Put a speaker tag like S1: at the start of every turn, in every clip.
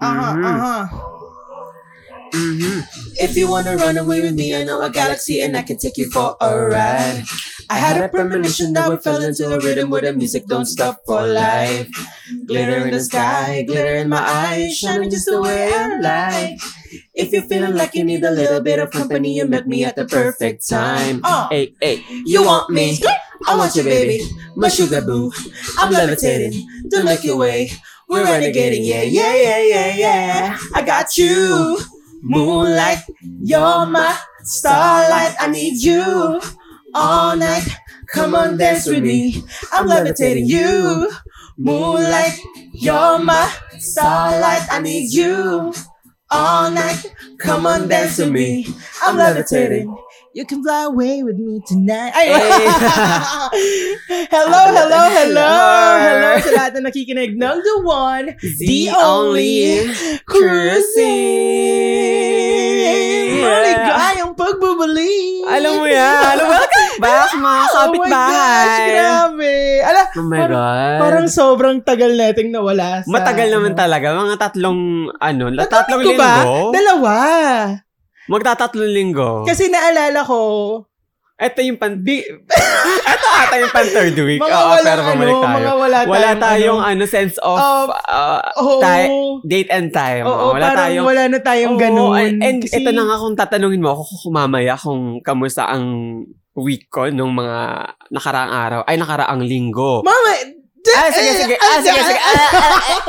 S1: Uh-huh,
S2: Mm-hmm.
S1: uh-huh. Mm-hmm. If you wanna run away with me, I know a galaxy and I can take you for a ride. I had a premonition that we fell into the rhythm where the music don't stop for life. Glitter in the sky, glitter in my eyes, shining just the way I like. If you're feeling like you need a little bit of company, you met me at the perfect time. Uh,
S2: Hey, hey,
S1: you want me? I want you, baby. My sugar boo. I'm levitating. The Milky Way. We're renegading. Yeah, yeah, yeah, yeah, yeah. I got you. Moonlight. You're my starlight. I need you all night. Come on, dance with me. I'm levitating you. Moonlight. You're my starlight. I need you all night. Come on, dance with me. I'm levitating. You can fly away with me tonight. Ay, hello, hello,
S2: eh,
S1: hello, hello sa lahat na nakikinig ng The One, The, Only, Cruising.
S2: Yeah.
S1: Maligay ang pagbabalik.
S2: Alam mo yan. Alam mo, welcome back mga
S1: oh my gosh,
S2: kapitbahay.
S1: grabe. Ala,
S2: Oh my
S1: parang,
S2: God.
S1: parang sobrang tagal nating nawala sa...
S2: Matagal naman
S1: ano.
S2: talaga. Mga tatlong, ano, la-
S1: Natatakot
S2: tatlong
S1: ko ba?
S2: linggo.
S1: Dalawa.
S2: Magtatatlong linggo.
S1: Kasi naalala ko,
S2: Ito yung pan... Di, ito ata yung pan third week.
S1: mga
S2: Oo,
S1: walang
S2: ah, pero bumalik
S1: ano,
S2: tayo.
S1: mga wala tayong,
S2: Wala tayong,
S1: ano.
S2: ano, sense of
S1: Of-
S2: uh,
S1: Oo.
S2: ti- date and time.
S1: Oo,
S2: wala
S1: parang
S2: tayong...
S1: wala na tayong
S2: Oo,
S1: ganun.
S2: And, and
S1: Kasi-
S2: ito na nga kung tatanungin mo ako kung mamaya kung kamusta ang week ko nung mga nakaraang araw. Ay, nakaraang linggo.
S1: Mama, eh, d-
S2: ah, sige, sige. Ah, sige, sige. Ah, ah,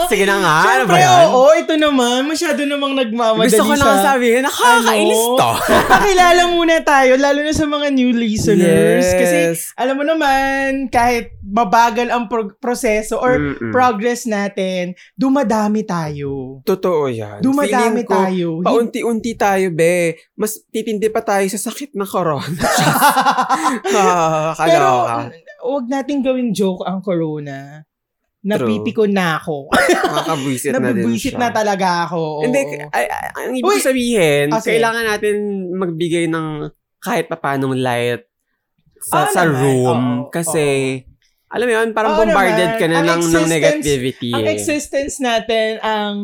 S2: ah. sige na nga. ano
S1: Siyempre,
S2: ba yan?
S1: oo, ito naman. Masyado namang nagmamadali
S2: Gusto ko
S1: sa...
S2: lang sabihin, nakakainis
S1: Ano?
S2: to.
S1: Pakilala muna tayo, lalo na sa mga new listeners. Kasi,
S2: Yes.
S1: alam mo naman, kahit mabagal ang prog- proseso or
S2: Mm-mm.
S1: progress natin, dumadami tayo.
S2: Totoo yan.
S1: Dumadami
S2: Feeling ko,
S1: tayo.
S2: Paunti-unti tayo, be. Mas titindi pa tayo sa sakit na corona. Kakaloka.
S1: Pero, huwag nating gawing joke ang corona. Napipikon na ako.
S2: Nakakabwisit na din siya.
S1: Nabibwisit na talaga ako. oo.
S2: Hindi, ay, ay, ang ibig
S1: Uy!
S2: sabihin,
S1: Ah, sige.
S2: kailangan natin magbigay ng kahit papanong light sa,
S1: Oo
S2: sa
S1: Ah, naman,
S2: room.
S1: oo,
S2: kasi, alam mo yun, parang
S1: Oo
S2: bombarded
S1: naman.
S2: ka na
S1: Ang
S2: lang ng
S1: existence-
S2: negativity.
S1: Ang
S2: eh.
S1: existence natin, ang...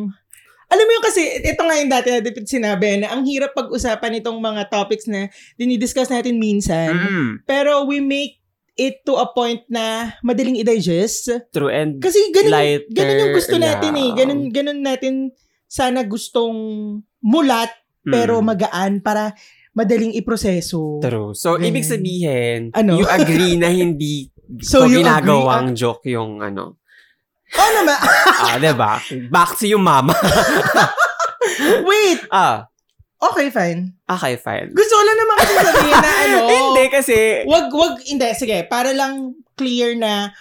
S1: Alam mo yung kasi, ito nga yung dati na dapat sinabi, na ang hirap pag-usapan itong mga topics na dinidiscuss natin minsan.
S2: Mm,
S1: Pero we make it to a point na madaling i-digest.
S2: true and
S1: Kasi ganun,
S2: Lighter,
S1: ganun yung gusto natin eh.
S2: yeah.
S1: Ganun, ganun natin sana gustong mulat
S2: mm,
S1: pero magaan para madaling iproseso.
S2: True. So,
S1: Ganun.
S2: ibig sabihin,
S1: Mm. Ano?
S2: you agree na hindi
S1: So,
S2: so,
S1: you
S2: ginagawang joke yung ano.
S1: Oh naman!
S2: Ah, diba? Back to yung mama.
S1: Wait!
S2: Ah,
S1: Okay, fine.
S2: okay, fine.
S1: Gusto ko lang naman kasi sabihin na ano.
S2: hindi kasi,
S1: Wag, wag, hindi, sige, para lang clear na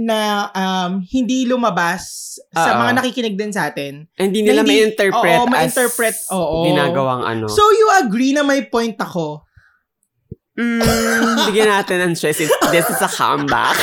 S1: na um, hindi lumabas sa
S2: Ah,
S1: mga
S2: ah.
S1: nakikinig din sa atin.
S2: hindi nila
S1: hindi-
S2: ma-interpret
S1: oo,
S2: as
S1: ma-interpret, oo.
S2: ginagawang ano.
S1: So you agree na may point ako.
S2: Mm, bigyan natin ng stress. This is a comeback.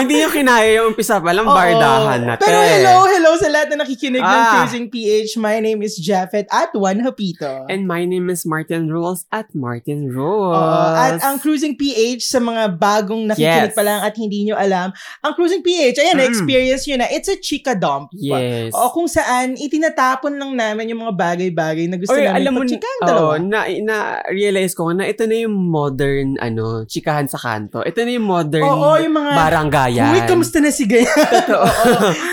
S2: Hindi nyo kinaya yung umpisa pa lang, bardahan
S1: Oo.
S2: natin.
S1: Pero hello, hello sa lahat na nakikinig ng
S2: Ah.
S1: Cruising PH. My name is Japheth at Juan Hapito.
S2: And my name is Martin Rules at Martin Rules.
S1: Oo, at ang Cruising PH sa mga bagong nakikinig
S2: Yes.
S1: pa lang at hindi nyo alam, ang Cruising PH, ayan,
S2: Mm.
S1: experience nyo na, it's a chica dump.
S2: Yes.
S1: O kung saan, itinatapon lang namin yung mga bagay-bagay na gusto
S2: Oy,
S1: namin
S2: alam mo,
S1: pagsikahan dalawa.
S2: oh, na, na-realize ko na ito na yung modern, ano, chikahan sa kanto. Ito na yung modern
S1: Oo, yung mga,
S2: barangayan.
S1: uy, kamusta na si Gaya?
S2: Totoo.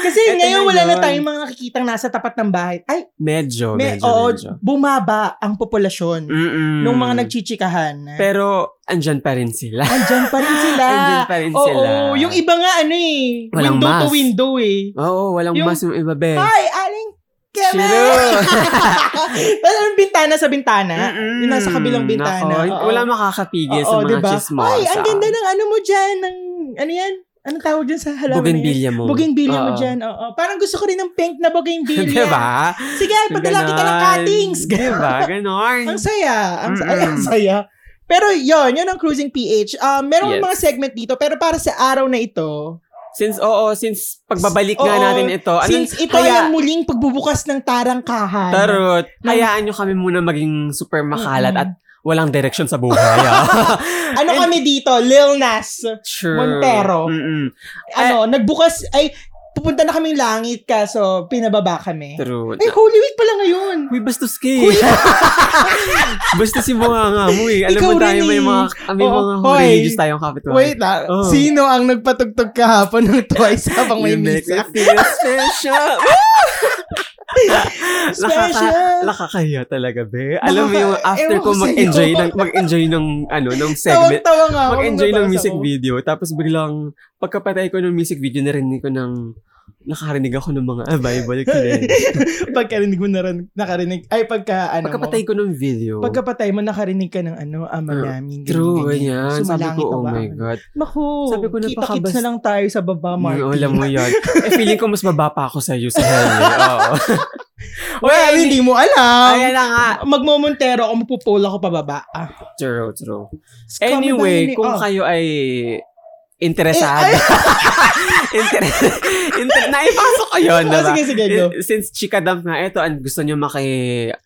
S1: Kasi
S2: Ito
S1: ngayon,
S2: na
S1: wala na
S2: yun.
S1: tayong mga nakikitang nasa tapat ng bahay. Ay,
S2: medyo,
S1: may,
S2: medyo,
S1: oo,
S2: medyo. Mm.
S1: bumaba ang populasyon
S2: Mm-mm.
S1: ng mga nagchichikahan.
S2: Pero, andyan pa rin sila.
S1: Andyan pa rin sila.
S2: Andyan pa rin
S1: Ah, Oo,
S2: sila.
S1: yung iba nga ano eh,
S2: Walang
S1: window to
S2: mask.
S1: window eh.
S2: Oo, walang
S1: Yung- Ah,
S2: mas yung iba, be.
S1: Hi, Aling Keme!
S2: Sure.
S1: Tapos yung bintana sa bintana.
S2: Mm-mm.
S1: Yung nasa kabilang bintana.
S2: Nako,
S1: Oo.
S2: Wala makakapigil sa
S1: Oo,
S2: mga
S1: diba?
S2: chismosa.
S1: Ay, ang ganda ng ano mo dyan, ng, ano yan? Anong tawag dyan sa halaman na yan?
S2: Bougainvillea mo.
S1: Bougainvillea mo
S2: Oo.
S1: dyan. Oo, parang gusto ko rin ng pink na bougainvillea.
S2: diba?
S1: Sige, padala kita ng
S2: Ganon.
S1: cuttings.
S2: Diba? Ganon.
S1: ang saya. Ang, sa- ay,
S2: Mm-mm.
S1: ang saya. Pero yon yun ang Cruising PH. Um, meron
S2: Yes.
S1: mga segment dito, pero para sa araw na ito,
S2: Since, oo, since pagbabalik nga
S1: Oo,
S2: natin ito, Oh, anong,
S1: since ito
S2: kaya-
S1: ay ang muling pagbubukas ng tarangkahan.
S2: tarot,
S1: Ng-
S2: hayaan nyo kami muna maging super makalat
S1: Mm-mm.
S2: at walang direction sa buhay. ah.
S1: Ano
S2: And-
S1: kami dito? Lil Nas.
S2: Sure.
S1: Montero.
S2: Mm-mm.
S1: Ano, nagbukas, ay, pu- pupunta na kaming langit kaso pinababa kami.
S2: True.
S1: Ay, Holy Week pala ngayon.
S2: Uy, bastos ka eh. bastos yung mga nga mo eh. Alam
S1: Ikaw
S2: mo tayo,
S1: rin
S2: may
S1: eh.
S2: mga, may
S1: Oo,
S2: mga
S1: hoy.
S2: religious tayong kapitbahay.
S1: Wait lang.
S2: Oh.
S1: Sino ang nagpatugtog kahapon ng twice habang may
S2: You make me
S1: misa?
S2: feel special. Nakaka,
S1: Special!
S2: nakakaya talaga, be. Alam mo yung
S1: Nakaka-
S2: after
S1: ewan
S2: ko
S1: ko sa'yo.
S2: mag-enjoy ng, mag-enjoy ng, ano, ng segment.
S1: Tawang-tawa nga ako.
S2: Mag-enjoy
S1: nung
S2: ng
S1: nabasa
S2: music
S1: ko.
S2: video. Tapos biglang, pagkapatay ko ng music video, narinig ko ng, nakarinig ako ng mga ah, Bible kids.
S1: Pagkarinig mo na rin, nakarinig. Ay, pagka ano
S2: Pagkapatay ko ng video.
S1: mo. Pagkapatay mo, nakarinig ka ng ano, ama
S2: Ah,
S1: namin.
S2: True, ganyan. Sabi
S1: Sumalangit
S2: ko,
S1: na
S2: oh
S1: ba?
S2: my God.
S1: Maku,
S2: Sabi ko,
S1: kita-kits
S2: napakabas-
S1: na lang tayo sa baba, Martin.
S2: Mm, alam mo yan. eh, feeling ko mas baba pa ako sa'yo sa hell. eh. Oo.
S1: Well, hindi mo alam.
S2: Ayan na nga.
S1: Magmomontero ako, mapupula ako pababa. Ah.
S2: True, true.
S1: Scammer
S2: Anyway,
S1: tayo ni-
S2: kung
S1: oh. Eh,
S2: kayo ay interesado. Inter- inter- naipasok ko yun,
S1: Ah,
S2: diba?
S1: sige, sige, go.
S2: Since Chika Dump na ito, and gusto nyo maki,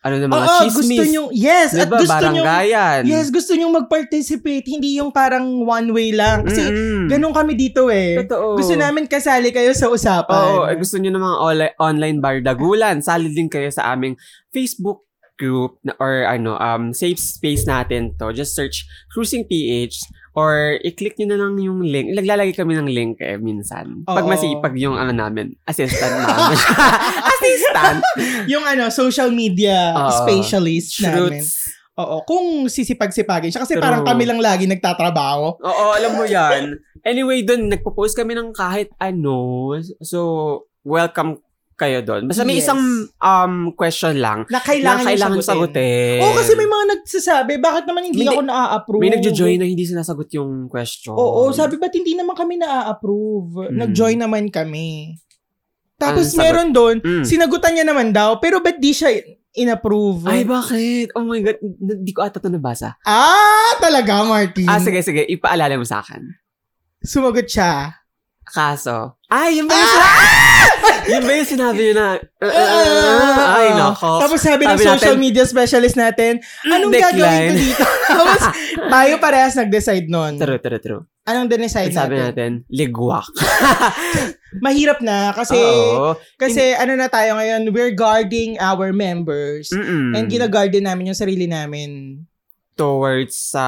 S2: ano na mga
S1: Oo,
S2: chismis.
S1: Ah, gusto nyo, yes,
S2: diba?
S1: at gusto nyo,
S2: Baranggayan.
S1: yes, gusto nyo mag-participate, hindi yung parang one way lang. Kasi,
S2: Mm-mm.
S1: ganun kami dito eh.
S2: Totoo.
S1: Gusto namin kasali kayo sa usapan.
S2: Oo, eh, gusto nyo ng mga online, online bardagulan, sali din kayo sa aming Facebook group na, or ano, um, safe space natin to. Just search Cruising PH or i-click nyo na lang yung link. Naglalagay kami ng link eh, minsan. Pag
S1: Oo.
S2: masipag yung ano namin, assistant namin. assistant!
S1: yung ano, social media
S2: Oo.
S1: specialist namin.
S2: Shoots.
S1: Oo, kung sisipag-sipagin siya. Kasi
S2: True.
S1: parang kami lang lagi nagtatrabaho.
S2: Oo, alam mo yan. Anyway, dun, nagpo-post kami ng kahit ano. So, welcome kayo doon. Basta may
S1: Yes.
S2: isang um, question lang
S1: Na
S2: na
S1: kailangan,
S2: kailangan
S1: yung sagutin.
S2: sagutin.
S1: Oo, kasi may mga nagsasabi, bakit naman hindi
S2: May
S1: ako na-approve?
S2: May nagjo-join na hindi sinasagot yung question.
S1: Oo, sabi ba't hindi naman kami na-approve?
S2: Mm.
S1: Nag-join naman kami. Tapos
S2: Ang sagot-
S1: meron doon,
S2: Mm.
S1: sinagutan niya naman daw, pero ba't di siya in-approve?
S2: Ay, bakit? Oh my God, hindi ko ata ito nabasa.
S1: ah, talaga, Martin.
S2: Ah, sige, sige. Ipaalala mo sa akin.
S1: Sumagot siya.
S2: Kaso, ay, yun ba yung, sina- yun ba yung sinabi niyo na, uh, uh, uh, ay, nako.
S1: Tapos Ah! sabi, ng
S2: Sabi natin-
S1: social media specialist natin,
S2: Mm,
S1: anong gagawin ko dito? Tapos tayo parehas nag-decide nun.
S2: True, true, true.
S1: Anong
S2: Ang
S1: dinecide
S2: sabi
S1: natin?
S2: natin, ligwak.
S1: Mahirap na kasi
S2: Oo.
S1: kasi ano na tayo ngayon, we're guarding our members
S2: Mm-mm.
S1: and ginagarden namin yung sarili namin.
S2: Towards sa,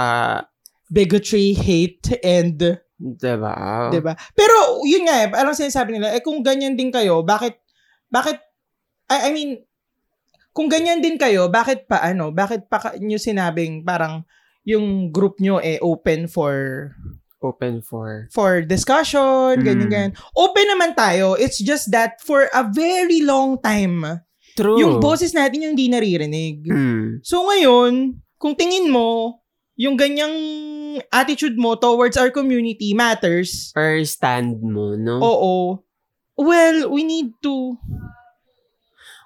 S1: Bigotry, hate, and
S2: diba?
S1: 'di ba? Pero yun nga eh, parang sinasabi nila, eh kung ganyan din kayo, bakit bakit I, I mean kung ganyan din kayo, bakit pa ano, bakit pa ka- nyo sinabing parang yung group nyo eh open for
S2: Open for,
S1: for discussion, ganyan,
S2: Mm.
S1: ganyan. Open naman tayo. It's just that for a very long time,
S2: true.
S1: yung boses natin yung hindi naririnig.
S2: Mm.
S1: So ngayon, kung tingin mo, yung ganyang attitude mo towards our community matters,
S2: Or stand mo, no?
S1: oo, well, we need to,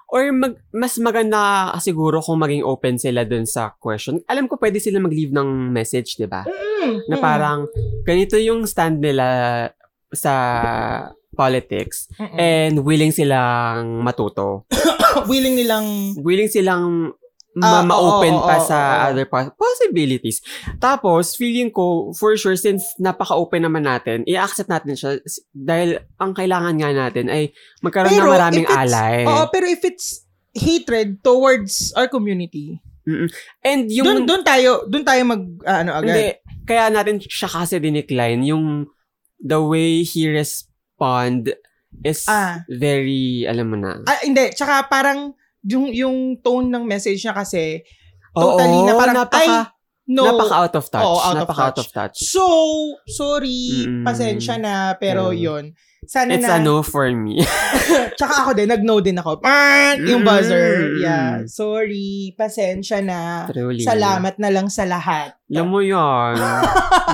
S2: Or mag, mas maganda siguro kung maging open sila dun sa question. Alam ko pwede sila mag-leave ng message, di ba?
S1: Mm,
S2: Na parang, ganito yung stand nila sa politics
S1: mm, mm.
S2: and willing silang matuto.
S1: willing nilang,
S2: Willing silang
S1: Ah, oo,
S2: ma- ma-open
S1: oo,
S2: pa
S1: oo,
S2: sa
S1: oo.
S2: other pos- possibilities. Tapos, feeling ko, for sure, since napaka-open naman natin, i-accept natin siya s- dahil ang kailangan nga natin ay magkaroon
S1: Pero
S2: ng maraming
S1: if it's-
S2: alay.
S1: oo, pero if it's hatred towards our community,
S2: and yung
S1: doon doon tayo, doon tayo mag, ah, ano, agad.
S2: Hindi, kaya natin siya kasi dinecline yung the way he respond is
S1: Ah.
S2: very, alam mo na.
S1: Ah, hindi. Tsaka parang yung, yung tone ng message niya kasi, totally na parang,
S2: napaka,
S1: "Ay, no.
S2: napaka out of touch.
S1: Oo, out of
S2: napaka out of touch.
S1: so, sorry,
S2: Mm.
S1: pasensya na, pero
S2: Yeah.
S1: yun. Sana
S2: Mm. It's
S1: Ano na.
S2: ano, a no for me.
S1: Tsaka ako din, nag-no din ako. Parang, Yung
S2: Mm.
S1: buzzer. Yeah. Sorry, pasensya na.
S2: Truly. ano.
S1: Salamat na lang sa lahat.
S2: Alam mo yun.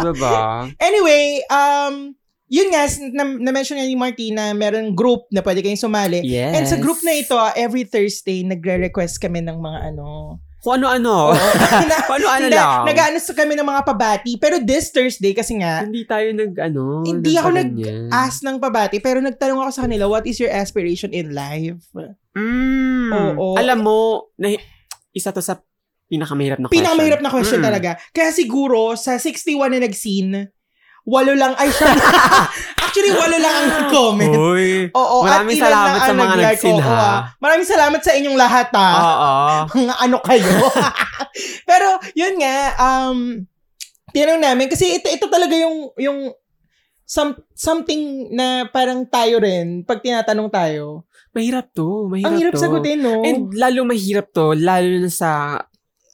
S2: diba?
S1: Anyway, um, yun nga, s- na- na-mention nga ni Martina, meron group na pwede kayong sumali.
S2: Yes.
S1: And sa group na ito, ah, every Thursday, nagre-request kami ng mga ano.
S2: Kung ano-ano.
S1: Na-
S2: Kung ano-ano
S1: Hindi,
S2: Oh. ano lang.
S1: Nag-ano sa kami ng mga pabati. Pero this Thursday, kasi nga,
S2: Hindi tayo nag, ano.
S1: Oh. Hindi ako
S2: nagpaganyan.
S1: ask ng pabati. Pero nagtanong ako sa kanila, what is your aspiration in life?
S2: Mm.
S1: Oo.
S2: Alam mo, na, isa to sa pinakamahirap na question. Hmm.
S1: Pinakamahirap na question
S2: Mm-mm.
S1: talaga. Kaya siguro, sa 61 na nag-scene, walo lang, ay siya Actually, walo lang ang comment.
S2: Uy.
S1: Oo, at
S2: Oh. Maraming
S1: ilan
S2: salamat
S1: na
S2: sa
S1: ang
S2: mga
S1: nag-like.
S2: nag-send,
S1: Oo,
S2: ha? Ah.
S1: ah. Maraming salamat sa inyong lahat ha.
S2: Oo.
S1: mga ano kayo. Pero yun nga um tinanong namin kasi ito ito talaga yung yung some, something na parang tayo rin pag tinatanong tayo.
S2: Mahirap to. Mahirap
S1: ang hirap
S2: to.
S1: sagutin no.
S2: And lalo mahirap to, lalo na sa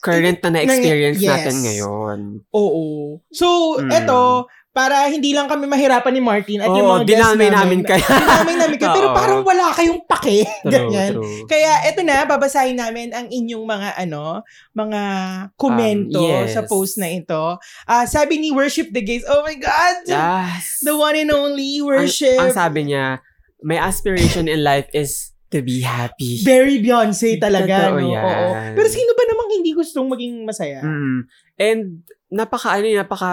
S2: current na na-experience
S1: Yes.
S2: natin ngayon.
S1: Oo. So
S2: Mm.
S1: eto para hindi lang kami mahirapan ni Martin at yung
S2: Oo,
S1: mga guests
S2: dinamay
S1: namin.
S2: namin kaya.
S1: dinamay namin kayo, pero
S2: Oo.
S1: parang wala kayong pake.
S2: True,
S1: Ganyan.
S2: true.
S1: Kaya eto na, babasahin namin ang inyong mga ano, mga komento
S2: Um, yes.
S1: sa post na ito. Ah, sabi ni Worship the Gays, oh my God!
S2: Yes.
S1: The one and only
S2: Ang-
S1: Worship.
S2: Ang, sabi niya, my aspiration in life is to be happy.
S1: Very Beyonce talaga.
S2: Totoo
S1: no?
S2: yan.
S1: Oo. Pero sino ba namang hindi gustong maging masaya?
S2: Mm. And napaka ano yun, napaka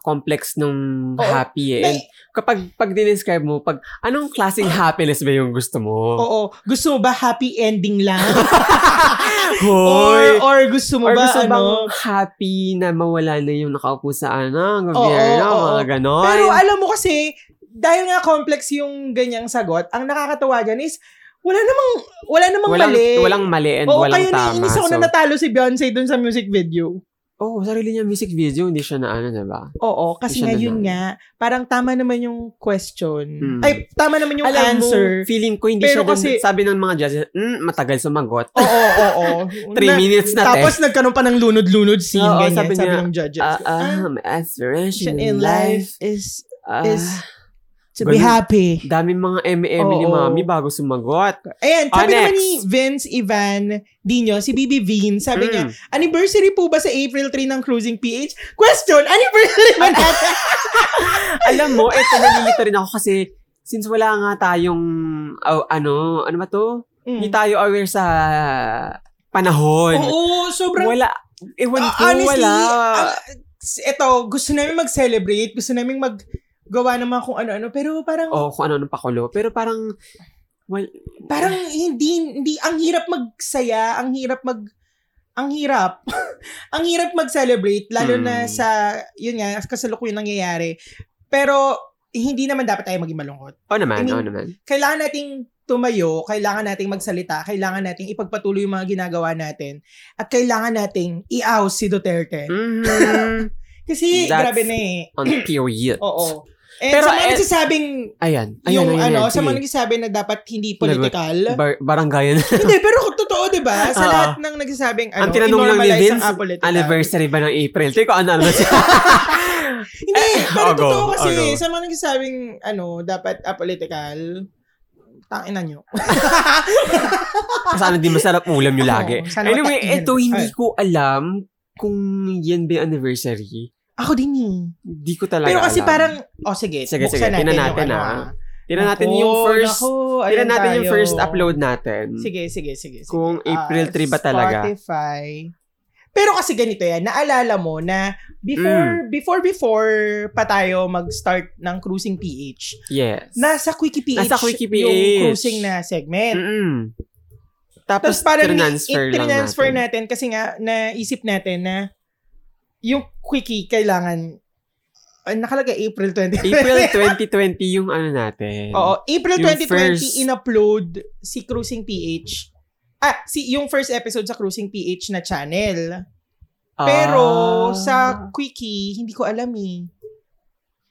S2: complex nung
S1: Oo.
S2: happy eh.
S1: Na-
S2: And kapag pag describe mo, pag anong klaseng happiness ba yung gusto mo?
S1: Oo. Gusto mo ba happy ending lang? or,
S2: Hoy!
S1: or gusto mo ba
S2: Or gusto
S1: ano?
S2: bang happy na mawala na yung nakaupo sa ano,
S1: Oo,
S2: gobyerno,
S1: oo,
S2: mga ganon.
S1: Pero alam mo kasi, dahil nga complex yung ganyang sagot, ang nakakatawa dyan is, wala namang, wala namang
S2: walang,
S1: mali.
S2: walang mali and
S1: Oo,
S2: walang
S1: kaya
S2: tama.
S1: naiinis ako na
S2: So,
S1: natalo si Beyonce dun sa music video.
S2: oh, sarili niya music video, hindi siya na ano, diba?
S1: Oo, kasi
S2: Hindi siya
S1: nga yun
S2: nanalo.
S1: nga, parang tama naman yung question.
S2: Mm.
S1: Ay, tama naman yung
S2: Alam
S1: answer.
S2: mo, feeling ko hindi
S1: Pero
S2: siya dun-
S1: kasi-
S2: sabi ng mga judges, mm, matagal sumagot.
S1: Oo, oo, oo.
S2: Three
S1: Na-
S2: minutes na
S1: Tapos nagkaroon pa ng lunod-lunod scene,
S2: Oo,
S1: ganyan, sabi,
S2: sabi niya,
S1: ng judges.
S2: Ah,
S1: Ah,
S2: ah, my aspiration
S1: in life is,
S2: ah,
S1: is to be
S2: ganun.
S1: happy.
S2: daming mga MM ni
S1: Oo.
S2: mami bago sumagot.
S1: Ayan,
S2: Ah,
S1: sabi naman
S2: next.
S1: ni Vince Ivan Dino, si BB Vin, sabi
S2: Mm.
S1: niya, anniversary po ba sa April 3 ng Cruising PH? Question, anniversary ba natin?
S2: Alam mo, eto nalilito rin ako kasi since wala nga tayong, oh, ano, ano ba to?
S1: Mm.
S2: Hindi tayo aware sa panahon.
S1: Oo, sobrang
S2: wala. Ewan
S1: Ah,
S2: ko,
S1: honestly,
S2: wala.
S1: ah, ito, gusto namin mag-celebrate, gusto namin maggawa ng mga kung ano-ano, pero parang,
S2: Oo, kung ano ng pakulo. Pero parang, wal-
S1: parang hindi, hindi, ang hirap magsaya, ang hirap mag, ang hirap. ang hirap mag-celebrate, lalo
S2: Hmm.
S1: na sa, yun nga, kasalukuyang nangyayari. Pero, hindi naman dapat tayo maging malungkot.
S2: oh
S1: I
S2: naman,
S1: mean,
S2: oh naman.
S1: Kailangan nating tumayo, kailangan nating magsalita, kailangan nating ipagpatuloy yung mga ginagawa natin, at kailangan nating i-oust si Duterte.
S2: Mhm.
S1: Kasi,
S2: That's-
S1: grabe na eh.
S2: On period.
S1: Oo. And
S2: Pero,
S1: sa mga
S2: eh,
S1: nagsasabing
S2: Ayan. Ayan,
S1: yung
S2: ayan,
S1: ano,
S2: ayan.
S1: sa mga
S2: Sige.
S1: nagsasabi na dapat hindi political.
S2: Bar- barangayan.
S1: hindi, pero kung totoo, di ba? Sa
S2: Oo.
S1: lahat ng nagsasabing ano,
S2: Ang tinanong lang ni
S1: inormalize
S2: Vince,
S1: ang apolitical.
S2: Anniversary ba ng April? Teko, ano, ano siya?
S1: Hindi, pero
S2: Eh, I'll go,
S1: totoo kasi
S2: I'll go.
S1: sa mga nagsasabing ano, dapat apolitical, tangina nyo.
S2: Sana ano, di masarap ulam nyo lagi.
S1: Oo, sana
S2: anyway,
S1: matakihin.
S2: eto hindi
S1: Ay.
S2: ko alam kung yan ba yung anniversary.
S1: Ako din eh.
S2: Hindi ko talaga
S1: Pero kasi
S2: alam.
S1: parang, oh sige,
S2: Sige,
S1: buksan
S2: sige,
S1: natin
S2: tingnan
S1: yung
S2: natin,
S1: ano,
S2: ah.
S1: ah.
S2: Tira natin
S1: Nako,
S2: yung first,
S1: nako,
S2: tira
S1: ayan
S2: natin yung
S1: tayo.
S2: first upload natin.
S1: Sige, sige, sige. sige.
S2: Kung April
S1: Ah,
S2: 3 ba talaga?
S1: Spotify. Pero kasi ganito yan, naalala mo na
S2: Mm.
S1: before before before pa tayo mag-start ng Cruising PH,
S2: Yes.
S1: nasa Quickie PH,
S2: Nasa Quickie
S1: yung
S2: PH.
S1: cruising na segment.
S2: Mm-mm.
S1: Tapos
S2: Tapos,
S1: parang
S2: transfer lang
S1: transfer
S2: natin.
S1: natin. kasi nga naisip natin na yung Quickie kailangan ah, nakalagay April 20.
S2: April 2020 yung ano natin.
S1: Oo, April
S2: Yung
S1: 2020
S2: first-
S1: in-upload si Cruising PH. Ah, si yung first episode sa Cruising PH na channel. Pero
S2: Ah.
S1: sa quickie, hindi ko alam eh.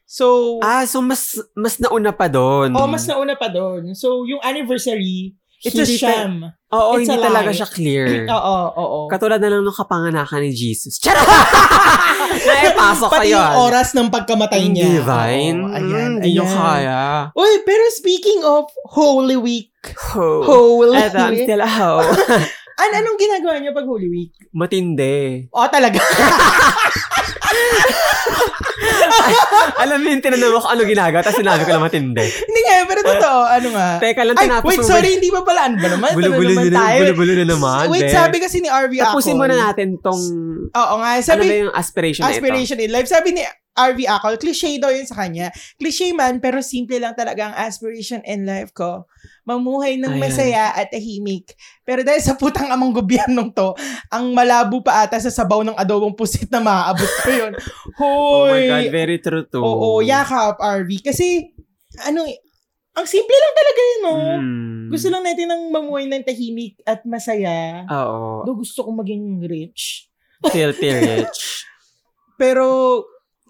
S1: So,
S2: Ah, so mas mas nauna pa doon.
S1: oh, mas nauna pa doon. So, yung anniversary, it's a
S2: Hindi ta-
S1: sham.
S2: Oo,
S1: It's a
S2: hindi
S1: lie.
S2: talaga siya clear.
S1: Oo, oo.
S2: Katulad na lang nung kapanganakan ni Jesus. Charot! Naipasok
S1: Pati
S2: kayo.
S1: yung oras ng pagkamatay
S2: Ang
S1: niya.
S2: divine.
S1: Oo, ayan,
S2: Mm, Hindi nyo
S1: ayan.
S2: kaya.
S1: Uy, pero speaking of Holy Week,
S2: Ho.
S1: Holy
S2: Oh. Eto, I'm
S1: Week.
S2: still a ho.
S1: An anong ginagawa niyo pag Holy Week?
S2: Matindi.
S1: Oh, talaga.
S2: Alam mo yung tinanong ako ano ginagawa, tapos sinabi ko lang matindi.
S1: hindi nga, pero totoo, ano nga.
S2: Teka lang,
S1: Ay,
S2: tinapos
S1: wait,
S2: mo.
S1: sorry, hindi pa pala. Ano ba naman? Ano
S2: Gulo-gulo
S1: naman
S2: na, na,
S1: tayo?
S2: gulo-gulo na naman.
S1: Wait,
S2: be.
S1: sabi kasi ni RV ako.
S2: Tapusin muna natin tong,
S1: Oo nga,
S2: ano
S1: sabi,
S2: ba yung aspiration, na ito?
S1: aspiration in life. Sabi ni RV Acol, cliche daw yun sa kanya. Cliche man, pero simple lang talaga ang aspiration in life ko. Mamuhay ng
S2: Ayan.
S1: masaya at tahimik. Pero dahil sa putang amang gobyernong to, ang malabo pa ata sa sabaw ng adobong pusit na maaabot ko yun. Hoy!
S2: Oh my God, very true to.
S1: Oo, yakap, RV. Kasi, ano, eh, ang simple lang talaga yun, no?
S2: Mm.
S1: Gusto lang natin ng mamuhay ng tahimik at masaya.
S2: Oo.
S1: Do gusto kong maging rich.
S2: Filthy rich.
S1: Pero,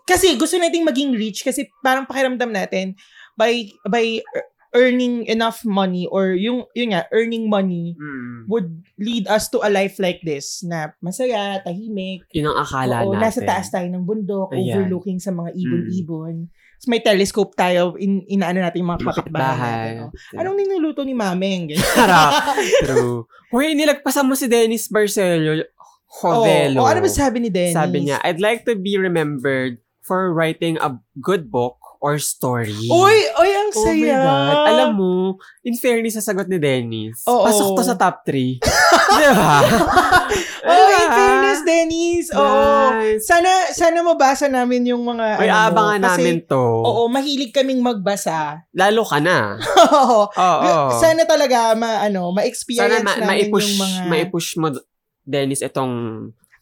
S1: kasi gusto nating maging rich kasi parang pakiramdam natin by by ear- earning enough money or yung yun nga earning money
S2: Mm.
S1: would lead us to a life like this na masaya, tahimik,
S2: Yun ang akala
S1: Oo,
S2: natin.
S1: nasa taas tayo ng bundok,
S2: Ayan. Mm.
S1: overlooking sa mga ibon-ibon. Tapos may telescope tayo, in, inaano natin yung mga kapitbahay natin.
S2: Bahay.
S1: oh. Anong niluluto ni Mameng? Ganyan.
S2: Harap. True. Uy, nilagpasan mo si Dennis Barcelo. Jovelo.
S1: Oo. O ano ba sabi ni Dennis?
S2: Oh, Sabi niya, I'd like to be remembered for writing a good book or story.
S1: Uy! Uy, ang
S2: Oh my
S1: saya!
S2: God. Alam mo, in fairness sa sagot ni Dennis,
S1: Oo.
S2: pasok to sa top 3. Di ba?
S1: Oh,
S2: ah.
S1: in fairness, Dennis! Oo.
S2: Nice.
S1: Sana, sana mabasa namin yung mga...
S2: Uy,
S1: ano mo,
S2: aabangan
S1: kasi-
S2: namin to.
S1: Oo, mahilig kaming magbasa.
S2: Lalo ka na.
S1: Oo.
S2: Oo.
S1: Sana talaga ma, ano, ma-experience
S2: Sana ma-
S1: namin
S2: maipush,
S1: yung mga...
S2: maipush mo, Dennis, itong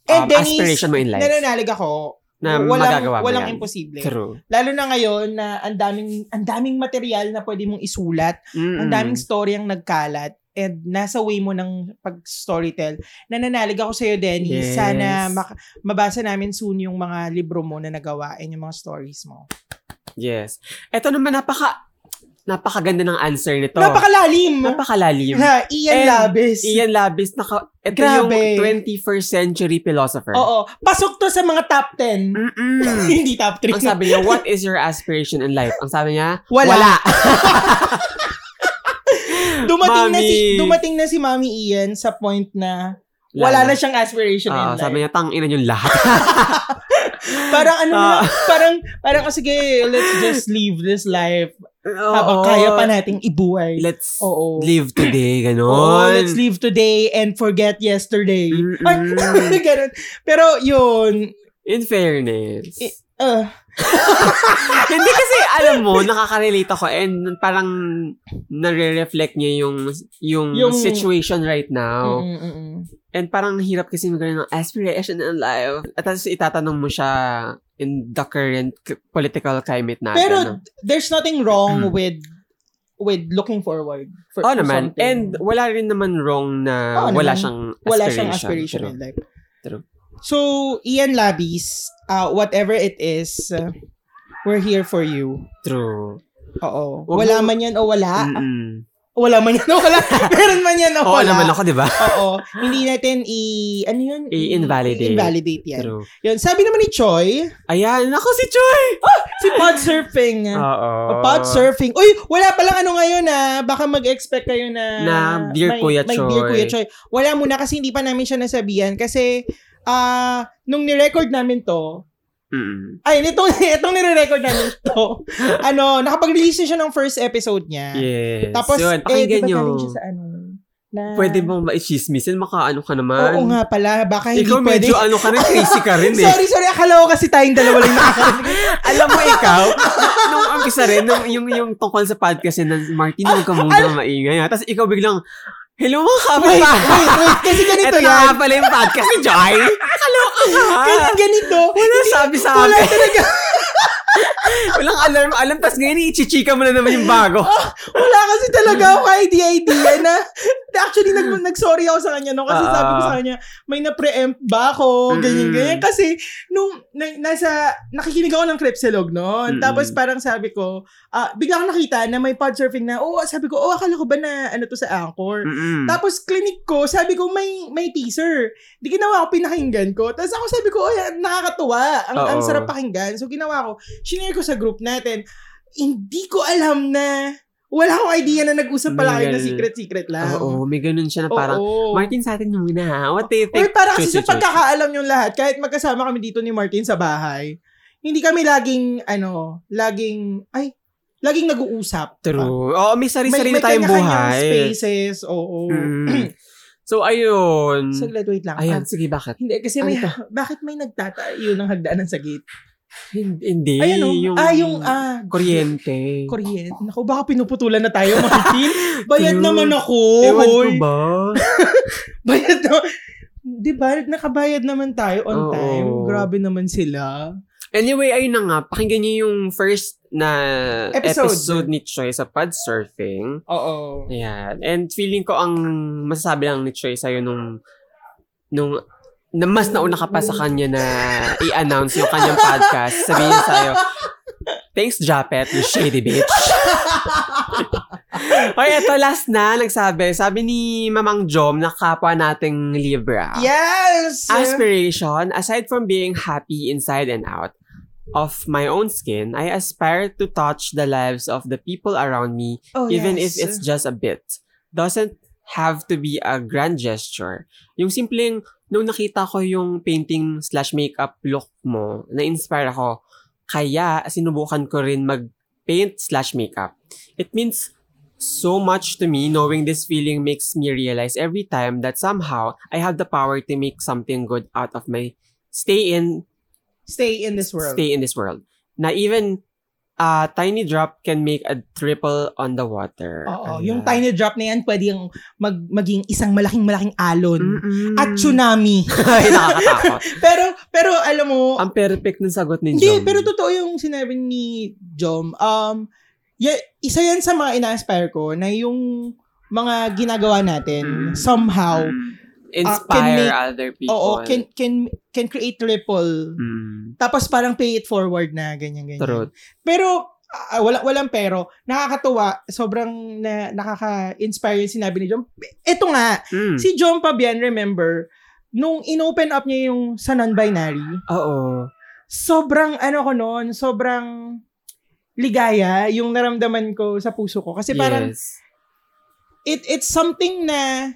S1: And
S2: um,
S1: Dennis,
S2: aspiration mo in life.
S1: Nananalig ako.
S2: na
S1: walang,
S2: magagawa mo
S1: walang
S2: yan.
S1: imposible.
S2: True.
S1: Lalo na ngayon na ang daming ang daming material na pwede mong isulat,
S2: Mm.
S1: ang daming story ang nagkalat and nasa way mo ng pag-storytell. Nananalig ako sa'yo, Denny.
S2: Yes.
S1: Sana mak- mabasa namin soon yung mga libro mo na nagawa and yung mga stories mo.
S2: Yes. Ito naman, napaka, napakaganda ng answer nito.
S1: Napakalalim!
S2: Napakalalim.
S1: Ha, Ian
S2: And
S1: Labis.
S2: Ian Labis, naka, ito
S1: Grabe.
S2: yung 21st century philosopher.
S1: Oo. Pasok to sa mga top 10.
S2: Mm-mm.
S1: Hindi top 3.
S2: Mm. Ang sabi niya, what is your aspiration in life? Ang sabi niya,
S1: Wala.
S2: wala.
S1: dumating na si
S2: Mami.
S1: dumating na si Mami Ian sa point na wala na siyang aspiration in
S2: Oo,
S1: life.
S2: Ah, sabi niya, tanginan yung lahat.
S1: Parang ano
S2: Ah.
S1: na, parang, parang oh, sige, let's just live this life habang
S2: Oo.
S1: kaya pa nating ibuhay.
S2: Let's
S1: Oo.
S2: live today, ganon.
S1: Oo, let's live today and forget yesterday.
S2: Mm-mm.
S1: Ay, ganun. Pero yun,
S2: In fairness.
S1: I- uh,
S2: Hindi kasi, alam mo, nakaka-relate ako and parang nare-reflect niya yung, yung,
S1: Yung-
S2: situation right now.
S1: mm, mm, mm.
S2: And parang hirap kasi magkaroon ng aspiration in life. At tapos itatanong mo siya in the current c- political climate natin.
S1: pero
S2: no?
S1: there's nothing wrong
S2: Mm.
S1: with with looking forward for, for
S2: Oo Oh, naman.
S1: something.
S2: And wala rin naman wrong na
S1: Oo
S2: wala
S1: naman.
S2: siyang aspiration.
S1: wala siyang aspiration
S2: Pero-
S1: in life.
S2: True.
S1: So, Ian Labis, uh, whatever it is, uh, we're here for you.
S2: True.
S1: Oo.
S2: Huwag
S1: Wala
S2: mo-
S1: man yan o wala,
S2: Mm-mm.
S1: Wala man yan, wala. Meron man yan,
S2: Oo
S1: Ah, wala.
S2: naman ako, di ba?
S1: Oo. Hindi natin i... Ano yun?
S2: I-invalidate.
S1: I-invalidate yan.
S2: True.
S1: Yun, sabi naman ni Choi,
S2: Ayan, ako si Choy!
S1: si pod surfing.
S2: Oo.
S1: Pod surfing. Uy, wala palang ano ngayon na baka mag-expect kayo na...
S2: Na Dear
S1: may-
S2: Kuya
S1: may Dear
S2: Choi.
S1: Kuya Choi. Wala muna kasi hindi pa namin siya nasabihan kasi ah nung ni-record namin to,
S2: Mm-mm.
S1: ay, nitong, itong nire-record namin to, ano, nakapag-release na siya ng first episode niya.
S2: Yes.
S1: Tapos,
S2: Yun,
S1: eh, di
S2: pakinggan
S1: ba
S2: nyo.
S1: galing siya sa ano? Na,
S2: Pwede bang maichismisin? Maka ano ka naman?
S1: Oo nga pala, baka hindi
S2: Ikaw
S1: pwede.
S2: medyo ano ka rin, crazy ka rin eh.
S1: sorry, sorry, akala ko kasi tayong dalawa lang nakakarinig.
S2: Alam mo ikaw, nung umpisa rin, nung, yung, yung tungkol sa podcast yun, ng Martin, huwag ka muna maingay. ha. Tapos ikaw biglang, hello mga kapit
S1: wait,
S2: pa.
S1: wait, wait, kasi ganito
S2: Ito na
S1: yan.
S2: nga pala yung podcast ni Joy. Kaloka
S1: Kasi
S2: ka.
S1: ganito,
S2: Wala sabi sa
S1: wala
S2: akin.
S1: talaga,
S2: Walang alarm, alam. Tapos ngayon, ichichika mo na naman yung bago.
S1: wala kasi talaga ako idea-idea na, na actually, nag, nag-sorry ako sa kanya, no? Kasi
S2: Ah.
S1: sabi ko sa kanya, may na-preempt ba ako,
S2: Mm-mm.
S1: ganyan-ganyan. Kasi, nung, na- nasa, nakikinig ako ng Crepselog noon,
S2: Mm-mm.
S1: tapos parang sabi ko, ah, bigla akong nakita na may pod surfing na, oh, sabi ko, oh, akala ko ba na, ano to sa Anchor?
S2: Mm-mm.
S1: Tapos clinic ko, sabi ko may may teaser. Di ginawa ko pinakinggan ko. Tapos ako sabi ko, "Oy, ah, nakakatuwa. Ang, ang
S2: Oo.
S1: sarap pakinggan." So ginawa ko, shinare ko sa group natin. Hindi ko alam na wala akong idea na nag-usap pala kayo na
S2: Ganun.
S1: secret secret lang.
S2: Oo, may ganun siya na parang,
S1: Oo.
S2: Martin sa atin muna ha. What do you
S1: Uy,
S2: think?
S1: para kasi sa
S2: Choose, choose, choose.
S1: pagkakaalam yung lahat, kahit magkasama kami dito ni Martin sa bahay, hindi kami laging, ano, laging, ay, laging nag-uusap.
S2: True. Oo, may sarili-sarili tayong
S1: kanya-kanyang
S2: buhay.
S1: spaces, oo.
S2: Mm. So, ayun.
S1: Saglit, wait lang.
S2: Ayan, sige, bakit?
S1: Hindi, kasi may,
S2: Ano
S1: bakit may nagtatayo ng hagdanan sa gate?
S2: Hin- Hindi.
S1: Ayun o. Ah, yung ah,
S2: kuryente.
S1: Korean. Naku, baka pinuputulan na tayo, Martin. Bayad
S2: True.
S1: naman ako.
S2: Ewan ko
S1: hoy.
S2: ba?
S1: Bayad na. Di ba? Nakabayad naman tayo on
S2: Oo.
S1: time. Grabe naman sila.
S2: Anyway, ayun na nga. Pakinggan niyo yung first na
S1: Episode.
S2: episode, ni Choi sa Podsurfing.
S1: Oo.
S2: Ayan. And feeling ko ang masasabi lang ni Choi sa'yo nung, nung na mas nauna ka pa sa kanya na i-announce yung kanyang podcast. Sabihin niya sa'yo, Thanks, Japet, you shady bitch. okay, eto last na, nagsabi. Sabi ni Mamang Jom na kapwa nating Libra.
S1: Yes!
S2: Aspiration, aside from being happy inside and out of my own skin, I aspire to touch the lives of the people around me,
S1: Oh,
S2: even
S1: yes.
S2: if it's just a bit. Doesn't have to be a grand gesture. Yung simpleng, nung nakita ko yung painting slash makeup look mo, na-inspire ako. Kaya, sinubukan ko rin mag-paint slash makeup. It means so much to me knowing this feeling makes me realize every time that somehow I have the power to make something good out of my stay in
S1: Stay in this world.
S2: stay in this world. Na even a tiny drop can make a triple on the water.
S1: Oo.
S2: Ayan.
S1: Yung tiny drop na yan, pwedeng mag, maging isang malaking-malaking alon.
S2: Mm-mm.
S1: At tsunami.
S2: Ay, nakakatakot.
S1: pero, pero alam mo,
S2: Ang perfect ng sagot ni
S1: Hindi,
S2: Jom.
S1: pero ah, totoo yung sinabi ni Jom. Um, ya- isa yan sa mga ina-aspire ko na yung mga ginagawa natin
S2: Mm.
S1: somehow
S2: Inspire
S1: can make-
S2: other people.
S1: oo can can can create ripple
S2: Mm.
S1: tapos parang pay it forward na ganyan ganyan
S2: Truth.
S1: pero ah, wala walang pero nakakatuwa sobrang na, nakaka-inspire yung sinabi ni Jom ito nga
S2: Mm.
S1: si Jom Fabian remember nung inopen up niya yung sa non-binary
S2: Oo.
S1: sobrang ano ko noon, sobrang ligaya yung naramdaman ko sa puso ko kasi parang
S2: yes.
S1: it it's something na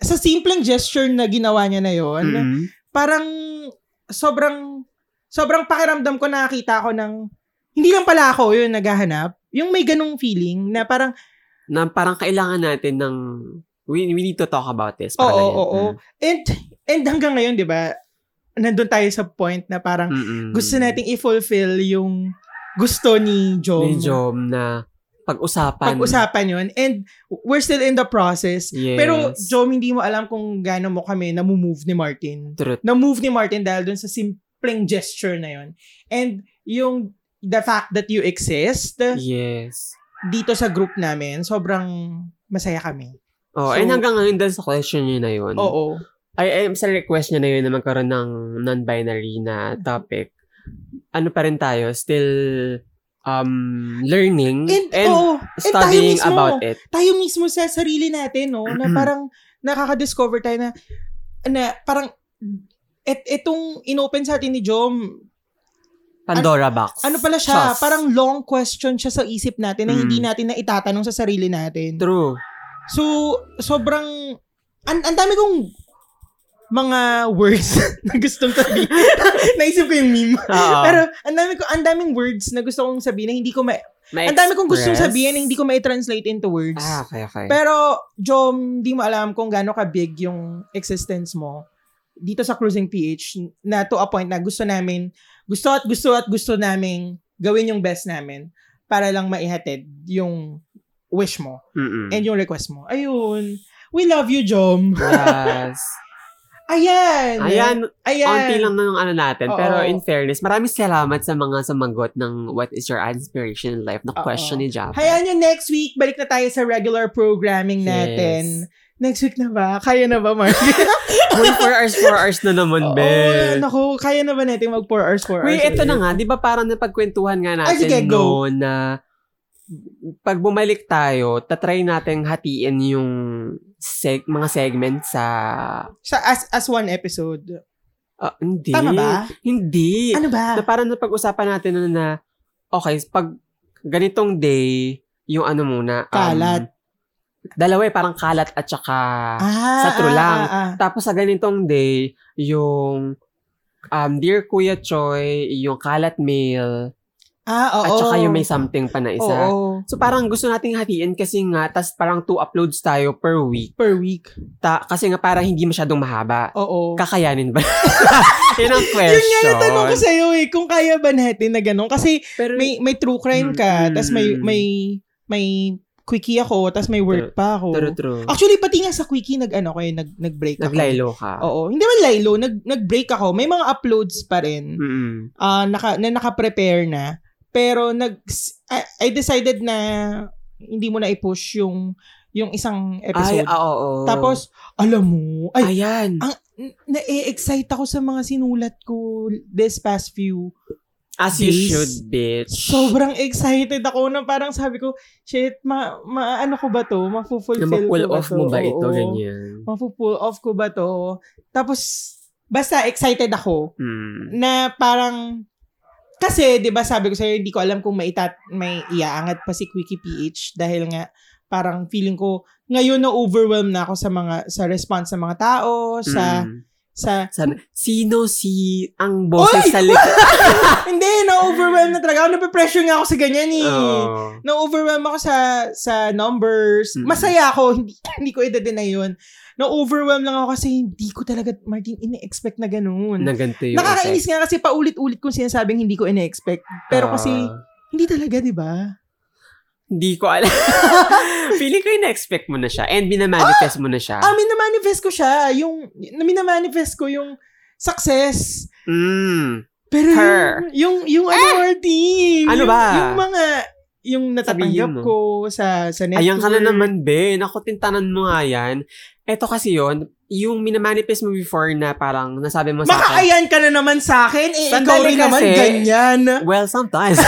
S1: sa simpleng gesture na ginawa niya na yon,
S2: Mm-mm.
S1: parang sobrang sobrang pakiramdam ko nakakita ko ng hindi lang pala ako yun naghahanap, yung may ganung feeling na parang
S2: na parang kailangan natin ng we, we need to talk about this.
S1: oo
S2: Parang
S1: oo
S2: ganyan.
S1: oo. and and hanggang ngayon 'di ba? Nandun tayo sa point na parang
S2: Mm-mm.
S1: gusto nating i-fulfill yung gusto ni Jom.
S2: Ni Jom na pag-usapan.
S1: pag-usapan yun. And we're still in the process.
S2: Yes.
S1: Pero, Jom, hindi mo alam kung gaano mo kami namumove ni Martin.
S2: Truth.
S1: Namove ni Martin dahil dun sa simpleng gesture na yun. And yung the fact that you exist uh,
S2: Yes.
S1: dito sa group namin, sobrang masaya kami.
S2: Oh,
S1: So-
S2: and hanggang ngayon dahil sa question niyo na yun.
S1: Oo.
S2: Ay, ay, sa request niya na yun na magkaroon ng non-binary na topic. Ano pa rin tayo? Still um, learning
S1: And,
S2: and,
S1: oo. And oh, tayo
S2: studying
S1: mismo,
S2: about it. Mm-hmm.
S1: tayo mismo sa sarili natin, no? Na parang nakaka-discover tayo na, na parang et, etong inopen sa atin ni Jom,
S2: Pandora box.
S1: ano pala siya,
S2: Chos.
S1: parang long question siya sa isip natin na
S2: Mm.
S1: hindi natin na itatanong sa sarili natin.
S2: True.
S1: So, sobrang, an- ang dami kong mga words na gustong sabihin. Naisip ko yung meme.
S2: Oo.
S1: Pero, ang dami ko, ang daming words na gusto kong sabihin na hindi ko ma,
S2: May
S1: ang dami kong gustong
S2: express.
S1: sabihin na hindi ko ma-translate into words.
S2: Ah, okay, okay.
S1: Pero, Jom, di mo alam kung gaano ka-big yung existence mo dito sa Cruising PH na to a point na gusto namin, gusto at gusto at gusto namin gawin yung best namin para lang maihatid yung wish mo
S2: Mm-mm.
S1: and yung request mo. Ayun. We love you, Jom.
S2: Yes.
S1: Ayan.
S2: Ayan,
S1: Ayan.
S2: Konti lang ng ano natin.
S1: Oo.
S2: Pero in fairness, maraming salamat sa mga sumagot ng what is your inspiration in life na
S1: Oo.
S2: question ni Japa.
S1: Hayaan nyo next week. Balik na tayo sa regular programming natin. Next week na ba? Kaya na ba, Mark?
S2: Uy, 4 hours, 4 hours na naman,
S1: Oo,
S2: be.
S1: naku, kaya na ba natin mag 4 hours, 4 hours?
S2: Wait, eto na nga. Di ba parang napagkwentuhan nga natin
S1: Ay, sige, go.
S2: noon na pag bumalik tayo, tatry natin hatiin yung seg- mga segment sa...
S1: Sa as as one episode.
S2: Ah, hindi.
S1: Tama ba?
S2: Hindi.
S1: Ano
S2: Na
S1: ba?
S2: parang napag-usapan natin na, na okay, pag ganitong day, yung ano muna. um,
S1: Kalat.
S2: dalawa eh, parang kalat at saka...
S1: Ah,
S2: sa true
S1: ah,
S2: lang.
S1: ah, ah.
S2: Tapos sa ganitong day, yung um, Dear Kuya Choi, yung kalat mail,
S1: Ah, oo.
S2: At saka yung may ah. something pa na
S1: Oo.
S2: isa. So parang gusto nating hatiin kasi nga, tas parang two uploads tayo per week.
S1: Per week.
S2: Ta- kasi nga parang hindi masyadong mahaba.
S1: Oo.
S2: Kakayanin ba? Yan ang
S1: Yun nga yung tanong ko
S2: question.
S1: sa'yo eh, kung kaya ba natin na ganun. Kasi
S2: Pero,
S1: may, may true crime ka,
S2: Mm.
S1: tas may, may, may quickie ako, tas may work pa ako.
S2: true, true.
S1: Actually, pati nga sa quickie, nag, ano ko eh, nag, nag-break ako.
S2: Naglaylo ka.
S1: Oo. Hindi man lilo, nag, nag-break ako. May mga uploads pa
S2: Oh.
S1: rin.
S2: Mm-mm.
S1: ah naka, na naka-prepare na. Pero nag I, I decided na hindi mo na i-push yung yung isang
S2: Ay,
S1: episode.
S2: ah, oo. oo.
S1: Tapos alam mo, ay
S2: Ayan.
S1: n- na-excite ako sa mga sinulat ko this past few.
S2: As you
S1: This-
S2: should, bitch.
S1: Sobrang excited ako na parang sabi ko, shit, ma, ma ano ko ba to?
S2: na
S1: Mafu-fulfill
S2: ma-pull
S1: ko ba
S2: off
S1: to?
S2: mo ba ito,
S1: Oo.
S2: ganyan.
S1: Mafu-pull off ko ba to? Tapos basta excited ako.
S2: Mm.
S1: na parang kasi 'di ba sabi ko sa hindi ko alam kung maitat may iaangat pa si Quickie PH dahil nga parang feeling ko ngayon na overwhelm na ako sa mga sa response ng mga tao sa
S2: Mm.
S1: sa
S2: Sabi, sino si ang boses
S1: Oy!
S2: sa likod?
S1: hindi na overwhelm na talaga ako nape-pressure nga ako sa ganyan eh.
S2: Oo.
S1: Na-overwhelm ako sa sa numbers.
S2: Mm.
S1: Masaya ako, hindi, hindi ko idadeny yun. Na-overwhelm lang ako kasi hindi ko talaga, Martin, ine-expect na ganun.
S2: na ganito yung
S1: Nakakainis nga kasi paulit-ulit kong sinasabing hindi ko ine-expect.
S2: effect.
S1: Pero kasi,
S2: Ah,
S1: Hindi talaga, di ba?
S2: hindi ko alam. Feeling ko na-expect mo na siya and minamanifest mo na siya.
S1: Ah, minamanifest ko siya. Yung, na- minamanifest ko yung success.
S2: mm.
S1: Pero
S2: Her. Eh!
S1: yung, yung, yung ano, Martin?
S2: Ano
S1: yung,
S2: ba?
S1: Yung mga, yung natatanggap
S2: Sabihin mo.
S1: ko sa, sa network.
S2: Ayan ka na naman, Ben. Ako, tintanan mo nga yan. Eto kasi yon yung minamanifest mo before na parang nasabi mo sa akin.
S1: Makaayan ka na naman sa akin. Eh, ikaw
S2: Sandali
S1: rin naman,
S2: kasi-
S1: ganyan.
S2: Well, sometimes.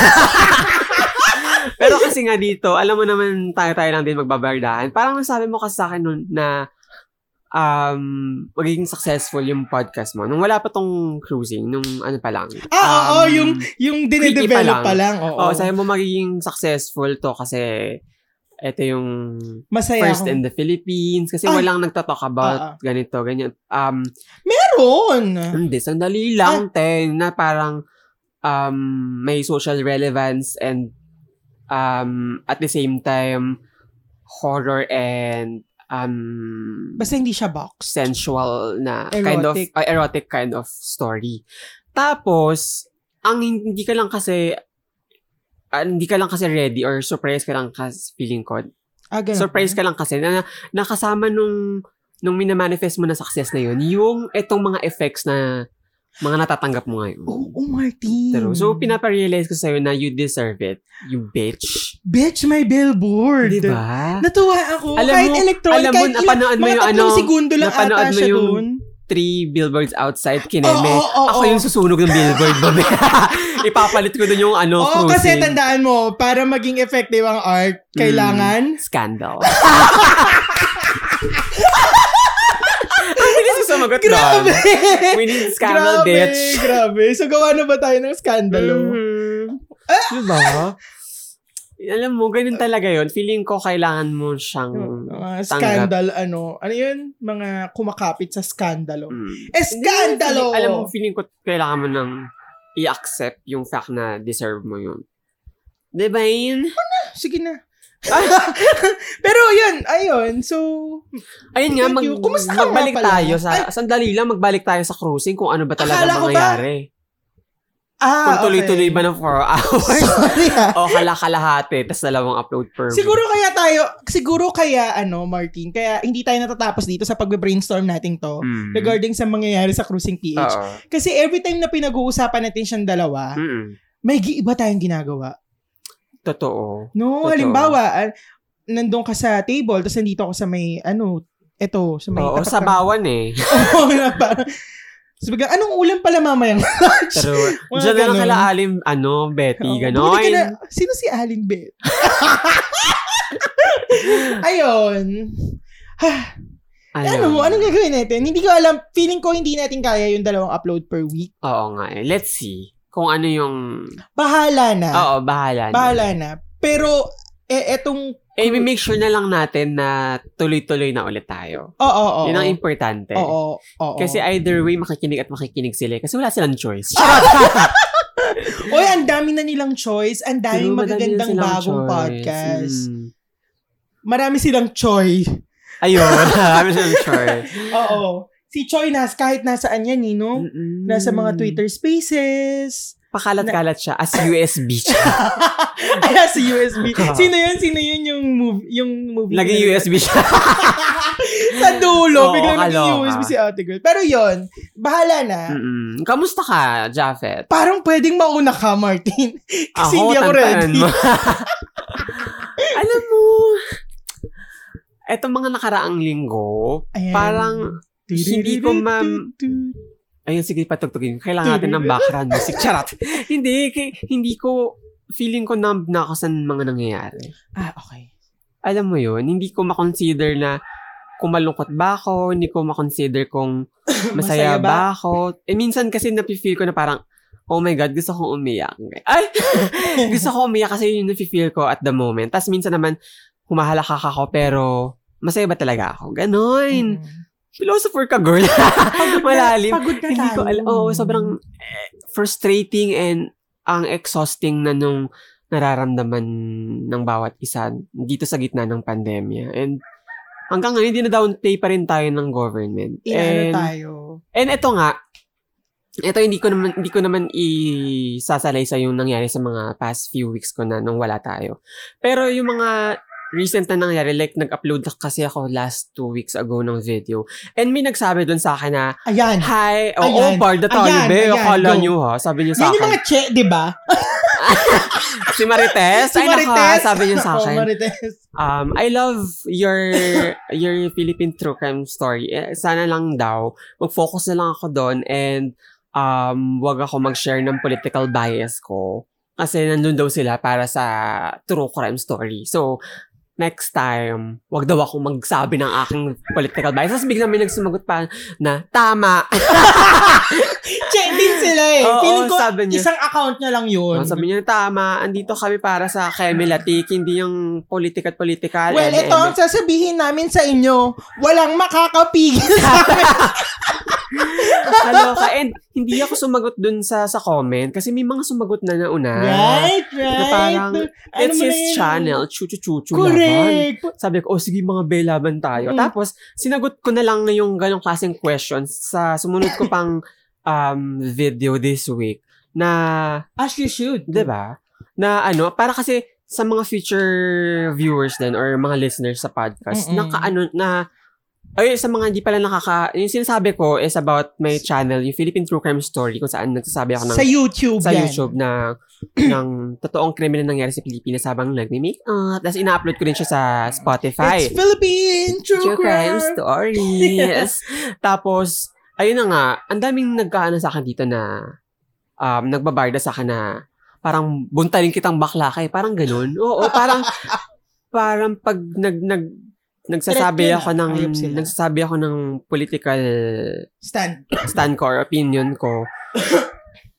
S2: Pero kasi nga dito, alam mo naman tayo-tayo lang din magbabardahan. Parang nasabi mo kasi sa akin nun na um, magiging successful yung podcast mo. Nung wala pa tong cruising, nung ano pa lang.
S1: Ah, oo, oo,
S2: Um,
S1: yung, yung
S2: quickie pa
S1: dinedevelop
S2: lang.
S1: pa lang. Oo,
S2: Oo, oh, sabi mo magiging successful to kasi ito yung
S1: masaya
S2: first
S1: ako.
S2: in the Philippines
S1: Ay.
S2: kasi walang nagtatalk about ganito, ganyan. Um,
S1: Meron.
S2: Hindi, sandali lang, ten, na parang um, may social relevance and um, at the same time, horror and um,
S1: Basta hindi siya box.
S2: sensual na kind of,
S1: Erotic.
S2: uh, erotic kind of story. Tapos, ang hindi ka lang kasi, ah, hindi ka lang kasi ready or surprise ka lang kasi feeling ko.
S1: Ah, ganun.
S2: Surprise ka lang kasi na nakasama nung nung minamanifest mo na success na yun, yung etong mga effects na mga natatanggap mo ngayon.
S1: Oo, Martin.
S2: Pero, so, pinaparealize ko sa'yo na you deserve it, you bitch.
S1: Bitch, my billboard.
S2: Di ba?
S1: Natuwa ako.
S2: Alam
S1: kahit
S2: mo-
S1: electronic,
S2: alam mo,
S1: kahit ilang-
S2: napanood mo
S1: mga
S2: yung
S1: tatlong
S2: ano,
S1: segundo lang
S2: napanood
S1: ata
S2: mo
S1: siya
S2: yung-
S1: doon.
S2: Three billboards outside, kineme.
S1: Oo, oo, oo,
S2: Ako
S1: oo.
S2: yung susunog ng billboard, babe. Ipapalit ko dun yung ano,
S1: Oo,
S2: cruising.
S1: kasi tandaan mo, para maging effective ang art,
S2: Mm,
S1: kailangan...
S2: Scandal. Ang bilis ko sumagot doon.
S1: Grabe!
S2: We need scandal,
S1: grabe,
S2: bitch.
S1: Grabe. So, gawa na ba tayo ng skandalo?
S2: Mhm.
S1: Ah.
S2: Diba? Alam mo, ganun talaga yon Feeling ko kailangan mo siyang...
S1: Mga
S2: Tanggap.
S1: scandal, ano. Ano yun? Mga kumakapit sa skandalo.
S2: Mm.
S1: Eh, skandalo!
S2: Feeling- Alam mo, feeling ko kailangan mo nang i-accept yung fact na deserve mo yun. Diba yun?
S1: Sige na. Pero yun, ayun. So,
S2: Ayun nga,
S1: Thank
S2: mag,
S1: you. Kumusta ka nga
S2: magbalik
S1: pala?
S2: tayo sa, sandali lang, magbalik tayo sa cruising kung ano ba talaga
S1: Akala ko ba?
S2: mangyayari.
S1: ah,
S2: Kung
S1: okay.
S2: tuloy-tuloy ba ng 4 hours?
S1: Sorry ah.
S2: o kalakalahati, tas dalawang upload per week.
S1: Siguro kaya tayo, siguro kaya ano, Martin, kaya hindi tayo natatapos dito sa pagbe-brainstorm natin to
S2: Mm.
S1: regarding sa mangyayari sa Cruising PH.
S2: Oo. Hmm?
S1: Kasi every time na pinag-uusapan natin siyang dalawa,
S2: Mm-mm.
S1: may iba tayong ginagawa.
S2: Totoo.
S1: No,
S2: Totoo.
S1: halimbawa, ah, nandun ka sa table, tapos nandito ako sa may, ano, eto, sa may
S2: Oo,
S1: tapat
S2: sa
S1: ng-
S2: bawan eh.
S1: Oo, na parang, so, biglang, anong ulam pala mamayang lunch?
S2: Pero,
S1: Mga
S2: dyan na lang
S1: ganun.
S2: kala Alim, ano, Betty,
S1: Oo,
S2: gano'n.
S1: buti ka na- sino si Aling Bet? Ayun. Ano, anong gagawin natin? Hindi ko alam. Feeling ko hindi natin kaya yung dalawang upload per week.
S2: Oo nga eh. Let's see. Kung ano yung...
S1: Bahala na.
S2: Oo, bahala na.
S1: Ah. Bahala na. Pero, eh, etong,
S2: Eh, we make sure na lang natin na tuloy-tuloy na ulit tayo.
S1: oo, oo.
S2: Yun ang importante.
S1: Oo, oo. Oh.
S2: Kasi either way, makikinig at makikinig sila. eh. Kasi wala silang choice.
S1: Oy, ang dami na nilang choice. Ang daming
S2: True, madami na
S1: magagandang
S2: silang
S1: bagong
S2: choice.
S1: podcast.
S2: Mm.
S1: Marami silang Choi.
S2: Ayun, marami silang choice.
S1: Oo. Si Choi nas kahit nasaan yan, Nino.
S2: Mm-mm.
S1: Nasa mga Twitter spaces.
S2: Pakalat-kalat siya as USB siya.
S1: Ay, sa USB. Sino yun? Sino yun yung move, yung movie?
S2: Naging
S1: na-
S2: USB siya.
S1: Sa dulo.
S2: Oo, ano
S1: biglang naging
S2: kaloka.
S1: USB si Ate Girl. Pero yun, bahala na.
S2: Mm-mm. Kamusta ka, Jafet?
S1: Parang pwedeng mauna ka, Martin. Kasi hindi ako
S2: tantaan
S1: ready.
S2: mo. Alam mo, etong mga nakaraang linggo,
S1: Ayan.
S2: parang, hindi ko ma- ayun, sige, patugtugin. Kailangan natin ng background music. Charot. hindi, kay- hindi ko, feeling ko numb na ako sa mga nangyayari.
S1: Ah, okay.
S2: alam mo yun, hindi ko makonsider na kung malungkot ba ako, hindi ko makonsider kung
S1: Masaya
S2: masaya,
S1: ba?
S2: ba? ako. Eh, minsan kasi napifeel ko na parang, oh my God, gusto kong umiyak. Ay! gusto ko umiyak kasi yun yung napifeel ko at the moment. Tapos minsan naman, humahalakak ako pero masaya ba talaga ako? Ganon.
S1: Mm. Ah.
S2: Philosopher ka, girl. Malalim.
S1: Pagod na
S2: Hindi
S1: tayo.
S2: ko alam. Oo, sobrang eh, frustrating and ang exhausting na nung nararamdaman ng bawat isa dito sa gitna ng pandemya. And hanggang ngayon, hindi na downplay pa rin tayo ng government.
S1: Inaano ano
S2: and,
S1: tayo.
S2: and ito nga, ito hindi ko naman hindi ko naman isasalay sa yung nangyari sa mga past few weeks ko na nung wala tayo. Pero yung mga recent na nangyari, like nag-upload kasi ako last two weeks ago ng video. And may nagsabi dun sa akin na,
S1: Ayan.
S2: Hi, oo, oh,
S1: Ayan.
S2: Barda tayo,
S1: Ayan,
S2: be.
S1: ayan,
S2: Akala
S1: go.
S2: nyo ha, sabi niya sa
S1: Yan yung
S2: akin.
S1: mga che, di ba?
S2: Si Marites,
S1: Si
S2: ay naka,
S1: Marites.
S2: sabi niya sa
S1: Ako,
S2: akin.
S1: Marites.
S2: Um, I love your your Philippine true crime story. Eh, sana lang daw, mag-focus na lang ako doon and um, wag ako mag-share ng political bias ko. Kasi nandun daw sila para sa true crime story. So, next time, wag daw akong magsabi ng aking political bias. Tapos biglang may nagsumagot pa na, tama.
S1: Che din sila eh.
S2: Oo,
S1: Feeling ko,
S2: sabi niya.
S1: isang account niya lang yun.
S2: Oh, sabi niya, tama, andito kami para sa Kemelatik, hindi yung politika at political.
S1: Well,
S2: and-
S1: ito ang
S2: and-
S1: sasabihin namin sa inyo, walang makakapigil sa amin.
S2: Kaloka. And hindi ako sumagot dun sa sa comment kasi may mga sumagot na nauna.
S1: right, right.
S2: Ah. parang,
S1: Ano
S2: It's
S1: mo na
S2: his
S1: yun?
S2: channel, chuchu-chuchu laban.
S1: Correct.
S2: Sabi ko, oh sige mga be, laban tayo.
S1: Mm.
S2: Tapos, sinagot ko na lang yung ganong klaseng questions sa sumunod ko pang um, video this week na
S1: As you should.
S2: 'di ba? Na ano, para kasi sa mga future viewers din or mga listeners sa podcast,
S1: Mm-mm.
S2: naka ano na ay sa mga hindi pala nakaka yung sinasabi ko is about my channel, yung Philippine True Crime Story kung saan nagsasabi ako ng
S1: Sa YouTube
S2: sa
S1: yan.
S2: YouTube na ng totoong krimen na nangyari sa Pilipinas habang nagme-make up. Tapos ina-upload ko rin siya sa Spotify.
S1: It's Philippine True,
S2: True crime
S1: Crime.
S2: stories. Tapos, ayun na nga, ang daming nagkaano sa akin dito na um, nagbabarda sa akin na parang buntalin kitang bakla kay parang ganun. Oo, parang parang pag nag, nag
S1: Threat
S2: nagsasabi
S1: yun
S2: ako
S1: ah.
S2: ng
S1: Ayop sila.
S2: nagsasabi ako ng political
S1: Stand.
S2: stand ko or opinion ko.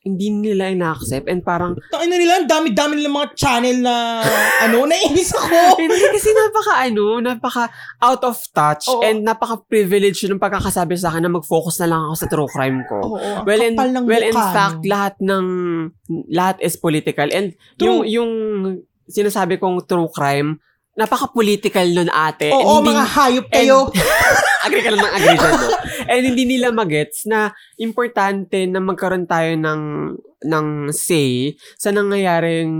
S2: hindi nila ina-accept and parang
S1: Tangin na ano nila, ang dami-dami nilang mga channel na, ano, nainis ako.
S2: hindi kasi napaka ano, napaka out of touch
S1: Oo.
S2: and napaka privileged ng pagkakasabi sa akin na mag-focus na lang ako sa true crime
S1: Oo,
S2: ko.
S1: ang
S2: Well, in,
S1: kapal ng
S2: well, in
S1: mukha,
S2: fact,
S1: no?
S2: lahat ng, lahat is political. And yung,
S1: True.
S2: yung sinasabi kong true crime, napaka-political nun ate.
S1: Oo,
S2: And uh, hindi-
S1: mga hayop kayo.
S2: agree ka lang ng agree dyan, no? And hindi nila magets na importante na magkaroon tayo ng, ng say sa nangyayaring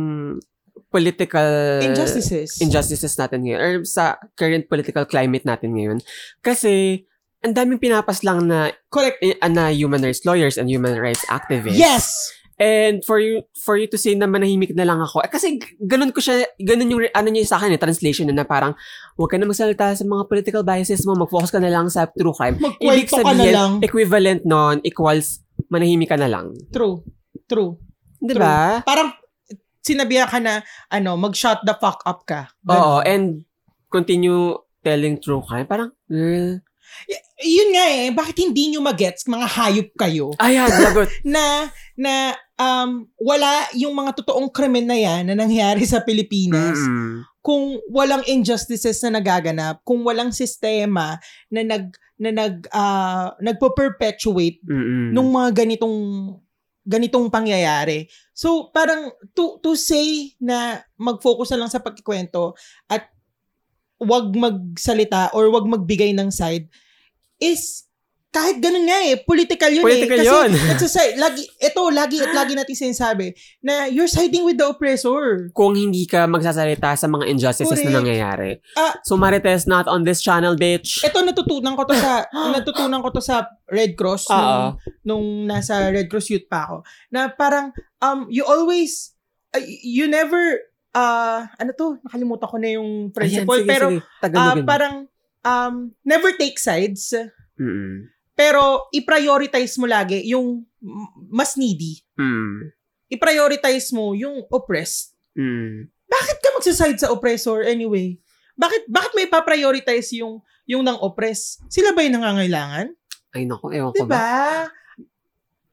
S2: political
S1: Injustices.
S2: injustices natin ngayon or sa current political climate natin ngayon. Kasi, ang daming pinapas lang na
S1: Correct.
S2: eh, uh, na human rights lawyers and human rights activists.
S1: Yes!
S2: And for you for you to say na manahimik na lang ako. Eh, kasi g- ganun ko siya, ganun yung re- ano niya sa akin eh, translation niya na parang huwag ka na magsalita sa mga political biases mo, mag-focus ka na lang sa true crime. Ibig
S1: Magkwento ka na
S2: sabihin, eh,
S1: lang.
S2: equivalent nun equals manahimik ka na lang.
S1: True. True.
S2: 'Di ba?
S1: Parang, sinabihan ka na, ano, mag-shut the fuck up ka. Ganun.
S2: Oo, and continue telling true crime. Parang, girl,
S1: Yun nga eh, bakit hindi nyo magets mga hayop kayo
S2: ayan, lagot.
S1: na, na, um, wala yung mga totoong krimen na yan na nangyari sa Pilipinas
S2: Mm-mm.
S1: kung walang injustices na nagaganap, kung walang sistema na nag na nag ah, nagpo-perpetuate
S2: Mm-mm.
S1: nung mga ganitong ganitong pangyayari. So, parang to, to say na mag-focus na lang sa pagkikwento at wag magsalita or wag magbigay ng side is kahit ganun nga eh, political yun
S2: Political
S1: eh.
S2: yun.
S1: Kasi, yun. lagi, ito, lagi at lagi natin sinasabi na you're siding with the oppressor.
S2: Kung hindi ka magsasalita sa mga injustices
S1: Correct.
S2: na nangyayari.
S1: Ah.
S2: so Marites, not on this channel, bitch.
S1: Ito, natutunan ko to sa, natutunan ko to sa Red Cross nung,
S2: Oo.
S1: nung nasa Red Cross Youth pa ako. Na parang, um, you always, uh, you never, uh, ano to, nakalimutan ko na yung principle.
S2: Ayan, sige,
S1: pero,
S2: sige.
S1: ah,
S2: Tagalogin mo.
S1: parang, um, never take sides.
S2: Mm-mm.
S1: Pero, i-prioritize mo lagi yung m- mas needy.
S2: Mm.
S1: I-prioritize mo yung oppressed.
S2: Mm.
S1: Bakit ka magsaside sa oppressor anyway? Bakit bakit may pa-prioritize yung yung nang oppress? Sila ba yung nangangailangan?
S2: Ay, naku, ewan ko
S1: 'Di
S2: ba?
S1: ba?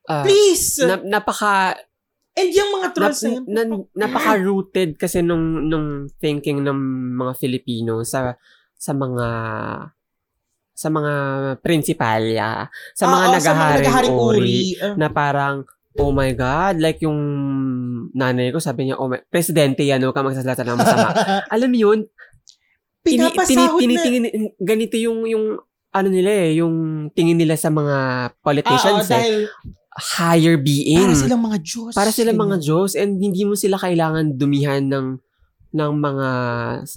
S2: Ah,
S1: Please.
S2: na- napaka
S1: And yung mga
S2: nap,
S1: trolls na yun,
S2: na, napaka-rooted kasi nung nung thinking ng mga Filipino sa sa mga sa mga prinsipalya, sa mga
S1: Oo,
S2: nagaharing, uri,
S1: Ah,
S2: na parang Oh my God, like yung nanay ko, sabi niya, oh my, presidente yan, huwag ka magsasalata ng masama. Alam mo yun, tini, tini,
S1: pinapasahod
S2: tini,
S1: na.
S2: tini- ganito yung, yung, ano nila eh, yung tingin nila sa mga
S1: Ah, oo,
S2: politicians eh,
S1: dahil
S2: higher being.
S1: para silang mga Diyos.
S2: Para sila mga
S1: Ganun.
S2: Diyos and hindi mo sila kailangan dumihan ng ng mga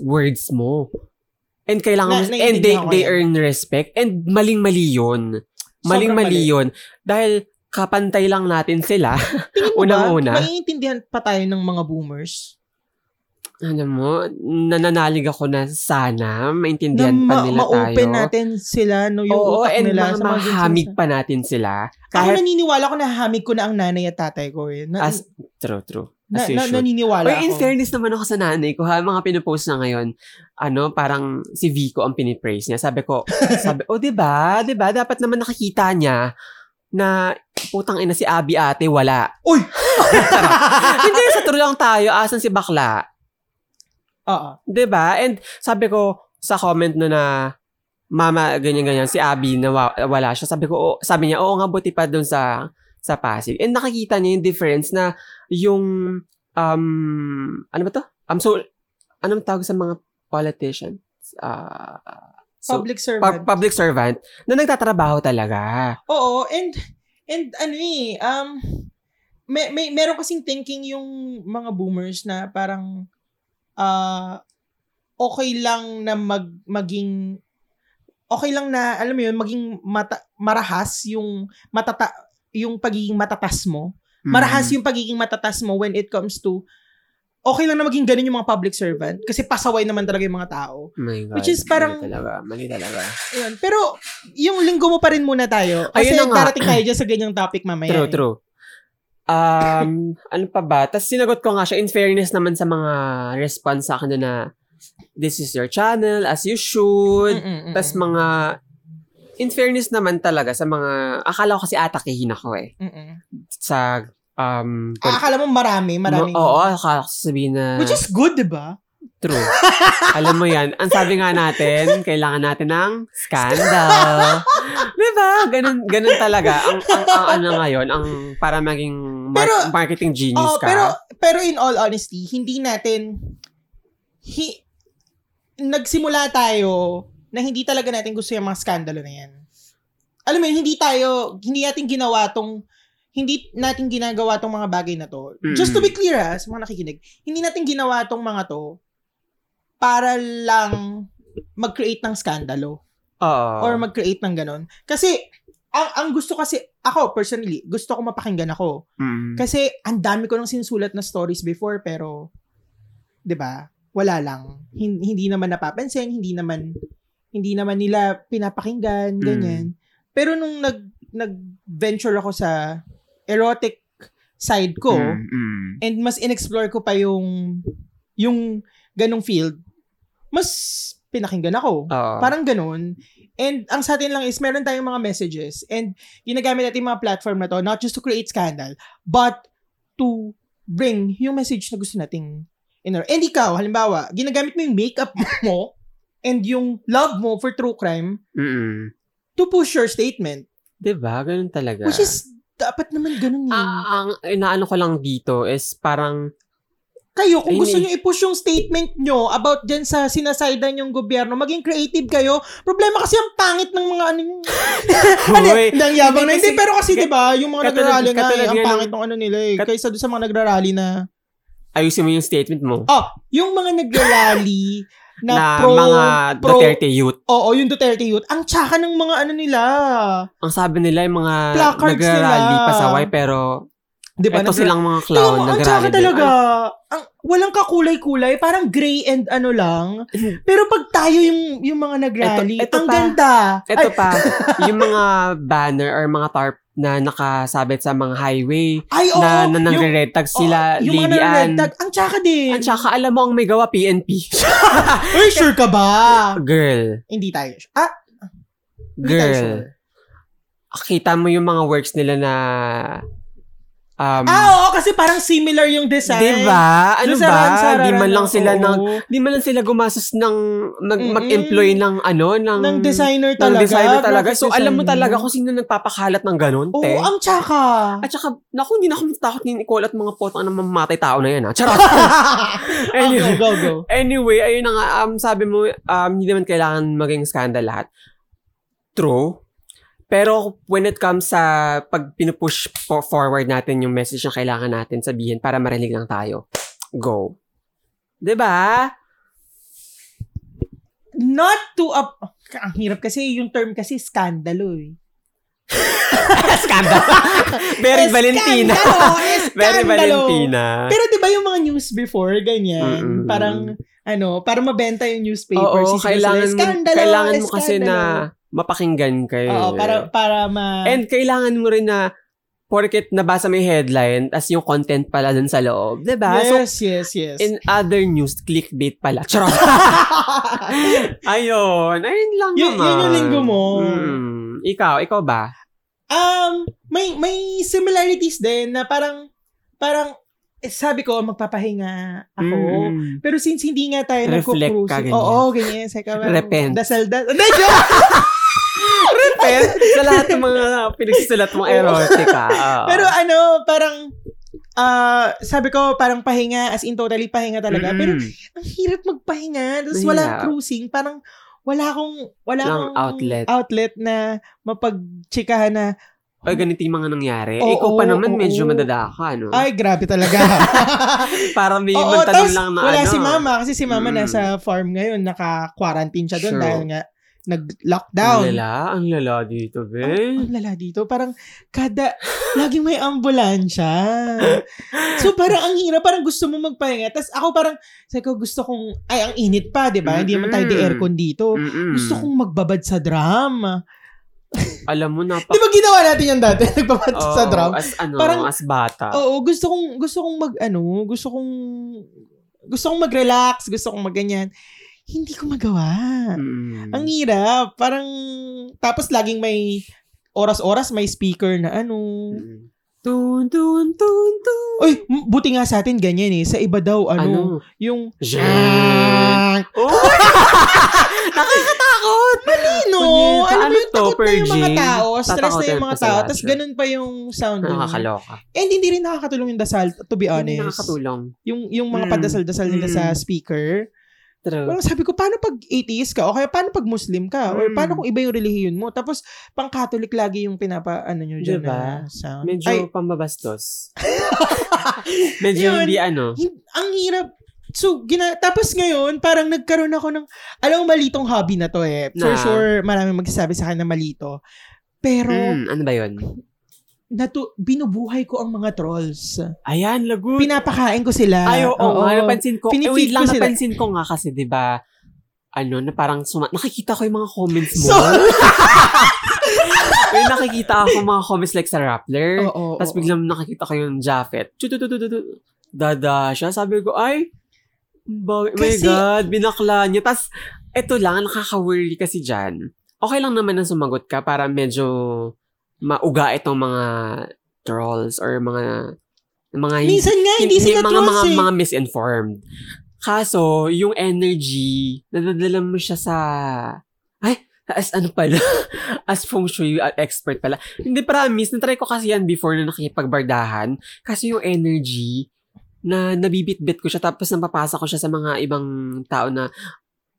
S2: words mo. And
S1: Na-
S2: kailangan mo, and they,
S1: naiintindihan ko
S2: they
S1: yan.
S2: earn respect. And maling-mali yun.
S1: Sobrang
S2: Maling-mali yun. Dahil kapantay lang natin sila.
S1: Tingin mo
S2: Unang-una.
S1: ba, maiintindihan pa tayo ng mga boomers?
S2: Alam mo, nananalig ako na sana maintindihan
S1: na
S2: pa
S1: ma-
S2: nila
S1: ma-open
S2: tayo.
S1: natin sila, no, yung
S2: Oo,
S1: utak
S2: and
S1: nila.
S2: mga
S1: sa mga ganun
S2: mahamig
S1: sila.
S2: pa natin sila.
S1: ako
S2: Kahit,
S1: naniniwala ko na hamig ko na ang nanay at tatay ko eh. Na,
S2: as, true, true.
S1: na,
S2: As you
S1: na-
S2: should.
S1: naniniwala
S2: Or
S1: ako.
S2: in fairness naman ako sa nanay ko, ha, mga pinopost na ngayon, ano, parang si Vico ang pinipraise niya. Sabi ko, sabi, oh, di ba? Di ba? Dapat naman nakakita niya na putang ina si Abi ate, wala.
S1: Uy!
S2: Hindi, sa true lang tayo, asan si bakla?
S1: Oo.
S2: Di ba? And sabi ko sa comment no na, mama, ganyan-ganyan, si Abby na wa- wala siya. Sabi ko, "Oo." sabi niya, oo nga, buti pa doon sa, sa Pasig. And nakikita niya yung difference na yung, um, ano ba to? Um, so, anong tawag sa mga politicians? Ah, so,
S1: public
S2: pa-
S1: servant.
S2: public servant na nagtatrabaho talaga.
S1: Oo, and and ano eh, um may, may meron kasing thinking yung mga boomers na parang ah okay lang na mag maging okay lang na alam mo yun maging mata, marahas yung matata yung pagiging matatas mo.
S2: Mm-hmm.
S1: Marahas
S2: Mm,
S1: yung pagiging matatas mo when it comes to okay lang na maging ganun yung mga public servant kasi pasaway naman talaga yung mga tao.
S2: Oh my God.
S1: which is parang-
S2: Mali talaga. Mali talaga.
S1: Ayun. Pero yung linggo mo pa rin muna tayo. Kasi
S2: Ayun na nga.
S1: darating tayo dyan sa ganyang topic mamaya.
S2: True,
S1: eh.
S2: true. Um, ano pa ba? Tapos sinagot ko nga siya, in fairness naman sa mga response sa akin doon na this is your channel, as you
S1: Mm-mm,
S2: should.
S1: mm-mm.
S2: Tapos mga, in fairness naman talaga sa mga, akala ko kasi atakihin ako eh.
S1: Mm-mm.
S2: Sa, um,
S1: Ah, akala mo marami, marami.
S2: mo- oo, akala ko sasabihin na,
S1: Which is good, di ba?
S2: true. Alam mo yan, ang sabi nga natin, kailangan natin ng scandal. diba? Ganun, ganun talaga. Ang, ang, ang ano ngayon, ang para maging mar-
S1: Pero-
S2: marketing genius
S1: Oo,
S2: ka.
S1: pero, pero in all honesty, hindi natin, hi, nagsimula tayo na hindi talaga natin gusto yung mga skandalo na yan. Alam mo yun, hindi tayo, hindi natin ginawa tong, hindi natin ginagawa tong mga bagay na to. Just to be clear ha, sa mga nakikinig, hindi natin ginawa tong mga to para lang mag-create ng skandalo.
S2: Oo.
S1: or mag-create ng ganun. Kasi, ang, ang gusto kasi, ako personally, gusto ko mapakinggan ako.
S2: Mm.
S1: Kasi, ang dami ko nang sinusulat na stories before, pero, di ba, wala lang. Hin- hindi naman napapansin, hindi naman, hindi naman nila pinapakinggan, ganyan. Pero nung nag, nag-venture ako sa erotic side ko,
S2: Mm, mm.
S1: and mas inexplore ko pa yung, yung ganong field, mas pinakinggan ako.
S2: Oo.
S1: Parang ganun. And ang sa atin lang is meron tayong mga messages and ginagamit natin yung mga platform na to not just to create scandal but to bring yung message na gusto nating inor. And ikaw, halimbawa, ginagamit mo yung makeup mo and yung love mo for true crime
S2: Mm-mm.
S1: to push your statement
S2: Diba? Ganun talaga.
S1: which is Dapat naman ganun yun.
S2: Ah, ang inaano ko lang dito is parang
S1: kayo, kung
S2: Ayun
S1: gusto
S2: eh.
S1: nyo i-push yung statement nyo about dyan sa sinasaydan yung gobyerno, maging creative kayo. Problema kasi ang pangit ng mga ano yung... Ano,
S2: Hoy,
S1: ang yabang na.
S2: Hindi,
S1: Hindi,
S2: kasi-
S1: pero kasi, di
S2: ka-
S1: ba, yung mga
S2: katulad-
S1: nagrarally nga, eh,
S2: katulad
S1: ang
S2: nga ng-
S1: pangit ng ano nila eh.
S2: kat-
S1: Kaysa doon sa mga nagrarally na...
S2: ayusin mo yung statement mo
S1: Oh, yung mga nagrarally na,
S2: na,
S1: pro...
S2: mga
S1: pro-
S2: Duterte youth.
S1: Oo, yung Duterte Youth. Ang tsaka ng mga ano nila.
S2: Ang sabi nila yung mga
S1: Placards
S2: nagrarally
S1: nila.
S2: pasaway pero
S1: Di ba? diba,
S2: ito
S1: nagra-
S2: silang mga
S1: Tingnan
S2: clown
S1: mo, ang tsaka
S2: nagrarally. din.
S1: talaga. Ang, walang kakulay-kulay. Parang gray and ano lang. Pero pag tayo yung, yung mga nagrally,
S2: Eto- eto
S1: ang
S2: pa.
S1: ganda.
S2: Ito pa, yung mga banner or mga tarp na nakasabit sa mga highway
S1: Ay, oo.
S2: na, na
S1: yung-
S2: nangre-red tag sila,
S1: oo, yung mga
S2: Lady
S1: nagre-red
S2: Ann.
S1: tag, Ang tsaka din.
S2: At saka alam mo ang may gawa PNP.
S1: Uy, sure ka ba?
S2: Girl,
S1: Hindi tayo. sure. Ah, hindi tayo
S2: girl.
S1: sure.
S2: Kita mo yung mga works nila na um
S1: Ah, oo, kasi parang similar yung design.
S2: 'di ba? Ano
S1: Doon sa
S2: ba?
S1: Ransararan,
S2: Di man lang sila
S1: oo.
S2: nang di man lang sila gumasos ng mag-
S1: Mm-mm.
S2: mag-employ ng ano ng
S1: ng designer
S2: ng
S1: talaga.
S2: designer talaga.
S1: graphic
S2: So alam mo
S1: designer.
S2: talaga eh. kung sino nagpapakalat ng ganun,
S1: Oo,
S2: te.
S1: ang tsaka.
S2: At saka, naku, hindi na ako takot ni Nicole at mga potang na mamatay tao na yan, ha? Charot!
S1: go,
S2: anyway,
S1: go, go.
S2: anyway, ayun na nga, um, sabi mo, um, hindi naman kailangan maging scandal lahat. True. Pero when it comes sa pag pinupush po- forward natin yung message na kailangan natin sabihin para marinig lang tayo, go. Diba? 'Di ba?
S1: Not to up... Ang hirap kasi yung term kasi skandalo eh.
S2: Scandal.
S1: Eh,
S2: Very Valentina.
S1: Eskandalo,
S2: Very
S1: eskandalo.
S2: Valentina.
S1: eh, Pero di ba yung mga news before, ganyan,
S2: Mm-mm.
S1: parang, ano, para mabenta yung newspaper. eh,
S2: Oo, kailangan, mo-
S1: skandalo,
S2: kailangan mo kasi
S1: eskandalo."
S2: na mapakinggan kayo.
S1: Oo, para, para ma...
S2: And kailangan mo rin na porket nabasa mo yung headline as yung content pala dun sa loob. Diba? So,
S1: yes, yes, yes.
S2: in other news, clickbait pala. Charot! ayun. Ayun lang
S1: Yun-
S2: naman.
S1: yun yung linggo mo.
S2: Mm. Ikaw, ikaw ba?
S1: um, may, may similarities din na parang, parang, eh, sabi ko, magpapahinga ako.
S2: Mm.
S1: Pero since hindi nga tayo
S2: Reflect ka,
S1: nagko-cruising.
S2: ganyan.
S1: Oo, ganyan. Saka, parang
S2: Repent.
S1: Dasal, dasal. Hindi, joke!
S2: Pero, sa lahat ng mga pinagsusulat mong erotic, ah. Oo.
S1: Pero ano, parang, ah, sabi ko, parang pahinga, as in totally pahinga talaga. Pero
S2: Mm-mm.
S1: ang hirap magpahinga. Tapos
S2: Mahirap.
S1: walang cruising. Parang wala akong, wala
S2: Walang
S1: akong
S2: outlet.
S1: outlet na mapagtsikahan na,
S2: Ay, ganito yung mga nangyari. Eh,
S1: Oo,
S2: ikaw pa
S1: oo.
S2: naman, medyo madadaka, ka, no?
S1: ay, grabe talaga.
S2: Para may
S1: Oo,
S2: magtanong
S1: tas
S2: lang na
S1: wala
S2: ano.
S1: si mama. Kasi si mama
S2: Mm.
S1: nasa farm ngayon. Naka-quarantine siya doon
S2: Sure.
S1: dahil nga nag-lockdown.
S2: Ang lala, ang lala dito, be.
S1: Ang lala dito. Parang kada, laging may ambulansya. So parang ang hirap, parang gusto mo magpahinga. Tapos ako parang, sabi ko gusto kong, ay ang init pa, di ba? Hindi naman tayo
S2: Mm-mm.
S1: di-aircon dito.
S2: Mm-mm.
S1: Gusto kong magbabad sa drum.
S2: Alam mo, napak...
S1: Di ba ginawa natin yan dati? Nagbabad
S2: Oo,
S1: sa drum?
S2: As, ano,
S1: Parang- oh,
S2: as bata.
S1: Oo, gusto kong, gusto kong mag, ano, gusto kong, gusto kong mag-relax, gusto kong mag-ganyan. Hindi ko magawa.
S2: Mm-mm.
S1: Ang hirap. Parang, tapos laging may, oras-oras may speaker na ano.
S2: Mm-mm. Tun, tun, tun, tun.
S1: Uy, m- buti nga sa atin ganyan eh. Sa iba daw, ano,
S2: Ano?
S1: yung, Ah,
S2: Zhen. Oh! Nakakatakot!
S1: Ano?
S2: Punyeta,
S1: Alam mo
S2: ano
S1: yung
S2: to,
S1: takot na yung mga
S2: purging?
S1: tao, stress na
S2: Tatakotin
S1: yung
S2: pa
S1: mga
S2: sila,
S1: tao, tapos
S2: sure.
S1: ganun pa yung sound. nun.
S2: Nakakaloka.
S1: And hindi rin nakakatulong yung dasal, to be
S2: Hindi
S1: honest.
S2: Nakakatulong.
S1: Yung, yung mga
S2: Mm.
S1: padasal-dasal nila
S2: Mm.
S1: sa speaker.
S2: True.
S1: Parang sabi ko, paano pag atheist ka? O kaya paano pag Muslim ka? Or
S2: Mm.
S1: paano kung iba yung relihiyon mo? Tapos, pang-Catholic lagi yung pinapa, ano nyo dyan
S2: Diba?
S1: na sound.
S2: Medyo
S1: Ay,
S2: pambabastos. Medyo
S1: Yun.
S2: hindi ano.
S1: hin- ang hirap. So, gina- tapos ngayon, parang nagkaroon ako ng, alam mo, malitong hobby na to eh. For
S2: Na.
S1: sure, marami magsasabi sa akin na malito. Pero,
S2: Mm, ano ba yun?
S1: natu- binubuhay ko ang mga trolls.
S2: Ayan, lagot.
S1: Pinapakain ko sila.
S2: Ay, oo,
S1: Oo.
S2: nga, napansin ko. Eh,
S1: Pinifeed
S2: wait lang,
S1: ko sila.
S2: napansin ko nga kasi, di ba, ano, na parang suma- nakikita ko yung mga comments mo.
S1: So,
S2: May nakikita ako mga comments like sa Rappler.
S1: oo,
S2: Tapos
S1: oo.
S2: biglang nakikita ko yung Jaffet. Tutututututu. Dada siya. Sabi ko, ay, ba- my
S1: Kasi-
S2: God, binakla niya. Tapos, eto lang, nakaka-worry kasi dyan. Okay lang naman na sumagot ka para medyo mauga itong mga trolls or mga mga hindi
S1: Minsan nga, hindi
S2: Hindi,
S1: sila
S2: mga,
S1: trolls
S2: mga,
S1: eh.
S2: mga misinformed. Kaso, yung energy, nadadala mo siya sa... Ay, as ano pala, as feng shui uh, expert pala. Hindi promise, natry ko kasi yan before na nakikipagbardahan. Kasi yung energy, na nabibitbit ko siya tapos napapasa ko siya sa mga ibang tao na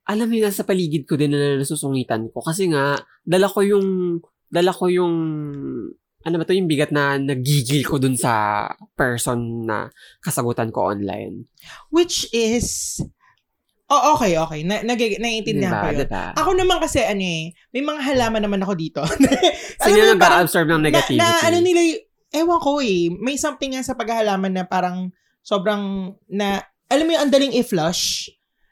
S2: alam mo yun, nasa paligid ko din na nasusungitan ko. Kasi nga, dala ko yung, dala ko yung, ano ba to, yung bigat na nagigil ko dun sa person na kasagutan ko online.
S1: Which is, oh, okay, okay. Na, nag- naiintindihan ko
S2: diba?
S1: yun.
S2: Diba?
S1: Ako naman kasi, ano eh, may mga halaman naman ako dito. Alam mo
S2: Sino
S1: yun,
S2: yung
S1: parang-
S2: nag-absorb ng negativity?
S1: Na, na ano nila, y- ewan ko eh, may something nga sa paghahalaman na parang sobrang na, alam mo yung ang daling i-flush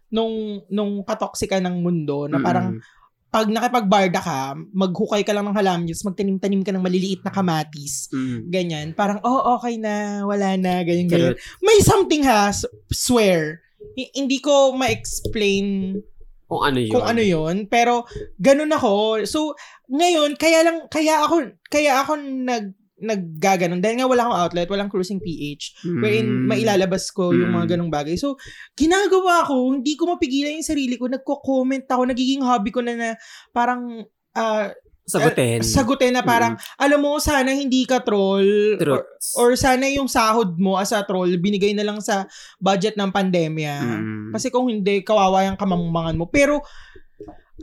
S1: nung, nung katoksika ng mundo na parang
S2: Mm-mm.
S1: pag nakipagbarda ka, maghukay ka lang ng halaman yun, tapos magtanim-tanim ka ng maliliit na kamatis.
S2: Mm-mm.
S1: Ganyan. Parang, oh, okay na, wala na, ganyan, ganyan
S2: Pero,
S1: may something ha, s- swear. H- hindi ko ma-explain
S2: kung ano yun.
S1: kung ano 'yon, pero ganun ako. So ngayon, kaya lang kaya ako kaya ako nag naggaganon dahil nga wala akong outlet, walang cruising PH wherein
S2: Mm.
S1: mailalabas ko yung
S2: Mm.
S1: mga ganong bagay. So ginagawa ko, hindi ko mapigilan yung sarili ko, nagko-comment ako, nagiging hobby ko na na parang ah,
S2: Sagutin.
S1: sagutin na parang alam mo sana hindi ka troll or-
S2: Truths.
S1: Or sana yung sahod mo as a troll, binigay na lang sa budget ng pandemya.
S2: Mm.
S1: Kasi kung hindi, kawawa yung kamangmangan mo. Pero,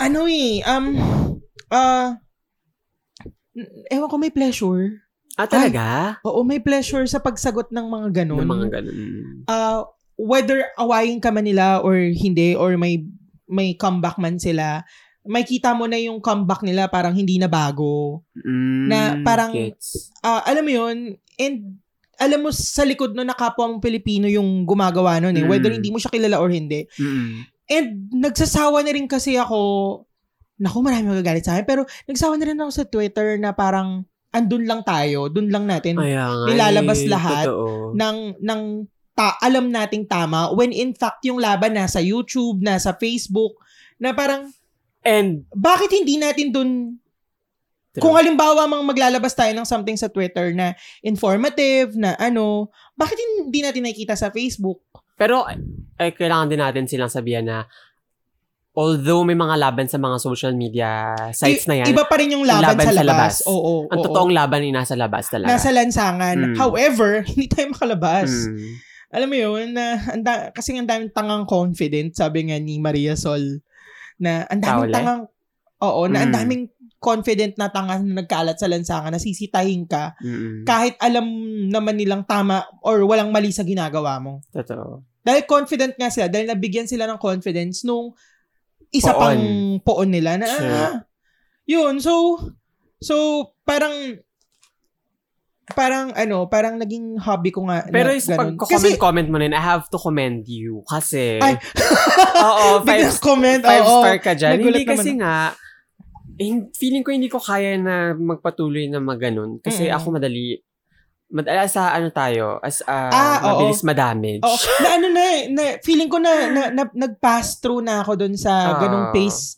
S1: ano eh, um, ah, ewan ko may pleasure.
S2: ah, talaga?
S1: Oo, may pleasure sa pagsagot ng mga ganun.
S2: Ng mga ganun.
S1: Ah, whether awayin ka man nila or hindi, or may, may comeback man sila, makita mo na yung comeback nila parang hindi na bago.
S2: Mm,
S1: Na parang-
S2: gets.
S1: Ah, alam mo yun, and alam mo sa likod no nakapwa mong Pilipino yung gumagawa nun eh,
S2: Mm.
S1: whether hindi mo siya kilala or hindi.
S2: Mm-mm.
S1: And nagsasawa na rin kasi ako, naku marami magagalit sa akin, pero nagsawa na rin ako sa Twitter na parang andun lang tayo, dun lang natin
S2: Kaya nga,
S1: nilalabas
S2: eh,
S1: lahat
S2: Totoo.
S1: ng, ng ta- alam nating tama when in fact yung laban nasa YouTube, nasa Facebook, na parang
S2: And,
S1: bakit hindi natin dun Kung halimbawa mang maglalabas tayo ng something sa Twitter na informative, na ano, bakit hindi natin nakikita sa Facebook?
S2: Pero, eh, kailangan din natin silang sabihan na although may mga laban sa mga social media sites na yan,
S1: Iba pa rin yung laban,
S2: Laban
S1: sa,
S2: sa
S1: labas.
S2: labas.
S1: Oo,
S2: ang
S1: oo.
S2: totoong laban ay nasa labas talaga.
S1: Nasa lansangan.
S2: Mm.
S1: However, hindi tayo makalabas.
S2: Mm.
S1: Alam mo yun, na, anda, kasi ang daming tangang confident, sabi nga ni Maria Sol, na ang daming
S2: Taole?
S1: tangang, oo, na ang
S2: Mm.
S1: daming confident na tanga na nagkalat sa lansangan, na sisitahin ka,
S2: Mm-mm.
S1: kahit alam naman nilang tama or walang mali sa ginagawa mo.
S2: Totoo.
S1: Dahil confident nga sila, dahil nabigyan sila ng confidence nung isa
S2: Poon.
S1: pang poon nila na
S2: Sure.
S1: ah, yun, so so parang parang ano, parang naging hobby ko nga
S2: Pero
S1: na,
S2: yung sa
S1: ganun.
S2: pag-comment comment mo na yun, I have to commend you. Kasi,
S1: Ay.
S2: oo, five,
S1: biglang comment,
S2: five
S1: oo.
S2: star ka dyan.
S1: Nagulat
S2: Hindi kasi nga, hin- feeling ko hindi ko kaya na magpatuloy na maganon. Kasi
S1: Mm-mm.
S2: ako madali, madala sa ano tayo, as uh,
S1: Ah, oo.
S2: mabilis madamage.
S1: Oh, na ano na, eh, na feeling ko na, na, na nag-pass through na ako doon sa
S2: Ah.
S1: ganung pace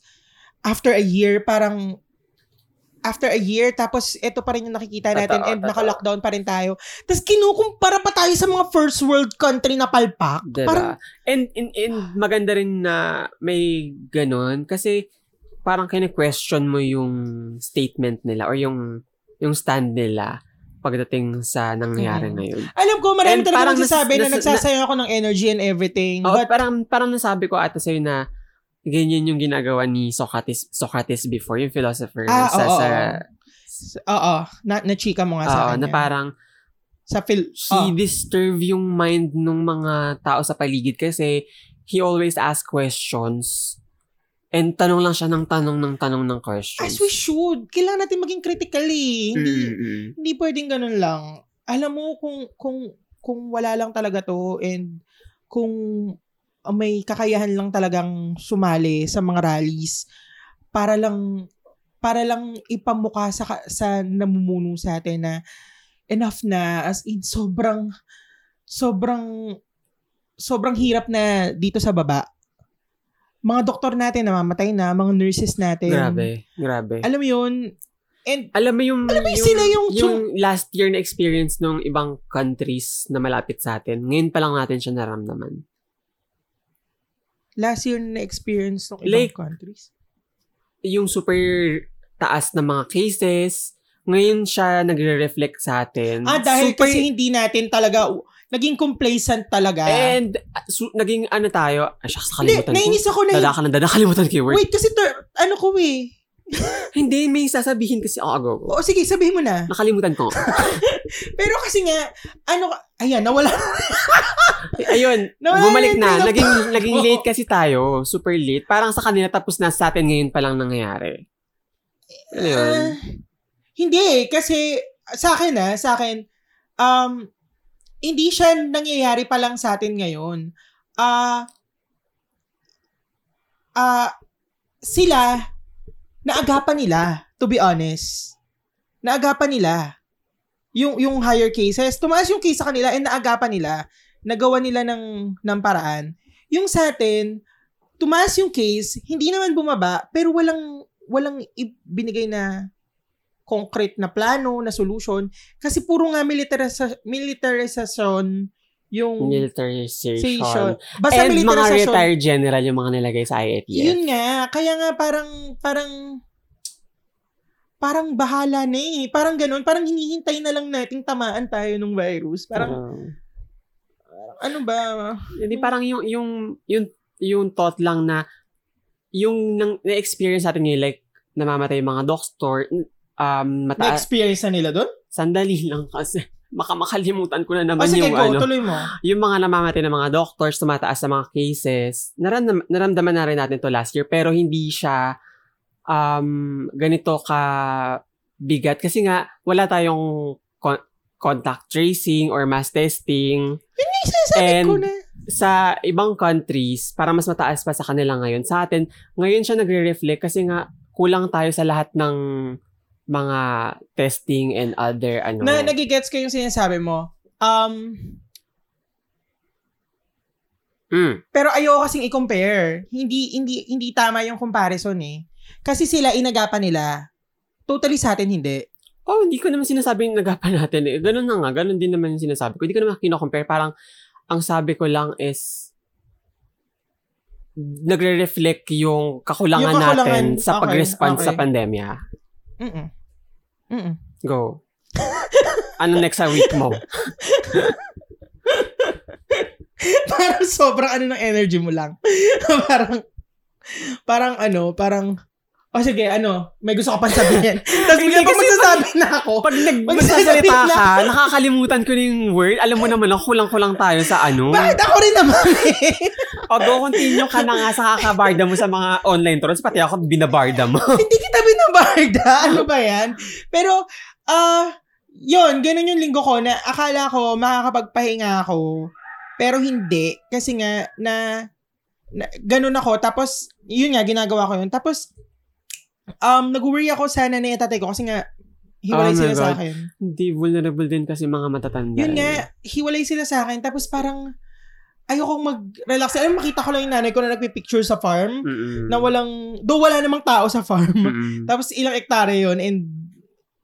S1: after a year parang after a year tapos ito pa rin yung nakikita natin
S2: Totoo,
S1: and
S2: totoo.
S1: naka-lockdown pa rin tayo. Tapos kinukumpara pa tayo sa mga first world country na palpak.
S2: Diba?
S1: Parang
S2: and, and, and maganda rin na may ganun kasi parang kine-question mo yung statement nila or yung yung stand nila pagdating sa nangyayari
S1: Mm.
S2: ngayon.
S1: alam ko marami
S2: And
S1: talaga
S2: parang
S1: nagsasabi
S2: nas-
S1: na
S2: nas- Oh,
S1: nagsasayang ako ng energy and everything.
S2: Oo,
S1: but
S2: parang, parang nasabi ko ata sa'yo na ganyan yung ginagawa ni Socrates, Socrates before, yung philosopher.
S1: Ah,
S2: sa,
S1: oo,
S2: sa,
S1: oo, na, na-chika mo nga sa
S2: oo,
S1: kanya.
S2: na parang
S1: sa fil-
S2: he
S1: oh,
S2: disturb yung mind ng mga tao sa paligid kasi he always ask questions and tanong lang siya ng tanong ng tanong ng questions.
S1: Ah, as we should. Kailangan natin maging critical eh. Hindi,
S2: Mm-mm.
S1: hindi pwedeng ganun lang. Alam mo kung kung kung wala lang talaga to and kung may kakayahan lang talagang sumali sa mga rallies para lang para lang ipamukha sa ka- sa namumuno sa atin na enough na as in sobrang sobrang sobrang hirap na dito sa baba. Mga doktor natin namamatay na, mga nurses natin.
S2: Grabe, grabe.
S1: Alam mo 'yun? And
S2: Alam mo yung,
S1: alam mo yung sila yung,
S2: yung last year na experience ng ibang countries na malapit sa atin, ngayon pa lang natin siya naramdaman.
S1: last year na experience ng ibang
S2: Like-
S1: countries.
S2: yung super taas na mga cases, ngayon siya nagre-reflect sa atin.
S1: Ah, dahil
S2: Super-
S1: kasi hindi natin talaga, naging complacent talaga.
S2: And uh, su- naging ano tayo, ah, shucks,
S1: Hindi,
S2: nakalimutan ko.
S1: nainis ako na
S2: Dada ka na, dada, kalimutan ko yung word.
S1: Wait, kasi ter- ano ko eh.
S2: Hindi, may sasabihin kasi ako ago.
S1: Oo, sige, sabihin mo na.
S2: Nakalimutan ko.
S1: Pero kasi nga, ano, ka- ayan, nawala.
S2: Ayun,
S1: Nawala
S2: bumalik
S1: yung
S2: na.
S1: tinap-
S2: Naging, naging
S1: Oo.
S2: late kasi tayo. Super late. Parang sa kanila tapos na sa atin ngayon pa lang nangyayari. Ano yun?
S1: Ah, hindi eh, kasi sa akin ah, sa akin, um, hindi siya nangyayari pa lang sa atin ngayon. Ah, ah, sila, naagapan nila, to be honest. Naagapan nila. Yung, yung higher cases, tumaas yung case sa kanila and naagapan nila. Nagawa nila ng, ng paraan. Yung sa atin, tumaas yung case, hindi naman bumaba, pero walang walang ibinigay na concrete na plano, na solution. Kasi puro nga militariza- militarization yung
S2: Militarization.
S1: station. Ah. Basta
S2: And mga
S1: militarization.
S2: retired general yung mga nilagay sa IATF.
S1: Yun nga, kaya nga parang parang parang bahala na eh. Parang ganun, parang hinihintay na lang nating tamaan tayo ng virus. Parang
S2: Oo.
S1: ano ba?
S2: Hindi parang yung yung yung yung thought lang na yung nang na-experience natin ngayon like namamatay yung mga doctor um mataas
S1: Na-experience na nila doon?
S2: sandali lang kasi baka makalimutan ko na
S1: O
S2: naman
S1: Oh, sige,
S2: yung
S1: go,
S2: ano
S1: tuloy mo.
S2: yung mga namamatay ng mga doctors tumataas sa mga cases naram, naramdaman na rin natin to last year pero hindi siya um ganito ka bigat kasi nga wala tayong con- contact tracing or mass testing
S1: Ay, sinasabi
S2: And-
S1: ko na.
S2: sa ibang countries, para mas mataas pa sa kanila ngayon, sa atin, ngayon siya nagre-reflect kasi nga kulang tayo sa lahat ng mga testing and other ano.
S1: Na nagigets ko yung sinasabi mo. Um,
S2: Mm.
S1: pero ayoko kasing i-compare. Hindi hindi hindi tama yung comparison eh. Kasi sila inagapan nila. Totally sa atin hindi.
S2: Oh, hindi ko naman sinasabing nagapan natin. Eh. Ganun na nga, ganun din naman yung sinasabi ko. Hindi ko naman kinocompare. Parang, ang sabi ko lang is, nagre-reflect yung kakulangan,
S1: Yung kakulangan.
S2: natin sa
S1: Okay,
S2: pag-response sa
S1: okay.
S2: pandemya.
S1: Mm. Mm.
S2: Go. ano next sa week mo?
S1: parang sobrang ano ng energy mo lang. parang parang ano, parang o sige, ano, may gusto ka pang sabihin. Tapos
S2: Hindi,
S1: bigla pa
S2: kasi-
S1: magsasabi na ako.
S2: Pag
S1: Magsasalita
S2: nagsasalita ka, nakakalimutan ko na yung word. Alam mo naman, ako kulang-kulang tayo sa ano.
S1: Bakit ako rin naman eh?
S2: O go, continue ka na nga sa kakabarda mo sa mga online trolls. Pati ako binabarda mo.
S1: Hindi kita binabarda. Ano ba yan? Pero, ah, yon ganun yung linggo ko na akala ko makakapagpahinga ako. Pero hindi. Kasi nga, na, na ganun ako. Tapos, yun nga, ginagawa ko yun. Tapos, um, nag-worry ako sana na yung tatay ko kasi nga, hiwalay
S2: Oh my
S1: sila sa
S2: God.
S1: akin.
S2: Hindi, vulnerable din kasi mga matatanda.
S1: Yun
S2: eh.
S1: nga, hiwalay sila sa akin. Tapos parang, ayokong mag-relax. Alam, mo, makita ko lang yung nanay ko na nagpipicture sa farm.
S2: Mm-mm.
S1: Na walang, do wala namang tao sa farm.
S2: Mm-mm.
S1: Tapos ilang ektare yon and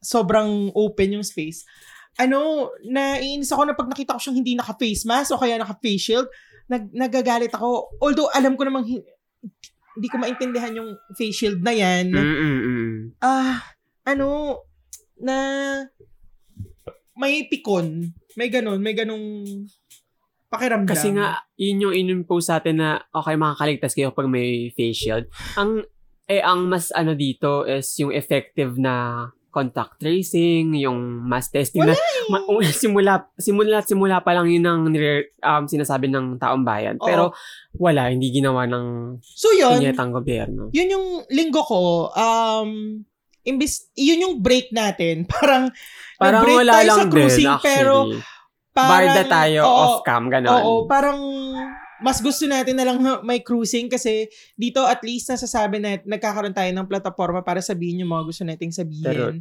S1: sobrang open yung space. Ano, naiinis ako na pag nakita ko siyang hindi naka-face mask o kaya naka-face shield, nag, nagagalit ako. Although alam ko namang hi- hindi ko maintindihan yung face shield na
S2: Hmm.
S1: yan.
S2: Mm-mm-mm.
S1: Ah, ano, na may pikon. May ganun, may ganung pakiramdam.
S2: Kasi nga, yun yung inimpose sa atin na, okay, makakaligtas kayo pag may face shield. Ang, eh, ang mas ano dito is yung effective na contact tracing, yung mass testing na Ma- oh, simula simula simula pa lang yun ang nire- um, sinasabi ng taong bayan.
S1: Oo.
S2: Pero wala, hindi ginawa ng
S1: so yun,
S2: pinyetang gobyerno.
S1: yun yung linggo ko, um, imbis, yun yung break natin. Parang,
S2: Parang
S1: nag-break
S2: wala
S1: tayo
S2: lang
S1: sa cruising,
S2: din, actually.
S1: pero parang,
S2: Barda tayo,
S1: oo,
S2: off-cam, ganon.
S1: Oo, parang, mas gusto natin na lang may cruising kasi dito at least nasasabi na nagkakaroon tayo ng plataforma para sabihin yung mga gusto nating
S2: Pero-
S1: sabihin.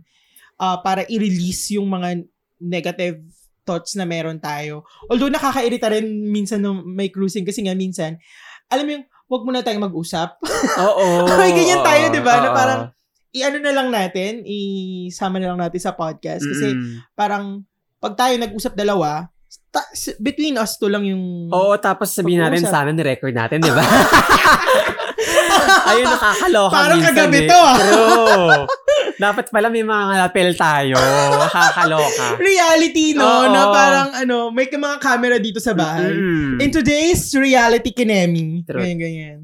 S1: ah, para i-release yung mga negative thoughts na meron tayo. Although nakakairita rin minsan nung may cruising kasi nga minsan, alam mo yung, wag muna tayong mag-usap.
S2: Oo.
S1: Ay, ganyan tayo,
S2: oo,
S1: di ba? Na
S2: oo.
S1: parang, i-ano na lang natin, isama na lang natin sa podcast. Kasi
S2: Mm-mm.
S1: parang, pag tayo nag-usap dalawa, ta- s- between us to lang yung...
S2: Oh. Oo, tapos sabihin natin,
S1: Pag-uusap.
S2: sana ni-record natin, di ba? Ayun, nakakaloka
S1: Parang
S2: minsan
S1: kagabi
S2: eh.
S1: to, ah.
S2: True. Dapat pala may mga lapel tayo. Nakakaloka.
S1: reality, no?
S2: Oo.
S1: Na parang, ano, may mga camera dito sa bahay.
S2: Mm.
S1: In today's reality kinemi.
S2: True.
S1: Ganyan, ganyan.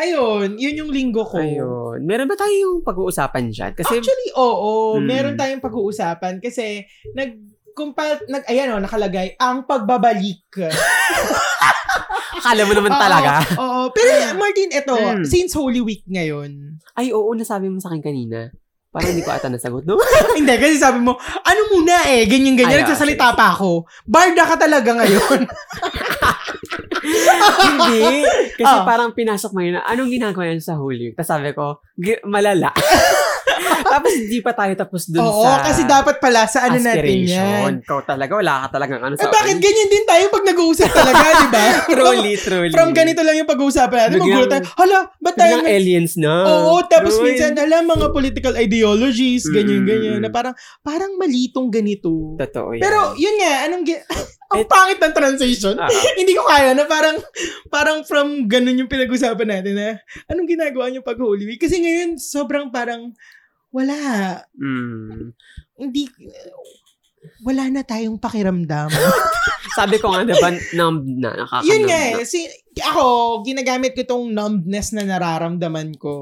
S1: Ayun, yun yung linggo ko.
S2: Ayun. Meron ba tayong pag-uusapan dyan? Kasi,
S1: Actually, oo.
S2: Mm.
S1: Meron tayong pag-uusapan kasi nag compile nag ayan oh, nakalagay ang pagbabalik.
S2: akala mo naman
S1: Oo,
S2: talaga.
S1: Oo, pero Martin, eto,
S2: Mm.
S1: since Holy Week ngayon.
S2: Ay, oo, nasabi mo sa akin kanina. Parang hindi ko ata nasagot, no?
S1: Hindi kasi sabi mo, ano muna eh, ganyan
S2: Ay,
S1: ganyan
S2: oo,
S1: nagsasalita pa ako. Barda ka talaga ngayon.
S2: hindi. Kasi
S1: Ah.
S2: parang pinasok mo yun na, anong ginagawa yun sa Holy Week? Tapos sabi ko, "G- malala. Tapos hindi pa tayo tapos dun
S1: Oo,
S2: sa
S1: kasi dapat pala sa ano natin yan.
S2: aspiration. Ikaw talaga, wala ka talagang ano sa
S1: Eh bakit ganyan din tayo pag nag-uusap talaga, di ba?
S2: Truly, truly.
S1: From ganito lang yung pag-uusapan natin,
S2: Biglang-
S1: magulat tayo. Hala, ba't tayo
S2: Biglang
S1: nag-
S2: aliens na.
S1: Oo, tapos
S2: Truly.
S1: minsan, hala, mga political ideologies, ganyan,
S2: Mm.
S1: ganyan, na parang, parang malitong ganito.
S2: Totoo yan. Eh,
S1: Pero, yun nga, anong, gi- ang
S2: Et-
S1: pangit ng transition.
S2: Ah.
S1: Hindi ko kaya na parang, parang from ganun yung pinag-usapan natin na, anong ginagawa niyo pag Holy Week? Kasi ngayon, sobrang parang, wala,
S2: Mm.
S1: hindi, wala na tayong pakiramdam.
S2: Sabi ko nga, diba, numb na. Nakakanumb
S1: yun nga
S2: na.
S1: eh, si, ako, ginagamit ko itong numbness na nararamdaman ko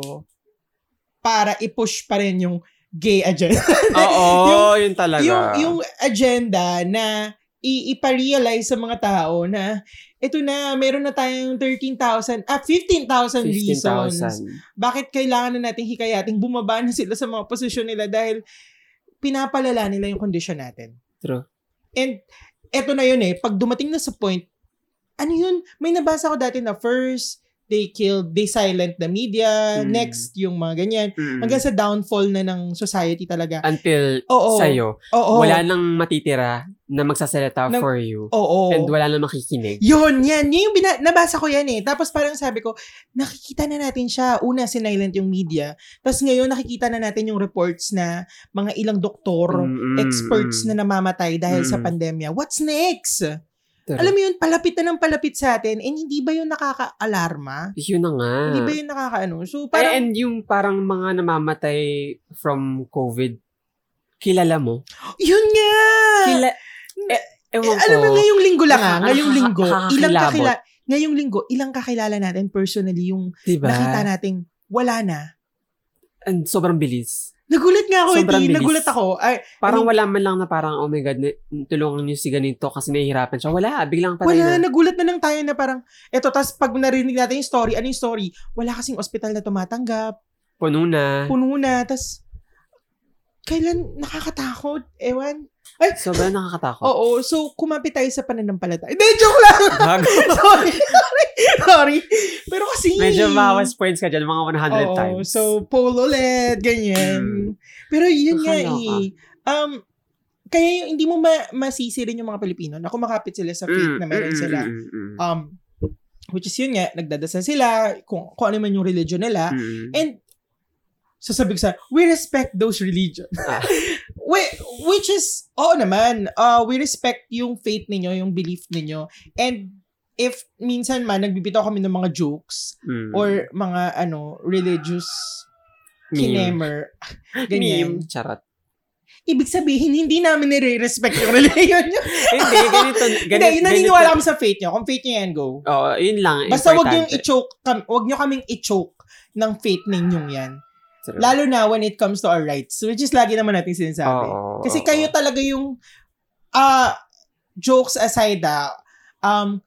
S1: para i-push pa rin yung gay agenda.
S2: Oo, yun talaga.
S1: yung yung agenda na i- ipa-realize sa mga tao na ito na, meron na tayong 13,000, ah, 15,000 reasons.
S2: 15,000.
S1: Bakit kailangan na nating hikayating bumaba na sila sa mga posisyon nila dahil pinapalala nila yung kondisyon natin.
S2: True.
S1: And eto na yun eh, pag dumating na sa point, ano yun, may nabasa ko dati na first, they killed, they silent the media,
S2: Mm.
S1: next, yung mga ganyan.
S2: Mm.
S1: Hanggang sa downfall na ng society talaga.
S2: Until
S1: Oo.
S2: sa'yo,
S1: Oo.
S2: wala nang matitira na magsasalita
S1: Nag-
S2: for you.
S1: Oo.
S2: And wala nang makikinig.
S1: Yun, yan. Yun yung bina- nabasa ko yan eh. Tapos parang sabi ko, nakikita na natin siya. Una, sinilent yung media. Tapos ngayon, nakikita na natin yung reports na mga ilang doktor,
S2: Mm, mm,
S1: experts
S2: mm.
S1: na namamatay dahil sa
S2: Mm.
S1: pandemya. What's next?
S2: Pero,
S1: Alam mo yun, palapit na ng palapit sa atin. And hindi ba yun nakaka-alarma?
S2: yun na nga.
S1: Hindi ba yun nakakaano? So
S2: Parang,
S1: parang,
S2: Eh, and yung parang mga namamatay from COVID, kilala mo?
S1: yun nga!
S2: Kila, eh,
S1: Eh,
S2: ewan ko.
S1: Ah, alam mo, ngayong linggo lang ah.
S2: Nakaka-
S1: Ngayong linggo,
S2: nakakakilabot.
S1: ilang kakilala, ngayong linggo, ilang kakilala natin personally yung
S2: diba?
S1: nakita nating wala na.
S2: And sobrang bilis.
S1: Nagulat nga ako,
S2: Sobrang
S1: hindi.
S2: bilis.
S1: Nagulat ako. Ay,
S2: Parang
S1: Ano-
S2: wala man lang na parang, oh my God, ni- tulungan niyo si ganito kasi nahihirapan siya. Wala, biglang patay
S1: wala,
S2: na.
S1: nagulat na lang tayo na parang, eto, tas pag narinig natin yung story, ano yung story? Wala kasing ospital na tumatanggap,
S2: Puno na.
S1: puno na, tas, kailan nakakatakot? Ewan. Ay,
S2: Sobrang nakakatakot.
S1: oo, so kumapit tayo sa pananampalataya. Hindi, joke lang!
S2: Bago.
S1: sorry, sorry, sorry. Pero kasi,
S2: Medyo bawas points ka dyan, mga 100
S1: Oo,
S2: times. Mm.
S1: So, poll ulit, ganyan. Pero yun nga
S2: Nakakaloka.
S1: eh. Um, kaya yung, hindi mo ma- masisi rin yung mga Pilipino na kumakapit sila sa faith na meron sila.
S2: mm, mm,
S1: Um, which is yun nga, nagdadasal sila, kung, kung ano man yung religion nila.
S2: mm.
S1: And, sasabi ko sa, we respect those religion.
S2: Ah.
S1: We- which is, oo naman, uh, we respect yung faith ninyo, yung belief ninyo. And, if minsan man, nagbibitaw kami ng mga jokes,
S2: Mm.
S1: or mga ano religious
S2: Meme.
S1: kinemer
S2: Meme.
S1: ganyan
S2: Charot.
S1: ibig sabihin hindi namin nire-respect yung religion nyo
S2: Hindi, ganito. ganito
S1: hindi yun naniniwala kami sa faith nyo kung faith nyo yan go
S2: Oo, yun lang.
S1: basta wag yung
S2: importante.
S1: i-choke kam, wag nyo kaming i-choke ng faith ninyong yan
S2: True.
S1: lalo na when it comes to our rights which is lagi naman natin sinasabi
S2: Oo,
S1: kasi
S2: oo,
S1: kayo
S2: oo.
S1: talaga yung ah jokes aside ah, um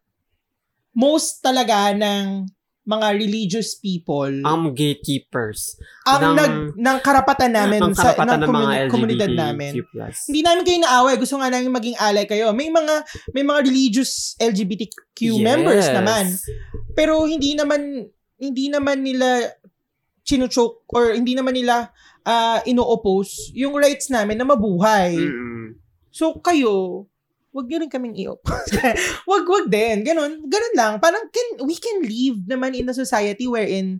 S1: most talaga ng mga religious people
S2: ang gatekeepers
S1: ang
S2: ng-
S1: nag ng karapatan namin
S2: ng
S1: sa ng,
S2: karapatan ng mga
S1: communi-
S2: LGBTQ+.
S1: komunidad namin. Hindi namin kayo naaway, gusto nga namin maging ally kayo. May mga may mga religious LGBTQ members
S2: Yes.
S1: naman, pero hindi naman hindi naman nila chinuchoke or hindi naman nila ah, ino-oppose yung rights namin na mabuhay.
S2: Mm-mm.
S1: So kayo, wag niyo rin kaming i-oppose. wag wag din, ganun. Ganun lang. Parang can, we can live naman in a society wherein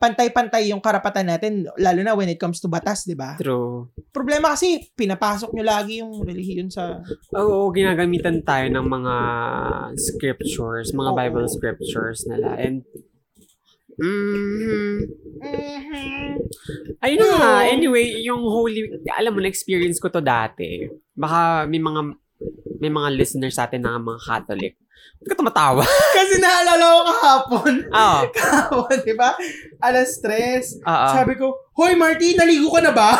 S1: pantay-pantay yung karapatan natin lalo na when it comes to batas, 'di ba?
S2: True.
S1: Problema kasi pinapasok niyo lagi yung relihiyon sa
S2: Oo, ginagamitan tayo ng mga scriptures, mga
S1: Oo.
S2: Bible scriptures nila. And Mm-hmm.
S1: Mhm.
S2: Ayun na nga.
S1: Oo.
S2: Anyway, yung Holy Week, alam mo, na-experience ko to dati. Baka may mga may mga listeners sa atin na mga Catholic. Ba't ka tumatawa? Ah,
S1: Kasi naalala ko kahapon.
S2: Oo.
S1: Kahapon, di ba? Alas stress.
S2: Oo.
S1: Sabi ko, Hoy Marty, naligo ka na ba?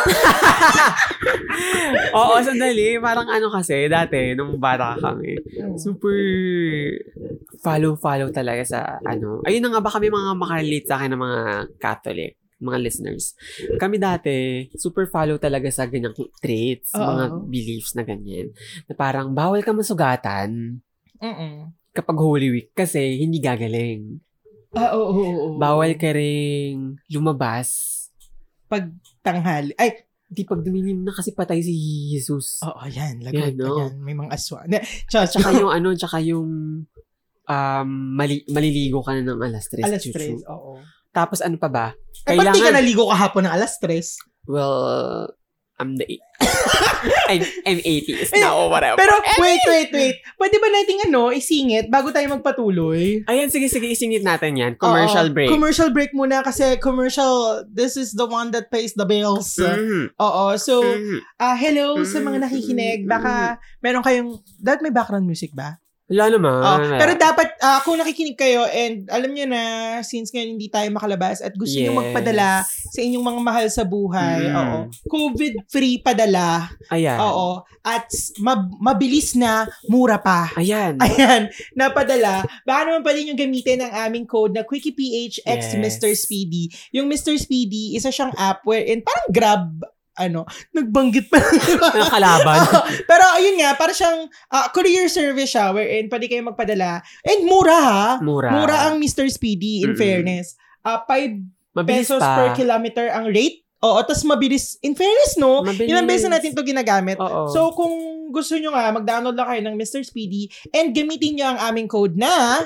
S2: Oo, sandali. Parang ano kasi, dati, nung bata kami, super follow-follow talaga sa ano. Ayun na nga ba kami mga makarelate sa akin ng mga Catholic mga listeners. Kami dati, super follow talaga sa ganyang traits,
S1: Oo.
S2: mga beliefs na ganyan. Na parang, bawal ka masugatan
S1: Mm-mm.
S2: kapag Holy Week kasi hindi gagaling.
S1: Ah, oo, oo, oo.
S2: Bawal ka ring lumabas.
S1: Pag tanghali. Ay,
S2: Di pag dumilim na kasi patay si Jesus.
S1: oo, yan. Lagot
S2: Yan,
S1: pa
S2: no?
S1: yan. May mga aswa. Ne, Tsaka, tsaka,
S2: Tsaka yung ano, tsaka yung um, mali- maliligo ka na ng alas 3.
S1: alas stress. Oo.
S2: Tapos ano pa ba?
S1: Eh, ba't di ka
S2: Kailangan-
S1: naligo kahapon ng alas stress?
S2: Well, I'm the eight. I'm, I'm 80s now,
S1: Eh,
S2: whatever.
S1: Pero, wait, wait, wait. Pwede ba nating ano, isingit bago tayo magpatuloy?
S2: Ayan, sige, sige, isingit natin yan.
S1: Oo.
S2: Commercial break.
S1: Commercial break muna kasi commercial, this is the one that pays the bills.
S2: Mhm,
S1: Oo, so,
S2: mhm.
S1: ah hello sa
S2: Mm.
S1: mga nakikinig. Baka meron kayong, dahil may background music ba?
S2: Wala naman.
S1: Oh, pero dapat, ah, kung nakikinig kayo and alam nyo na, since ngayon hindi tayo makalabas at gusto nyo
S2: Yes.
S1: magpadala sa inyong mga mahal sa buhay,
S2: Mm.
S1: oo, COVID-free padala,
S2: Ayan.
S1: oo, at s- mab- mabilis na, mura pa.
S2: Ayan.
S1: Ayan, napadala. Baka naman pwede nyo gamitin ang aming code na QuickiePHX
S2: Yes.
S1: Mr. Speedy. Yung Mr. Speedy, isa siyang app wherein parang grab, ano, nagbanggit pa
S2: Ang kalaban.
S1: Oo, pero ayun nga, para siyang ah, courier service siya wherein pwede kayo magpadala. And mura ha.
S2: Mura.
S1: Mura ang Mr. Speedy in
S2: Mm-mm.
S1: fairness. Ah, 5
S2: Mabilis
S1: pesos
S2: pa.
S1: per kilometer ang rate. Oo, tas mabilis. In fairness, no?
S2: Mabilis.
S1: Ilang beses na natin to ginagamit.
S2: Oo.
S1: So, kung gusto nyo nga, mag-download lang kayo ng Mr. Speedy and gamitin nyo ang aming code na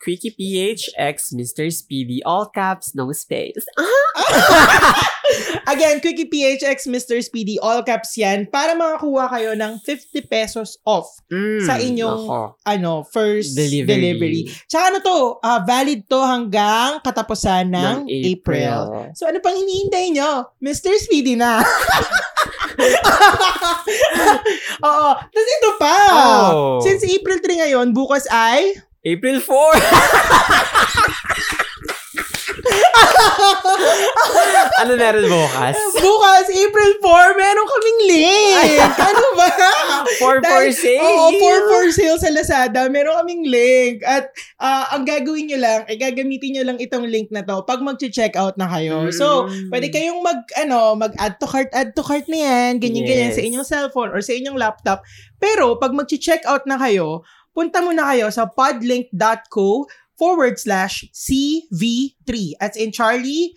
S2: Quickie PHX, Mr. Speedy, all caps, no space.
S1: Again, Quickie PHX Mr. Speedy, all caps yan, para makakuha kayo ng 50 pesos off
S2: Mm,
S1: Sa inyong-
S2: nako.
S1: ano, first Hmm, delivery.
S2: delivery,
S1: Tsaka ano to, ah, valid to hanggang katapusan ng, April. So ano pang hinihintay nyo? Mr. Speedy na. Oo. Tapos ito pa.
S2: Oh.
S1: Ah, Since April 3 ngayon, bukas ay...
S2: April 4! ano meron bukas?
S1: bukas, April 4, meron kaming link. ano ba?
S2: 4 for
S1: Dahil-
S2: sale!
S1: Oo, for for sale sa Lazada. Meron kaming link. At ah, ang gagawin nyo lang, ay gagamitin nyo lang itong link na to pag mag-check out na kayo. So,
S2: Mm.
S1: pwede kayong mag, ano, mag-add to cart, add to cart na yan, ganyan-ganyan
S2: Yes.
S1: sa inyong cellphone or sa inyong laptop. Pero, pag mag-check out na kayo, punta muna kayo sa podlink.co forward slash CV3. As in Charlie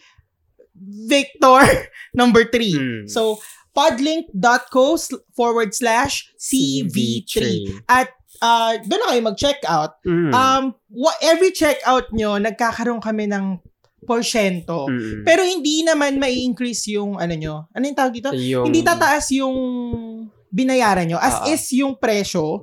S1: Victor number 3.
S2: Mm.
S1: So, podlink.co sl- forward slash CV3. Uh, doon na kayo mag-check out.
S2: Mm.
S1: Um, wa- every checkout nyo, nagkakaroon kami ng porsyento.
S2: Mm.
S1: Pero hindi naman mai increase yung ano nyo. Ano yung tawag dito?
S2: Yung- Ah.
S1: Hindi tataas yung binayaran nyo. As
S2: Oo.
S1: is yung presyo.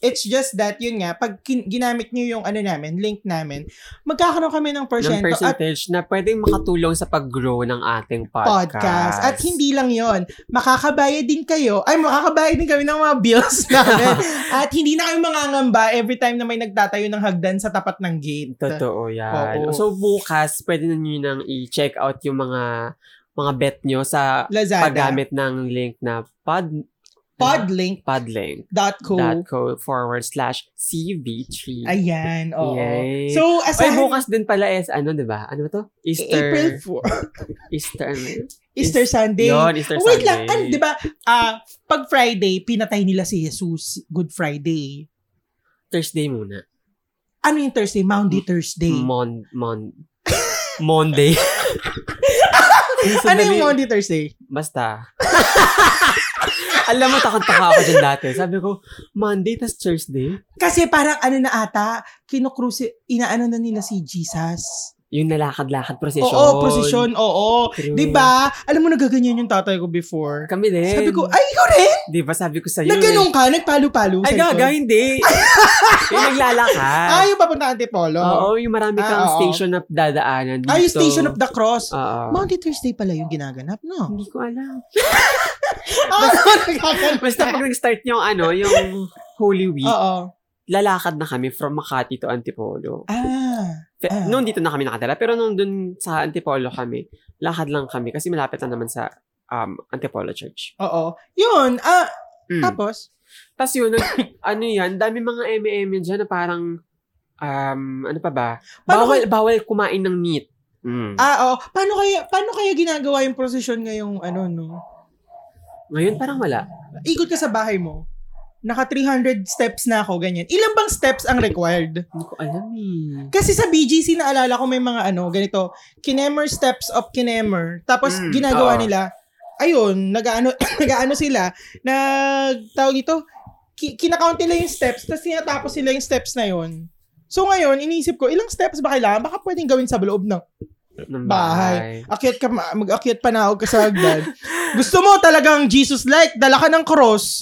S1: It's just that, yun nga, pag kin- ginamit nyo yung ano namin, link namin, magkakaroon kami ng
S2: ng
S1: porsyento. At
S2: percentage na pwedeng makatulong sa pag-grow ng ating podcast.
S1: podcast. At hindi lang yon makakabayad din kayo, ay makakabayad din kami ng mga bills namin. At hindi na kayo mangangamba every time na may nagtatayo ng hagdan sa tapat ng gate.
S2: Totoo yan.
S1: Oo.
S2: So, bukas, pwede na nyo nang i-check out yung mga mga bet nyo sa
S1: Lazada.
S2: paggamit ng link na pod,
S1: Podlink.co.
S2: podlink dot co forward slash CV3.
S1: Ayan, oo.
S2: Yay.
S1: So,
S2: Ay,
S1: asahan
S2: bukas din pala is, ano, di ba? Ano ba to? Easter.
S1: April 4,
S2: Easter. ano yun?
S1: Easter Sunday.
S2: Yun, Easter
S1: Oh, Wait
S2: Sunday.
S1: lang, ano, di ba, ah, pag Friday, pinatay nila si Jesus, Good Friday.
S2: Thursday muna.
S1: Ano yung Thursday? Maundy Thursday.
S2: Mon, mon, Monday.
S1: ano yung Maundy Thursday?
S2: Basta. Alam mo, takot-taka ako dyan dati. Sabi ko, Monday tas Thursday.
S1: Kasi parang ano na ata, kinukrusi, inaano na nila si Jesus.
S2: Yung nalakad-lakad procession.
S1: Oo, prosesyon, oo.
S2: True.
S1: 'Di ba? Alam mo nagaganyan yung tatay ko before.
S2: Kami din.
S1: Sabi ko, ay, ikaw rin?
S2: Di ba sabi ko sa'yo?
S1: Nagganong ka? Nagpalo-palo?
S2: eh.
S1: Sabi
S2: Ay,
S1: ko,
S2: gaga, hindi. yung naglalakad.
S1: Ah, yung papunta Antipolo.
S2: Oo, yung marami
S1: Ah,
S2: kang
S1: oo.
S2: station na dadaanan dito.
S1: Ay, Ah, yung Station of the Cross.
S2: Oo.
S1: Monday, Thursday pala yung ginaganap, no?
S2: Hindi ko alam.
S1: Ah, nagaganap.
S2: Basta pag nag-start yung ano, yung Holy Week,
S1: Oo.
S2: lalakad na kami from Makati to Antipolo.
S1: Ah.
S2: Fe-
S1: Ah.
S2: Noon dito na kami nakatira, pero noon dun sa Antipolo kami, lakad lang kami kasi malapit na naman sa um, Antipolo Church.
S1: Oo. Yun. Ah,
S2: Mm.
S1: tapos?
S2: Tapos yun, nag- ano yan, dami mga M&M dyan na parang, um, ano pa ba?
S1: Paano
S2: Bawal, bawal kumain ng meat. Mm.
S1: Ah, oo. Paano kaya, paano kaya ginagawa yung prosesyon ngayong ano, no?
S2: Ngayon parang wala.
S1: Ikot ka sa bahay mo. Naka 300 steps na ako, ganyan. Ilan bang steps ang required?
S2: Hindi ko alam eh.
S1: Kasi sa BGC, naalala ko may mga ano, ganito, kinemer steps of kinemer. Tapos
S2: Mm,
S1: ginagawa
S2: oo.
S1: nila, ayun, nagaano, nagaano sila, nag, tawag ito, ki- kinakount nila yung steps, tapos tinatapos nila yung steps na yun. So ngayon, iniisip ko, ilang steps ba kailangan? Baka pwedeng gawin sa loob ng
S2: Ng
S1: bahay. Akyat ka, ma- mag-akyat pa na ako ka sa hagdan. Gusto mo talagang Jesus-like, dala ka ng cross.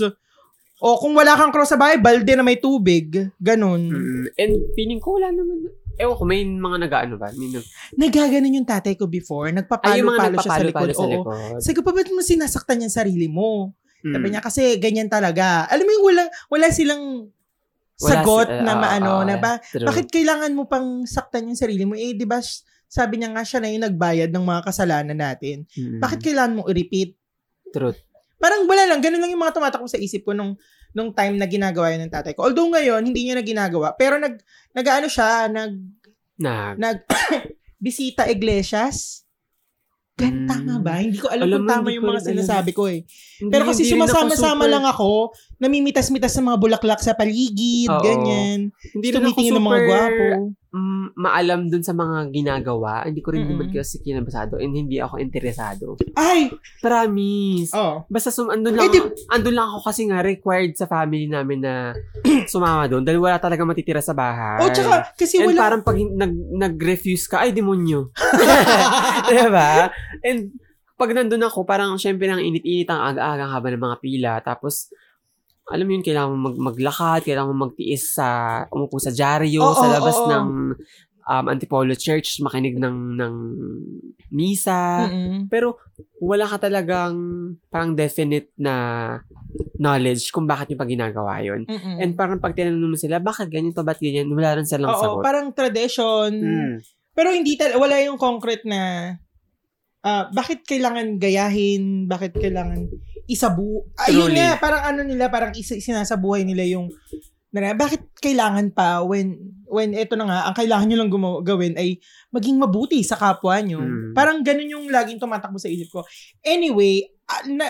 S1: O kung wala kang cross sa bahay, balde na may tubig. Ganun.
S2: Mm. And feeling ko wala naman. Ewan ko, may mga nag-ano ba? May nag-
S1: Nagaganon yung tatay ko before.
S2: Ay, yung
S1: Nagpapalo-palo
S2: mga
S1: siya sa likod.
S2: nagpapalo-palo sa
S1: Oo.
S2: likod.
S1: Sabi ko, "Pa, ba't mo sinasaktan yung sarili mo?
S2: Mm.
S1: Sabi niya, kasi ganyan talaga. Alam mo yung walang, wala silang
S2: Wala
S1: sagot
S2: si-
S1: na
S2: ah,
S1: maano,
S2: ah,
S1: na ba,
S2: true.
S1: bakit kailangan mo pang saktan yung sarili mo? Eh, di ba, s- sabi niya nga siya na yung nagbayad ng mga kasalanan natin.
S2: Mm.
S1: Bakit kailangan mong i-repeat?
S2: Truth.
S1: Parang wala lang, ganun lang yung mga tumatakbo sa isip ko nung nung time na ginagawa yun ng tatay ko. Although ngayon, hindi niya na ginagawa. Pero nag, nag-ano siya, nag,
S2: Na,
S1: nag, bisita iglesias. Gan,
S2: Mm.
S1: tama ba? Hindi ko alam,
S2: Alam
S1: kung
S2: mo,
S1: tama
S2: hindi
S1: yung
S2: ko
S1: mga
S2: rin alam.
S1: sinasabi ko eh.
S2: hindi-
S1: Pero kasi
S2: hindi rin ako
S1: sumasama-sama
S2: super-
S1: lang ako, namimitas-mitas sa mga bulaklak sa paligid,
S2: Oo.
S1: ganyan.
S2: Hindi rin ako
S1: Tumitingin ng mga
S2: super,
S1: gwapo.
S2: mm, maalam dun sa mga ginagawa. Hindi ko rin
S1: Mm-mm.
S2: naman kasi kinabasado and hindi ako interesado.
S1: Ay!
S2: Promise.
S1: Oh.
S2: Basta sum andun lang,
S1: Eh, di-
S2: andun lang ako kasi nga required sa family namin na sumama doon dahil wala talaga matitira sa bahay.
S1: Oh, tsaka, kasi
S2: And
S1: wala.
S2: parang pag hin- nag, nag-refuse ka, ay, demonyo. diba? And pag nandun ako, parang syempre nang init-init ang aga-aga haba ng mga pila. Tapos, alam mo yun, kailangan mo mag- maglakad, kailangan mo magtiis sa, umupo sa dyaryo,
S1: Oo,
S2: sa labas
S1: oo.
S2: ng um, Antipolo Church, makinig ng, ng misa.
S1: Mm-mm.
S2: Pero wala ka talagang parang definite na knowledge kung bakit yung pag ginagawa yun.
S1: Mm-mm.
S2: And parang pag tinanong mo sila, bakit ganyan to, ba't ganyan, wala rin silang
S1: Oo,
S2: sagot.
S1: parang tradition.
S2: Mm.
S1: Pero hindi tal wala yung concrete na ah, bakit kailangan gayahin, bakit kailangan isabu. Ayun
S2: Truly.
S1: nga, parang ano nila, parang isa, sinasabuhay nila yung na, bakit kailangan pa when when eto na nga, ang kailangan nyo lang gumaw- gawin ay maging mabuti sa kapwa nyo.
S2: Mm.
S1: Parang ganun yung laging tumatakbo sa isip ko. Anyway, ah, na,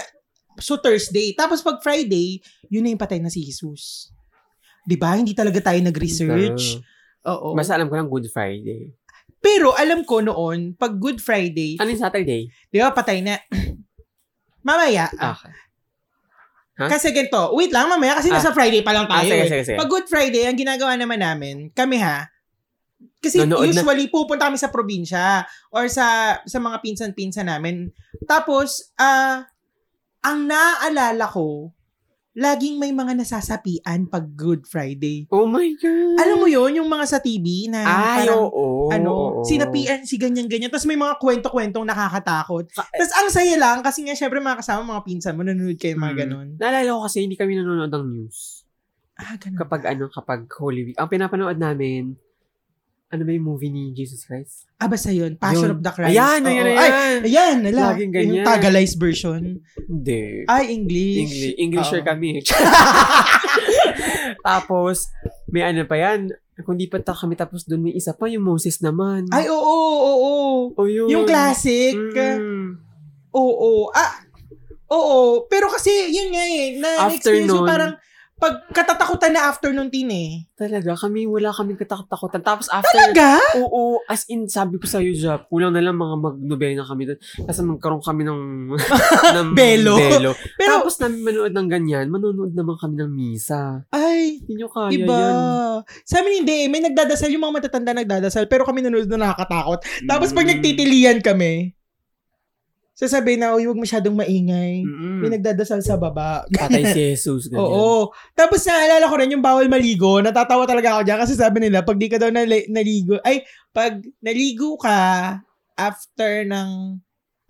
S1: so Thursday. Tapos pag Friday, yun na yung patay na si Jesus. 'Di ba Hindi talaga tayo nag-research. Oo.
S2: Basta alam ko lang Good Friday.
S1: Pero alam ko noon, pag Good Friday,
S2: Ano yung Saturday?
S1: di ba patay na. mamaya. ah,
S2: Okay. ah.
S1: Kasi ganito, wait lang mamaya kasi nasa Friday pa lang
S2: Ah,
S1: tayo.
S2: sige,
S1: eh.
S2: sige, sige.
S1: Pag Good Friday, ang ginagawa naman namin, kami ha, kasi
S2: Nanood na-
S1: usually pupunta kami sa probinsya or sa sa mga pinsan-pinsan namin. Tapos, ah, ang naaalala ko, laging may mga nasasapian pag Good Friday.
S2: oh my God.
S1: Alam mo yon yung mga sa TV na
S2: Hmm. Ay,
S1: parang,
S2: oo.
S1: ano, sinapian si ganyan-ganyan. Tapos may mga kwento-kwentong nakakatakot. Tapos ang saya lang, kasi nga syempre mga kasama, mga pinsan mo, nanonood kayo ng mga
S2: Hmm.
S1: ganon.
S2: Naalala ko kasi hindi kami nanonood ng news.
S1: Ah, ganon.
S2: Kapag ano, kapag Holy Week. Ang pinapanood namin, ano ba yung movie ni Jesus Christ?
S1: Ah, basta yun. Passion of
S2: Yun.
S1: the Christ.
S2: Ayan,
S1: Oo.
S2: ayan,
S1: Ay,
S2: ayan.
S1: ayan, ala.
S2: Laging ganyan.
S1: Yung Tagalized version.
S2: Hindi.
S1: Ay, English.
S2: English. Englisher
S1: Oo.
S2: kami. Tapos, may ano pa yan. Kung di pa ta kami tapos doon, may isa pa, yung Moses naman.
S1: Ay, oo, oo, oo.
S2: oh, yun.
S1: Yung classic.
S2: Mm.
S1: Oo. Ah, oo. Pero kasi, yun nga eh, na
S2: After
S1: experience ko
S2: nun-
S1: parang, pag katatakutan na after nung teen eh.
S2: Talaga, kami wala kaming katakot-takutan. Tapos after,
S1: Talaga?
S2: oo, as in, sabi ko sa'yo, Jap, kulang na lang mga magnobena kami doon. Kasi magkaroon kami ng, ng
S1: Belo. Pero,
S2: Tapos namin manood ng ganyan, manonood naman kami ng misa.
S1: ay,
S2: Hindi nyo kaya
S1: iba.
S2: yun.
S1: Sa amin hindi eh. May nagdadasal. Yung mga matatanda nagdadasal. Pero kami nanonood na nakakatakot. Tapos pag
S2: Mm.
S1: nagtitilian kami, sasabihin na, uy, huwag masyadong maingay.
S2: Mm-mm.
S1: May nagdadasal sa baba.
S2: Patay si Jesus. Mm. Ganyan.
S1: Oo. Tapos naalala ko rin yung bawal maligo. Natatawa talaga ako dyan kasi sabi nila, pag di ka daw nali- naligo, ay, pag naligo ka after ng,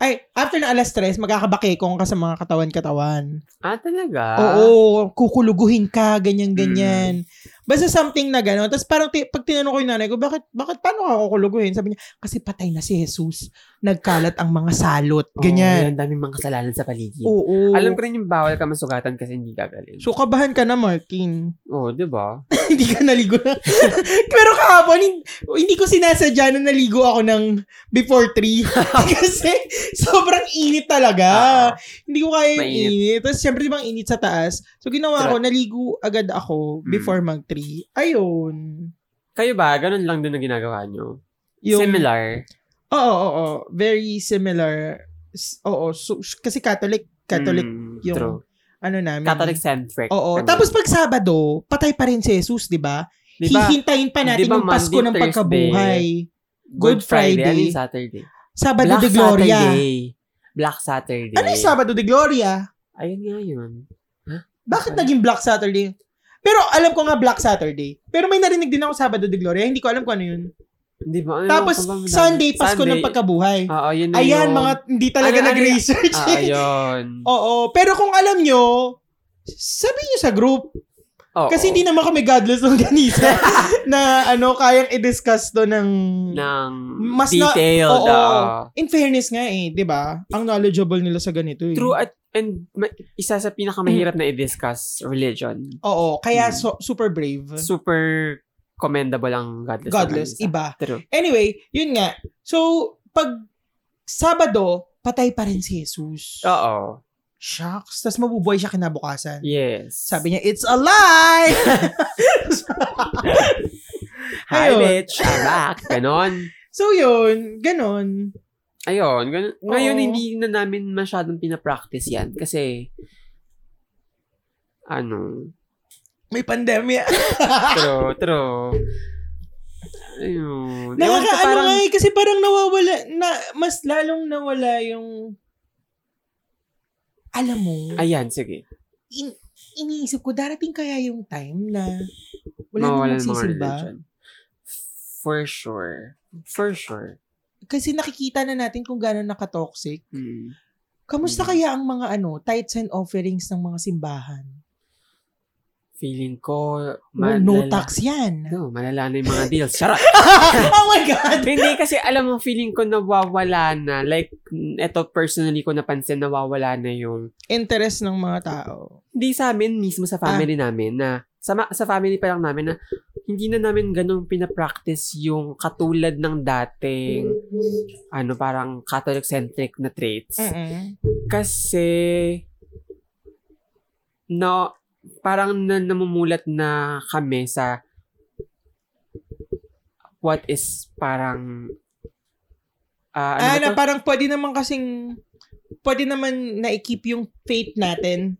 S1: ay, after ng alas tres, magkakabakekong ka sa mga katawan-katawan.
S2: Ah, talaga?
S1: Oo, kukuluguhin ka, ganyan-ganyan.
S2: Mm.
S1: Basta something na gano'n. Tapos parang ti- pag tinanong ko yung nanay ko, bakit, bakit paano ka kukuluguhin? Sabi niya, kasi patay na si Jesus. Nagkalat ang mga salot. Ganyan.
S2: Ang Oh, daming mga kasalanan sa paligid.
S1: Oo.
S2: Alam ko rin yung bawal ka masugatan kasi hindi gagaling.
S1: So, kabahan ka na, Martin.
S2: Oo, di ba?
S1: hindi ka naligo na. Pero kahapon, hin- hindi ko sinasadya na naligo ako ng before 3. Kasi sobrang init talaga.
S2: Ah.
S1: hindi ko kaya yung
S2: Mainit.
S1: init. Tapos syempre di ba ang init sa taas? So ginawa ko, naligo agad ako
S2: Hmm.
S1: before mag 3. Ayun.
S2: Kayo ba, ganun lang din ang ginagawa nyo?
S1: Yung,
S2: Similar.
S1: Oo, oo, oo. Very similar. S- Oo, so, kasi Catholic, Catholic,
S2: Mm,
S1: yung-
S2: true.
S1: ano namin.
S2: Catholic-centric.
S1: Oo.
S2: Kami.
S1: Tapos pag Sabado, patay pa rin si Jesus, di ba?
S2: Di ba,
S1: Hihintayin pa natin
S2: di ba
S1: yung Pasko
S2: Monday,
S1: ng
S2: Thursday?
S1: pagkabuhay.
S2: Good
S1: Good
S2: Friday,
S1: Friday.
S2: ano yung Saturday?
S1: Sabado de Gloria.
S2: Saturday. Black Saturday.
S1: Ano yung Sabado de Gloria?
S2: Ayun nga yun.
S1: Bakit
S2: Ano?
S1: naging Black Saturday? Pero alam ko nga Black Saturday. Pero may narinig din ako Sabado de Gloria. Hindi ko alam kung ano yun.
S2: Di ba? Ano,
S1: Tapos
S2: ano ba-
S1: Sunday, Pasko ng pagkabuhay.
S2: Oo, yun na
S1: Ayan,
S2: yun.
S1: mga hindi talaga
S2: Ah, Ano- ano-
S1: nag-research.
S2: Ah,
S1: eh.
S2: ayun.
S1: Oo. Pero kung alam nyo, sabihin nyo sa group.
S2: Oo.
S1: Oh, Kasi hindi naman kami godless ng ganisa na ano, kayang i-discuss to ng...
S2: ng
S1: Mas na-
S2: detailed.
S1: Oo.
S2: ah.
S1: In fairness nga eh, di ba? Ang knowledgeable nila sa ganito eh.
S2: True at and ma- isa sa pinakamahirap na i-discuss religion.
S1: Oo. Kaya
S2: Mm.
S1: so- super brave.
S2: Super commendable ang godless. na
S1: Godless.
S2: bansa.
S1: Iba.
S2: True.
S1: Anyway, yun nga. So, pag Sabado, patay pa rin si Jesus.
S2: Oo.
S1: Shucks. Tapos mabubuhay siya kinabukasan.
S2: Yes.
S1: Sabi niya, it's a lie!
S2: Hi,
S1: Ayun.
S2: bitch. I'm back. Ganon.
S1: so, yun. Ganon.
S2: Ayun. Ganon. Ngayon,
S1: Oo.
S2: hindi na namin masyadong pinapractice yan. Kasi, ano,
S1: May pandemya.
S2: true, true. Ayun. Ewan ko,
S1: Nakaka, ano
S2: parang-
S1: nga eh, kasi parang nawawala, na, mas lalong nawala yung, alam mo,
S2: Ayan, sige.
S1: in, iniisip ko, darating kaya yung time na wala
S2: Mawala
S1: nang
S2: ng mga
S1: magsisimba.
S2: religion. For sure. For sure.
S1: Kasi nakikita na natin kung gano'n nakatoxic Hmm.
S2: Mm.
S1: Kamusta
S2: Mm.
S1: kaya ang mga ano, tithes and offerings ng mga simbahan?
S2: Feeling ko,
S1: Well, no tax yan.
S2: No, malala na yung mga deals. Charot!
S1: oh my God!
S2: Hindi kasi alam mo, feeling ko nawawala na. Like, eto personally ko napansin, nawawala na yung,
S1: Interest ng mga tao.
S2: hindi sa amin mismo, sa family
S1: Ah.
S2: namin, na, sa, ma- sa family pa lang namin, na hindi na namin ganun pinapractice yung katulad ng dating,
S1: Mm.
S2: ano, parang Catholic-centric na traits.
S1: Mm. Mm-mm.
S2: Kasi, no, parang na, namumulat na kami sa what is parang ah, ano
S1: Ah,
S2: ba
S1: na
S2: to?
S1: parang pwede naman kasing, pwede naman na-keep yung faith natin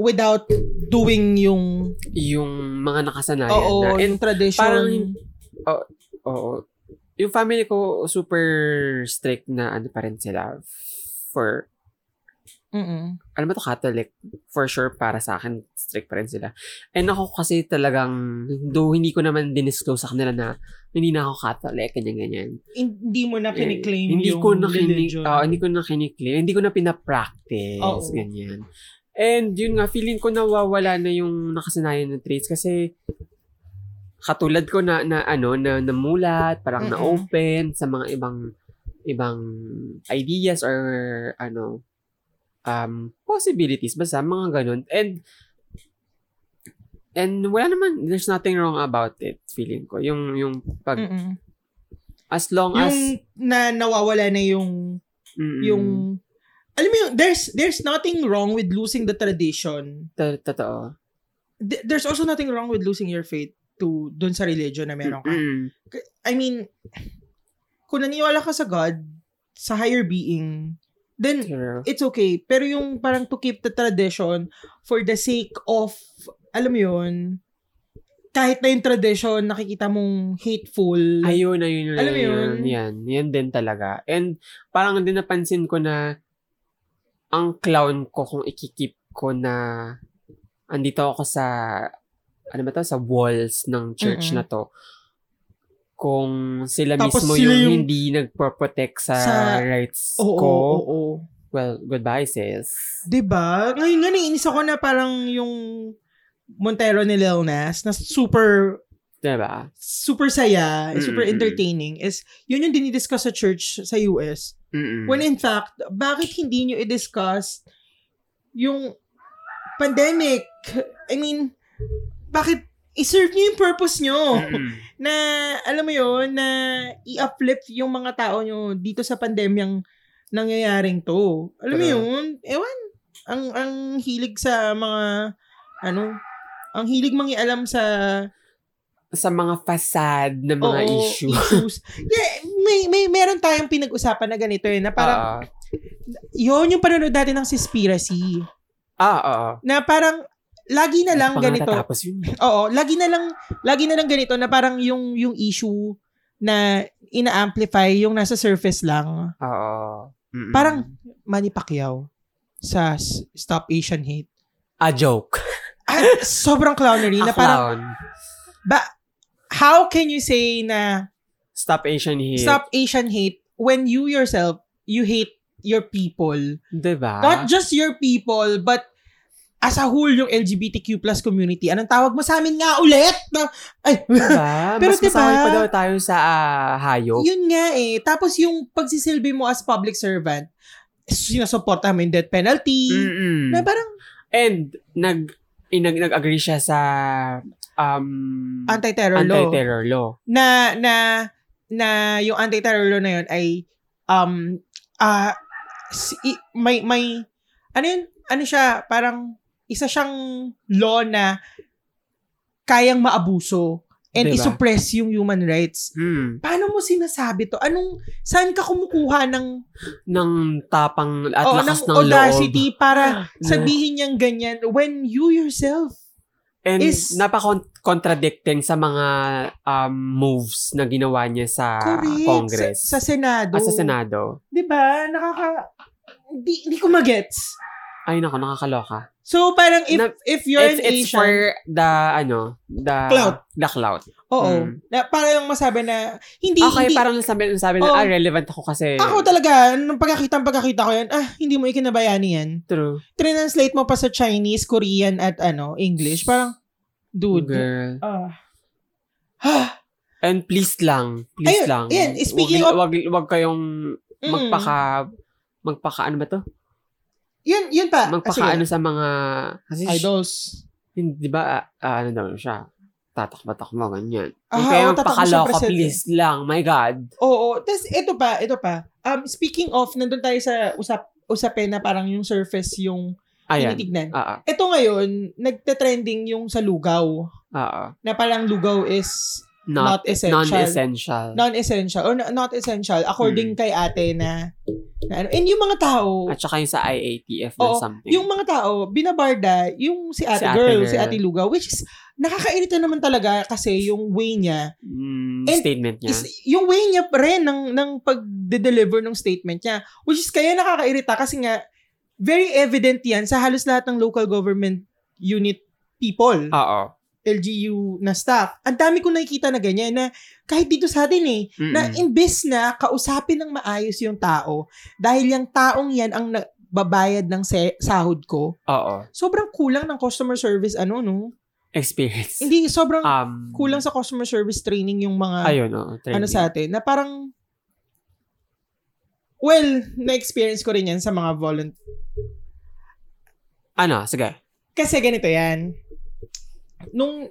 S1: without doing yung,
S2: yung mga nakasanayan
S1: oo,
S2: na. And,
S1: yung tradition.
S2: parang- oo, yung family ko super strict na ano pa rin sila for
S1: Mm-mm.
S2: alam mo to, Catholic, for sure, para sa akin, strict pa rin sila. And ako kasi talagang, though hindi ko naman dinisclose sa kanila na, hindi na ako Catholic, ganyan-ganyan.
S1: Hindi mo na kiniklaim
S2: Eh, hindi
S1: yung
S2: ko na kini,
S1: religion.
S2: oh, hindi ko na kiniklaim, hindi ko na pinapractice,
S1: Oo.
S2: ganyan. And yun nga, feeling ko nawawala na yung nakasanayan ng traits kasi katulad ko na, na ano, na namulat, parang
S1: Mm-mm.
S2: na-open sa mga ibang ibang ideas or ano um possibilities basta mga ganun and and wala naman there's nothing wrong about it feeling ko yung yung pag
S1: Mm-mm.
S2: as long
S1: Yung
S2: as
S1: na nawawala na yung
S2: Mm-mm.
S1: yung alam mo yung there's there's nothing wrong with losing the tradition
S2: To- totoo
S1: th- there's also nothing wrong with losing your faith to doon sa religion na meron ka.
S2: Mm-mm.
S1: I mean, kung naniwala ka sa God, sa higher being, then
S2: True.
S1: it's okay. Pero yung parang to keep the tradition for the sake of, alam mo yun, kahit na yung tradition, nakikita mong hateful.
S2: Ayun, ayun, ayun.
S1: Alam mo yun?
S2: Yan, yan din talaga. And parang din napansin ko na ang clown ko kung ikikip ko na andito ako sa, ano ba to, sa walls ng church
S1: Mm-mm.
S2: na to. Kung sila
S1: Tapos
S2: mismo
S1: sila
S2: yung,
S1: yung-
S2: hindi nagpo-protect sa,
S1: Sa-
S2: rights
S1: oo,
S2: ko,
S1: oo, oo.
S2: well, goodbye sis.
S1: Diba? Ngayon nga, naiinis ako na parang yung Montero ni Lil Nas na super
S2: Diba?
S1: super saya,
S2: Mm,
S1: super
S2: mm, mm.
S1: entertaining is yun yung dinidiscuss sa church sa US.
S2: Mm-mm.
S1: When in fact, bakit hindi nyo i-discuss yung pandemic? I mean, bakit i-serve nyo yung purpose nyo
S2: Mm-mm.
S1: na, alam mo yun, na i-uplift yung mga tao nyo dito sa pandemyang nangyayaring to. Alam mo
S2: Pero-
S1: yun? Ewan. Ang, ang hilig sa mga, ano, ang hilig mangialam sa
S2: sa mga facade na mga
S1: Oo,
S2: issue.
S1: issues. Yeah, may, may, meron tayong pinag-usapan na ganito eh, na parang,
S2: Ah,
S1: yun yung panonood natin ng Sispiracy.
S2: ah, ah, ah.
S1: Na parang, lagi na lang
S2: Hindi pa nga
S1: ganito.
S2: natatapos yun.
S1: Oo, lagi na lang, lagi na lang ganito na parang yung, yung issue na ina-amplify yung nasa surface lang.
S2: Oo. Mm-mm.
S1: Parang, Manny Pacquiao sa S- Stop Asian Hate.
S2: a joke.
S1: Ah, sobrang clownery na
S2: A
S1: parang,
S2: clown.
S1: how can you say na
S2: Stop Asian hate.
S1: Stop Asian Hate when you yourself, you hate your people.
S2: Diba?
S1: Not just your people, but as a whole, yung LGBTQ plus community. Anong tawag mo sa amin nga ulit? Na, ay,
S2: diba?
S1: Pero
S2: Pero Mas
S1: diba-
S2: masaway pa daw tayo sa ah, hayop.
S1: yun nga eh. Tapos yung pagsisilbi mo as public servant, sinusuporta mo yung death penalty.
S2: Mm-mm.
S1: Na parang
S2: And, nag, inag, nag-agree siya sa um,
S1: anti-terror law.
S2: anti-terror law.
S1: Na, na, na yung anti-terror law na yun ay, um, ah, si- i- may, may, ano yun? Ano siya? Parang, isa siyang law na kayang maabuso and
S2: Diba?
S1: isuppress yung human rights.
S2: Mm.
S1: Paano mo sinasabi to? Anong, saan ka kumukuha ng,
S2: Ng tapang at
S1: oo, ng
S2: lakas ng, loob. Ah,
S1: audacity para
S2: Na-
S1: sabihin niyang ganyan when you yourself
S2: And
S1: is-
S2: napaka-contradicting sa mga um, moves na ginawa niya sa
S1: correct
S2: Ah, Congress.
S1: sa, sa Senado.
S2: Ah, sa Senado.
S1: 'Di ba? Nakaka di, di ko magets.
S2: Ay, nako, nakakaloka.
S1: So parang if
S2: Na-
S1: if you're
S2: it's,
S1: an
S2: it's
S1: Asian,
S2: for the, ano, the...
S1: Clout.
S2: The clout.
S1: oo.
S2: Mm.
S1: Na, para yung masabi na hindi
S2: Okay,
S1: hindi
S2: parang nasabi, nasabi
S1: Oh.
S2: na, ah, relevant ako kasi...
S1: ako talaga nung pagkakita pagkakita ko yan, ah hindi mo ikinabayani yan.
S2: True.
S1: Translate mo pa sa Chinese, Korean at ano, English. Parang dude.
S2: Girl.
S1: ah. Ah.
S2: And please lang.
S1: Ayun,
S2: Please lang.
S1: yan, speaking
S2: wag, Wag, wag kayong
S1: mm.
S2: magpaka... Magpaka, ano ba to?
S1: Yun, yun pa. Ah,
S2: Magpaka,
S1: sige.
S2: ano sa mga... Kasi,
S1: Idols.
S2: hindi ba, ah, ah, ano daw siya? Tatakbo-takbo, ganyan.
S1: Ah,
S2: Huwag kayong
S1: oo, tatakbo siya
S2: magpakaloka,
S1: presidente.
S2: please lang. My God.
S1: Oo. Tapos, ito pa, ito pa. Um, speaking of, nandun tayo sa usap, usapin na parang yung surface yung
S2: Ayan.
S1: tinitignan.
S2: Ah, ah,
S1: Ito ngayon, nagte-trending yung sa lugaw.
S2: ah, ah.
S1: Na parang lugaw is not,
S2: Not,
S1: essential.
S2: non-essential. Hmm.
S1: Non-essential. Or na- not essential, according kay ate na, na ano. And yung mga tao,
S2: At saka yung sa IATF
S1: Oo,
S2: or something.
S1: yung mga tao, binabarda yung si ate,
S2: Si ate
S1: girl,
S2: girl.
S1: si ate lugaw, which is, nakakairita naman talaga kasi yung way niya
S2: Mm,
S1: And
S2: statement niya.
S1: is yung way niya pa rin ng, ng pag-deliver ng statement niya. Which is kaya nakakairita kasi nga, very evident yan sa halos lahat ng local government unit people,
S2: Oo.
S1: LGU na staff. Ang dami kong nakikita na ganyan na kahit dito sa atin eh, na
S2: Mm-mm.
S1: imbes na kausapin ng maayos yung tao dahil yung taong yan ang na- babayad ng se- sahod ko,
S2: Oo.
S1: sobrang kulang ng customer service ano no?
S2: Experience.
S1: Hindi, sobrang
S2: Um,
S1: kulang sa customer service training yung mga
S2: Ayun, oo. trending.
S1: ano sa atin, na parang, well, na-experience ko rin yan sa mga volunteer.
S2: Ano, sige.
S1: Kasi ganito yan. Nung,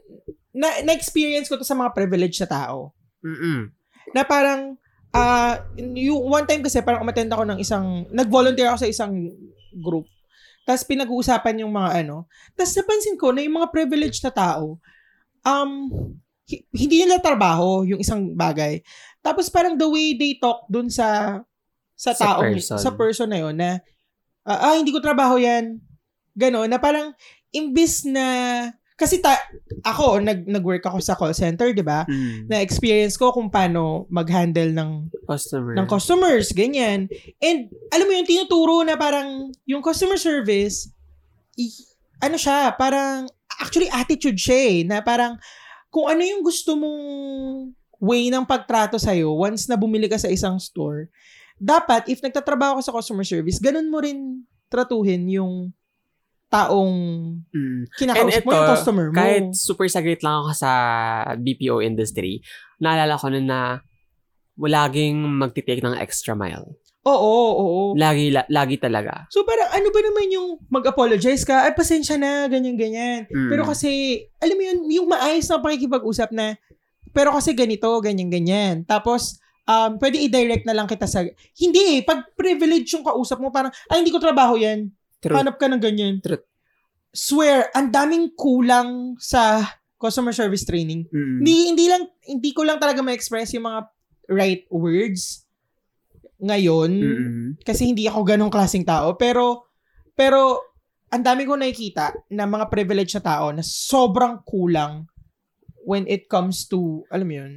S1: na, na-experience ko to sa mga privileged na tao.
S2: Mm-mm.
S1: Na parang, ah, yung one time kasi parang umattend ako ng isang, nag-volunteer ako sa isang group. Tapos pinag-uusapan yung mga ano. Tapos napansin ko na yung mga privileged na tao, um, hi- hindi nila trabaho yung isang bagay. Tapos parang the way they talk dun sa sa
S2: Sa
S1: tao, sa person,
S2: person.
S1: na yun na, ah, ah, hindi ko trabaho yan. Ganon, na parang imbis na, kasi ta, ako, nag, nag-work ako sa call center, di ba?
S2: Mm.
S1: Na-experience ko kung paano mag-handle ng
S2: Customer.
S1: ng customers, ganyan. And alam mo yung tinuturo na parang yung customer service, i- ano siya, parang actually attitude siya eh, na parang kung ano yung gusto mong way ng pagtrato sa'yo once na bumili ka sa isang store, dapat if nagtatrabaho ka sa customer service, ganun mo rin tratuhin yung taong
S2: Mm.
S1: kinakausap
S2: And
S1: mo, yung
S2: eto,
S1: customer mo.
S2: Kahit super saglit lang ako sa BPO industry, naalala ko nun na laging magtitake ng extra mile.
S1: oo, oo, oo.
S2: Lagi, la- lagi talaga.
S1: So parang ano ba naman yung mag-apologize ka, ay pasensya na, ganyan-ganyan.
S2: Mm.
S1: Pero kasi, alam mo yun, yung maayos na pakikipag-usap na, pero kasi ganito, ganyan-ganyan. Tapos, um, pwede i-direct na lang kita sa, hindi eh, pag privilege yung kausap mo, parang, ay, hindi ko trabaho yan.
S2: True.
S1: Hanap ka ng ganyan.
S2: True.
S1: Swear, ang daming kulang sa customer service training.
S2: Mm.
S1: Hindi, hindi lang, hindi ko lang talaga ma-express yung mga right words ngayon
S2: Mm-mm.
S1: kasi hindi ako ganong klaseng tao. Pero, pero, ang dami ko nakikita na mga privileged na tao na sobrang kulang when it comes to, alam mo yun,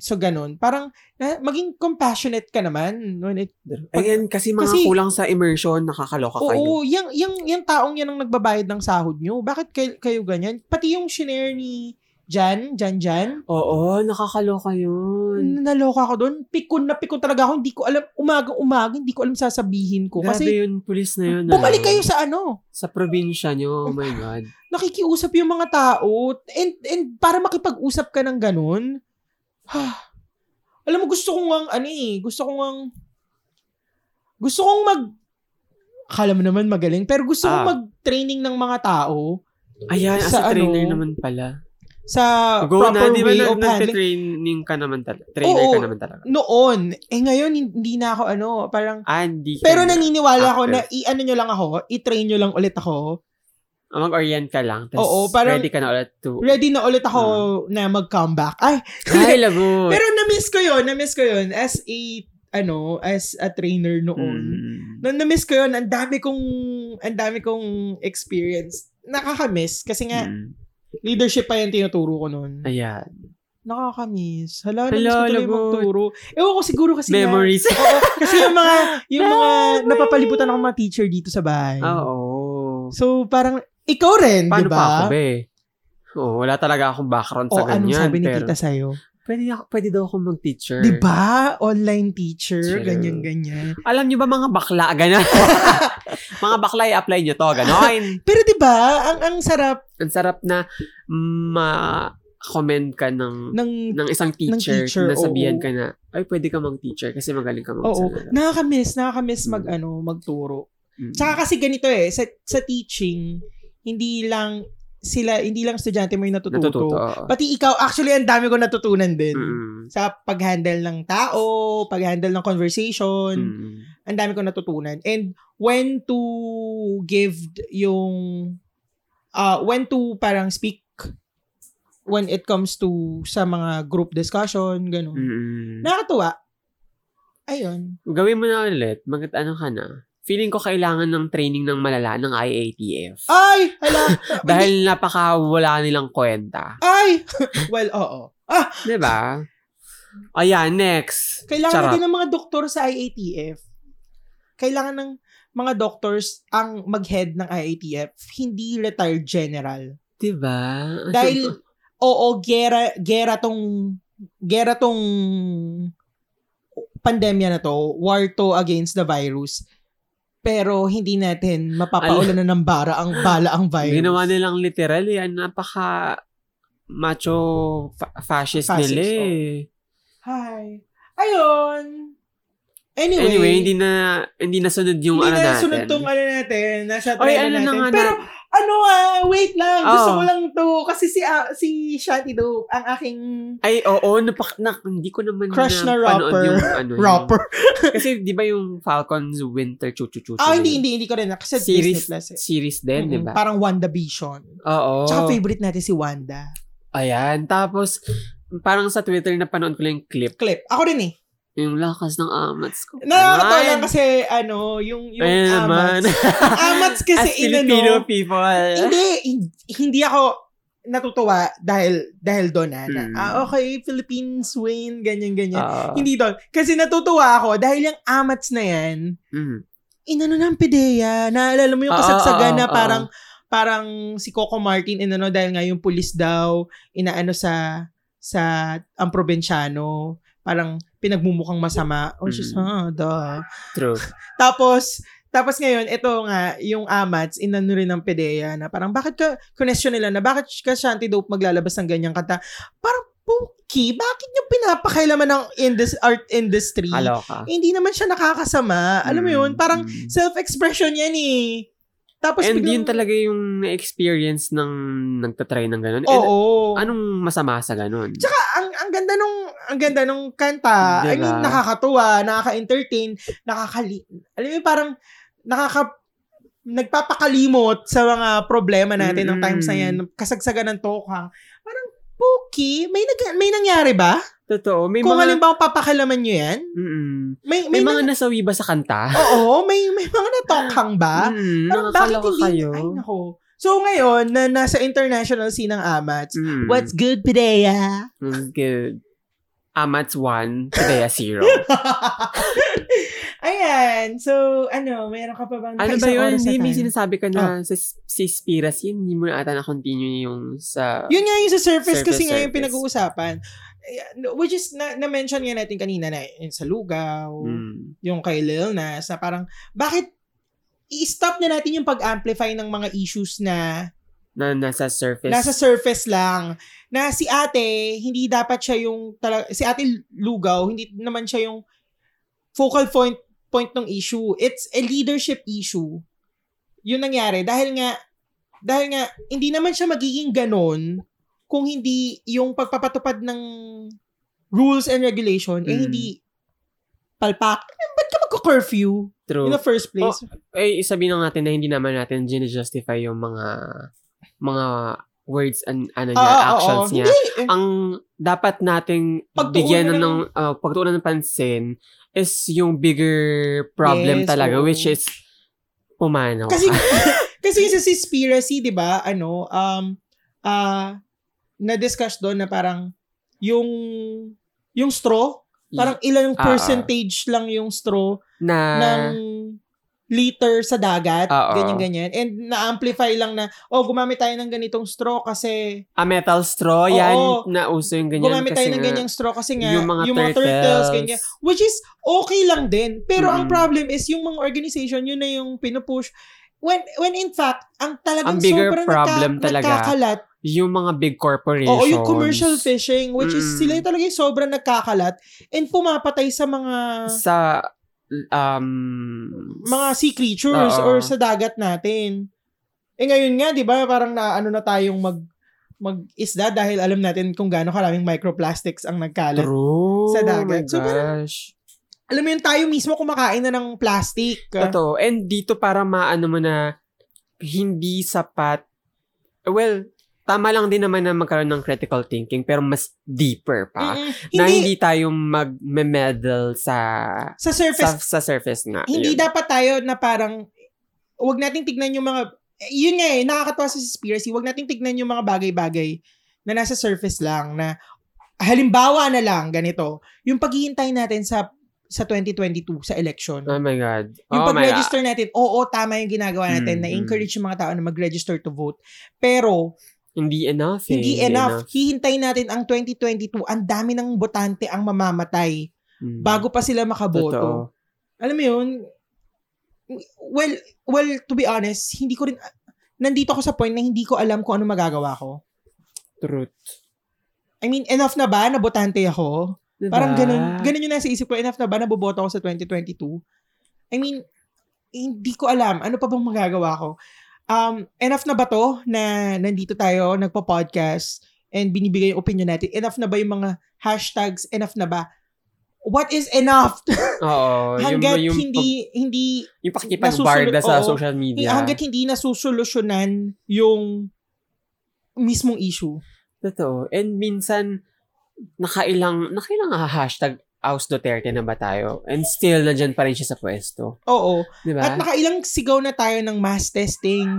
S1: so ganun. Parang, na, maging compassionate ka naman when it,
S2: Ayan, kasi mga
S1: Kasi-
S2: kulang sa immersion, nakakaloka kayo.
S1: oo, yung, yung, yung taong yan ang nagbabayad ng sahod nyo. Bakit kayo, kayo ganyan? Pati yung shinare ni Jan, Jan Jan,
S2: Oo, nakakaloka yun.
S1: naloka ako doon. Pikon na pikon talaga ako. Hindi ko alam, umaga-umaga, hindi ko alam sasabihin ko.
S2: Grabe
S1: Kasi,
S2: yun, pulis na yun.
S1: bumalik
S2: ano,
S1: kayo sa ano,
S2: Sa probinsya nyo, oh my God.
S1: nakikiusap yung mga tao and and para makipag-usap ka ng ganun. Ha. Alam mo gusto kong ang ano eh, gusto kong ang gusto kong mag Akala mo naman magaling, pero gusto kong
S2: Ah.
S1: mag-training ng mga tao
S2: Ayan, as
S1: Sa
S2: a trainer
S1: ano?
S2: naman pala.
S1: sa
S2: Go na,
S1: proper
S2: di ba
S1: way
S2: na,
S1: of handling.
S2: nagte-training ka naman talaga. Trainer ka
S1: Oo.
S2: naman talaga.
S1: Noon, eh ngayon hindi na ako ano, parang
S2: Ah, hindi ka
S1: pero
S2: na.
S1: naniniwala ako
S2: After.
S1: na i-ano nyo lang ako, i-train nyo lang ulit ako.
S2: Ah, Mag-orient ka lang. Tapos
S1: Oo, parang-
S2: ready ka na ulit to...
S1: Ready na ulit ako na mag-comeback. Ay,
S2: Ah. Ay, lagot.
S1: Pero na-miss ko yun, na-miss ko yun as a, ano, as a trainer noon.
S2: Mm.
S1: Nung na-miss ko yun, ang dami kong, ang dami kong experience. Nakaka-miss kasi nga,
S2: Mm.
S1: leadership pa yung tinuturo ko noon.
S2: Ayan.
S1: Nakaka-miss. Hala,
S2: Hala,
S1: na-miss ko tuloy
S2: lagot.
S1: magturo. Ewan ko siguro kasi nga-
S2: Memories.
S1: Oo, kasi yung mga, yung mga
S2: Memories.
S1: napapalibutan ako ng mga teacher dito sa bahay.
S2: Oo.
S1: So, parang, ikaw rin,
S2: Paano
S1: di
S2: pa ako,
S1: ba?
S2: be? Oo, wala talaga akong background
S1: O,
S2: sa ganyan.
S1: anong sabi ni
S2: pero,
S1: tita sa'yo?
S2: Pwede, ako, pwede daw akong mag-teacher.
S1: Di ba? Online teacher,
S2: Teacher.
S1: ganyan-ganyan.
S2: Alam niyo ba mga bakla? Ganun. mga bakla, i-apply niyo to. Ganon.
S1: Pero 'di ba, ang ang sarap
S2: Ang sarap na ma-comment ka ng
S1: ng
S2: ng isang teacher,
S1: teacher,
S2: na sabihan
S1: oo.
S2: ka na, ay, pwede ka mag-teacher kasi magaling ka mag
S1: Oo, nakaka-miss, nakaka-miss mag
S2: Mm.
S1: ano, magturo. Tsaka kasi ganito eh, sa sa teaching, hindi lang sila, hindi lang estudyante mo yung natututo.
S2: natututo.
S1: Pati ikaw, actually ang dami ko natutunan din.
S2: Mm.
S1: Sa pag-handle ng tao, pag-handle ng conversation,
S2: Mm.
S1: ang dami ko natutunan. And when to give yung uh when to parang speak when it comes to sa mga group discussion, ganun.
S2: Mm.
S1: Nakakatuwa. Ayun.
S2: Gawin mo na ulit. Mag, ano ka na? Feeling ko kailangan ng training ng malala ng IATF.
S1: Ay! Hala!
S2: Dahil napaka wala nilang kwenta.
S1: Ay! well, oo. Ah!
S2: 'Di ba? Ayan, next.
S1: Kailangan
S2: Charot.
S1: na din ng mga doktor sa IATF. Kailangan ng mga doctors ang mag-head ng IATF, hindi retired general.
S2: 'Di ba?
S1: Dahil, oo, gera, gera tong, gera tong pandemya na to, war to against the virus. Pero hindi natin mapapaulan na ng bara ang bala ang virus.
S2: ginawa nilang literal yan. Napaka macho fa- fascist,
S1: Fascist, oh.
S2: nila eh.
S1: Hi. Ayun. Anyway,
S2: Anyway, hindi na hindi nasunod yung
S1: hindi
S2: ano
S1: na
S2: natin.
S1: sunod tong ano natin. Nasa
S2: Oy,
S1: trailer
S2: ano Oh. na
S1: natin.
S2: nga
S1: Pero,
S2: na-
S1: ano ah, wait lang, gusto
S2: Oo.
S1: ko lang to. Kasi si, ah, si Shanti daw, ang aking
S2: Ay, oo, napak, na, hindi ko naman
S1: Crush na
S2: napanood
S1: rapper.
S2: yung ano. yun.
S1: rapper.
S2: Kasi di ba yung Falcon's Winter Chuchu Chuchu?
S1: Ah, hindi, hindi, hindi ko rin. Kasi Disney
S2: Series,
S1: Plus eh.
S2: series din, di
S1: Mm-mm,
S2: ba? Oh.
S1: Parang WandaVision.
S2: Oo.
S1: Tsaka favorite natin si Wanda.
S2: Ayan. Tapos, parang sa Twitter napanood ko lang yung clip.
S1: Clip. Ako rin eh.
S2: Yung lakas ng amats ko.
S1: Nakakatawa
S2: Ayan.
S1: lang kasi ano, yung, yung
S2: Ayan naman.
S1: amats. amats
S2: As
S1: kasi ano,
S2: Filipino
S1: inano.
S2: people.
S1: Hindi, hin- hindi ako natutuwa dahil dahil doon ah, na,
S2: Hmm.
S1: ah, okay, Philippines win, ganyan, ganyan.
S2: Oo.
S1: hindi doon. Kasi natutuwa ako dahil yung amats na yan,
S2: Mm.
S1: inano na ang pideya. Naalala mo yung
S2: Oo,
S1: kasagsagan
S2: oo,
S1: na
S2: oo.
S1: parang parang si Coco Martin inano dahil nga yung pulis daw inaano sa sa ang probinsyano parang pinagmumukhang masama. Oh, she's,
S2: Mm.
S1: ah, duh.
S2: True.
S1: Tapos, tapos ngayon, ito nga, yung amats, inano rin ng PDEA na parang bakit ka, connection nila na bakit ka Shanti Dope maglalabas ng ganyang kanta? Parang, Puki, bakit niyo pinapakailaman ng indus- art industry?
S2: Kaloka.
S1: Eh, hindi naman siya nakakasama. Alam mo yun,
S2: Mm,
S1: parang
S2: mm.
S1: self-expression yan eh. Tapos
S2: And
S1: biglang-
S2: yun talaga yung experience ng nagtatry ng ganun. And
S1: Oo.
S2: anong masama sa ganun?
S1: Tsaka ang ang ganda nung ang ganda nung kanta. I
S2: Diba?
S1: mean nakakatuwa, nakaka-entertain, nakakali. Alam mo yun, parang nakaka nagpapakalimot sa mga problema natin ng
S2: Mm-mm.
S1: times na yan, kasagsagan ng toka. Parang Puki, may nag may nangyari ba?
S2: Totoo. May
S1: Kung
S2: mga...
S1: halimbawa papakalaman nyo yan?
S2: Mm-mm.
S1: May
S2: May,
S1: may,
S2: mga
S1: nang-
S2: nasawi ba sa kanta?
S1: Oo, may may mga natokhang ba?
S2: Mm,
S1: Parang bakit
S2: nakakaloka
S1: hindi?
S2: kayo.
S1: Ay, nako. So ngayon, na nasa international scene ng Amats,
S2: Mm.
S1: what's good, Pidea?
S2: Mm, good. Amats 1, Pidea 0.
S1: Ayan. So, ano, meron ka pa bang
S2: ano ba
S1: nakaisang
S2: yun?
S1: oras Oh. na
S2: Hindi, may
S1: tayo?
S2: sinasabi ka na sa si Spiras, yun, hindi mo na ata na-continue yung sa...
S1: Yun nga yung sa surface,
S2: Surface,
S1: kasi nga yung
S2: surface.
S1: pinag-uusapan. Ayan, Which is, na- na-mention nga natin kanina na yung sa Lugaw,
S2: Mm.
S1: yung kay Lil Nas, na parang, bakit i-stop na natin yung pag-amplify ng mga issues na
S2: Na nasa surface.
S1: nasa surface lang na si ate hindi dapat siya yung talaga si ate Lugaw hindi naman siya yung focal point point ng issue it's a leadership issue yun nangyari dahil nga dahil nga hindi naman siya magiging ganon kung hindi yung pagpapatupad ng rules and regulation eh
S2: Mm.
S1: hindi palpak eh, ba't ka magko-curfew
S2: True.
S1: in the first place
S2: eh, sabihin na natin na hindi naman natin justify yung mga mga words and ano niya,
S1: Ah, ah, oo.
S2: actions niya.
S1: Hindi, eh,
S2: Ang dapat nating
S1: Pagtuunan
S2: bigyan ng,
S1: ng-
S2: ah, pagtuunan ng pansin is yung bigger
S1: Yes,
S2: problem talaga,
S1: oo.
S2: which is pumanaw.
S1: Kasi kasi yung sa conspiracy, 'di ba? Ano, um ah na-discuss doon na parang yung yung straw, parang ilang
S2: Ah, ah.
S1: percentage lang yung straw
S2: na,
S1: ng liter sa dagat,
S2: Ah, ah.
S1: ganyan ganyan. And na-amplify lang na oh, gumamit tayo ng ganitong straw kasi
S2: a metal straw, yan,
S1: Oo.
S2: na uso yung ganyan.
S1: gumamit tayo
S2: kasi
S1: ng
S2: nga,
S1: ganyang straw kasi nga
S2: yung mga, turtles,
S1: ganyan. Which is okay lang din. Pero ang
S2: Mm.
S1: problem is yung mga organization, yun na yung pinupush. When when in fact, ang talagang
S2: Ang bigger
S1: sobrang
S2: problem
S1: nagka-
S2: talaga,
S1: nagkakalat.
S2: Yung mga big corporations.
S1: Oo, yung commercial fishing, which is
S2: Mm.
S1: sila talaga yung sobrang nagkakalat and pumapatay sa mga
S2: Sa, um,
S1: mga sea creatures
S2: Oo.
S1: or sa dagat natin. Eh ngayon nga, di ba, parang na ano na tayong mag mag-isda dahil alam natin kung gaano karaming microplastics ang nagkalat.
S2: True.
S1: sa dagat.
S2: Oh my
S1: So, parang-
S2: gosh.
S1: Alam mo yun, tayo mismo kumakain na ng plastic.
S2: Totoo. And dito para maano mo na hindi sapat. Well, tama lang din naman na magkaroon ng critical thinking pero mas deeper pa.
S1: Mm-mm.
S2: Na
S1: Hindi-
S2: hindi tayo mag-meddle sa
S1: sa
S2: sa,
S1: surface,
S2: sa surface nga.
S1: hindi
S2: Yun.
S1: dapat tayo na parang, wag nating tignan yung mga, eh, yun nga eh, nakakatawa sa conspiracy, wag nating tignan yung mga bagay-bagay na nasa surface lang, na halimbawa na lang, ganito, yung paghihintay natin sa sa 2022, sa election.
S2: Oh my God.
S1: Yung
S2: oh my God.
S1: pag-register natin, oo, tama yung ginagawa natin,
S2: Mm,
S1: na encourage yung mga tao na mag-register to vote. Pero,
S2: Hindi enough eh.
S1: hindi enough. Hihintay natin ang 2022, ang dami ng botante ang mamamatay
S2: Mm.
S1: bago pa sila
S2: Totoo.
S1: makaboto. alam mo yun, well, well, to be honest, hindi ko rin, nandito ako sa point na hindi ko alam kung ano magagawa ko.
S2: Truth.
S1: I mean, enough na ba na botante ako?
S2: Diba?
S1: Parang ganun, ganun yung nasa isip ko, enough na ba na boboto ako sa 2022? I mean, hindi ko alam, ano pa bang magagawa ko? um, enough na ba to na nandito tayo, nagpo-podcast, and binibigay yung opinion natin? Enough na ba yung mga hashtags? Enough na ba? What is enough?
S2: Oo.
S1: hanggat
S2: Oh, yung, yung,
S1: hindi, hindi,
S2: pag- yung pakikipagbarda
S1: nasusulo-
S2: sa
S1: oo.
S2: social media.
S1: hanggat hindi nasusolusyonan yung mismong issue.
S2: Totoo. And minsan, nakailang, nakailang nga hashtag House Duterte na ba tayo? And still, nandyan pa rin siya sa pwesto.
S1: Oo.
S2: Di ba?
S1: At nakailang sigaw na tayo ng mass testing,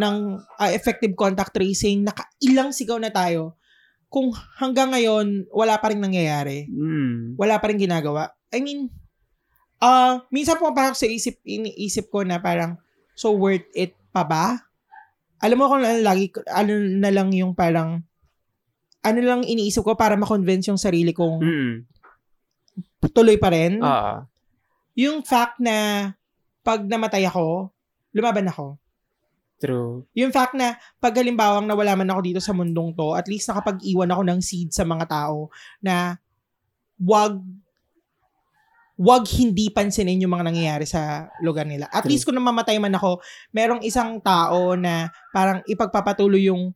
S1: ng ah, effective contact tracing, nakailang sigaw na tayo. Kung hanggang ngayon, wala pa rin nangyayari.
S2: Mm.
S1: Wala pa rin ginagawa. I mean, ah minsan pumapasok sa isip, iniisip ko na parang, so worth it pa ba? Alam mo kung ano, lagi, ko- ano na lang yung parang, ano lang iniisip ko para makonvince yung sarili kong
S2: Mm.
S1: tuloy pa rin.
S2: Oo.
S1: Yung fact na pag namatay ako, lumaban ako.
S2: True.
S1: Yung fact na pag halimbawang nawala man ako dito sa mundong to, at least nakapag-iwan ako ng seed sa mga tao na wag wag hindi pansinin yung mga nangyayari sa lugar nila. At
S2: True.
S1: least kung namamatay man ako, merong isang tao na parang ipagpapatuloy yung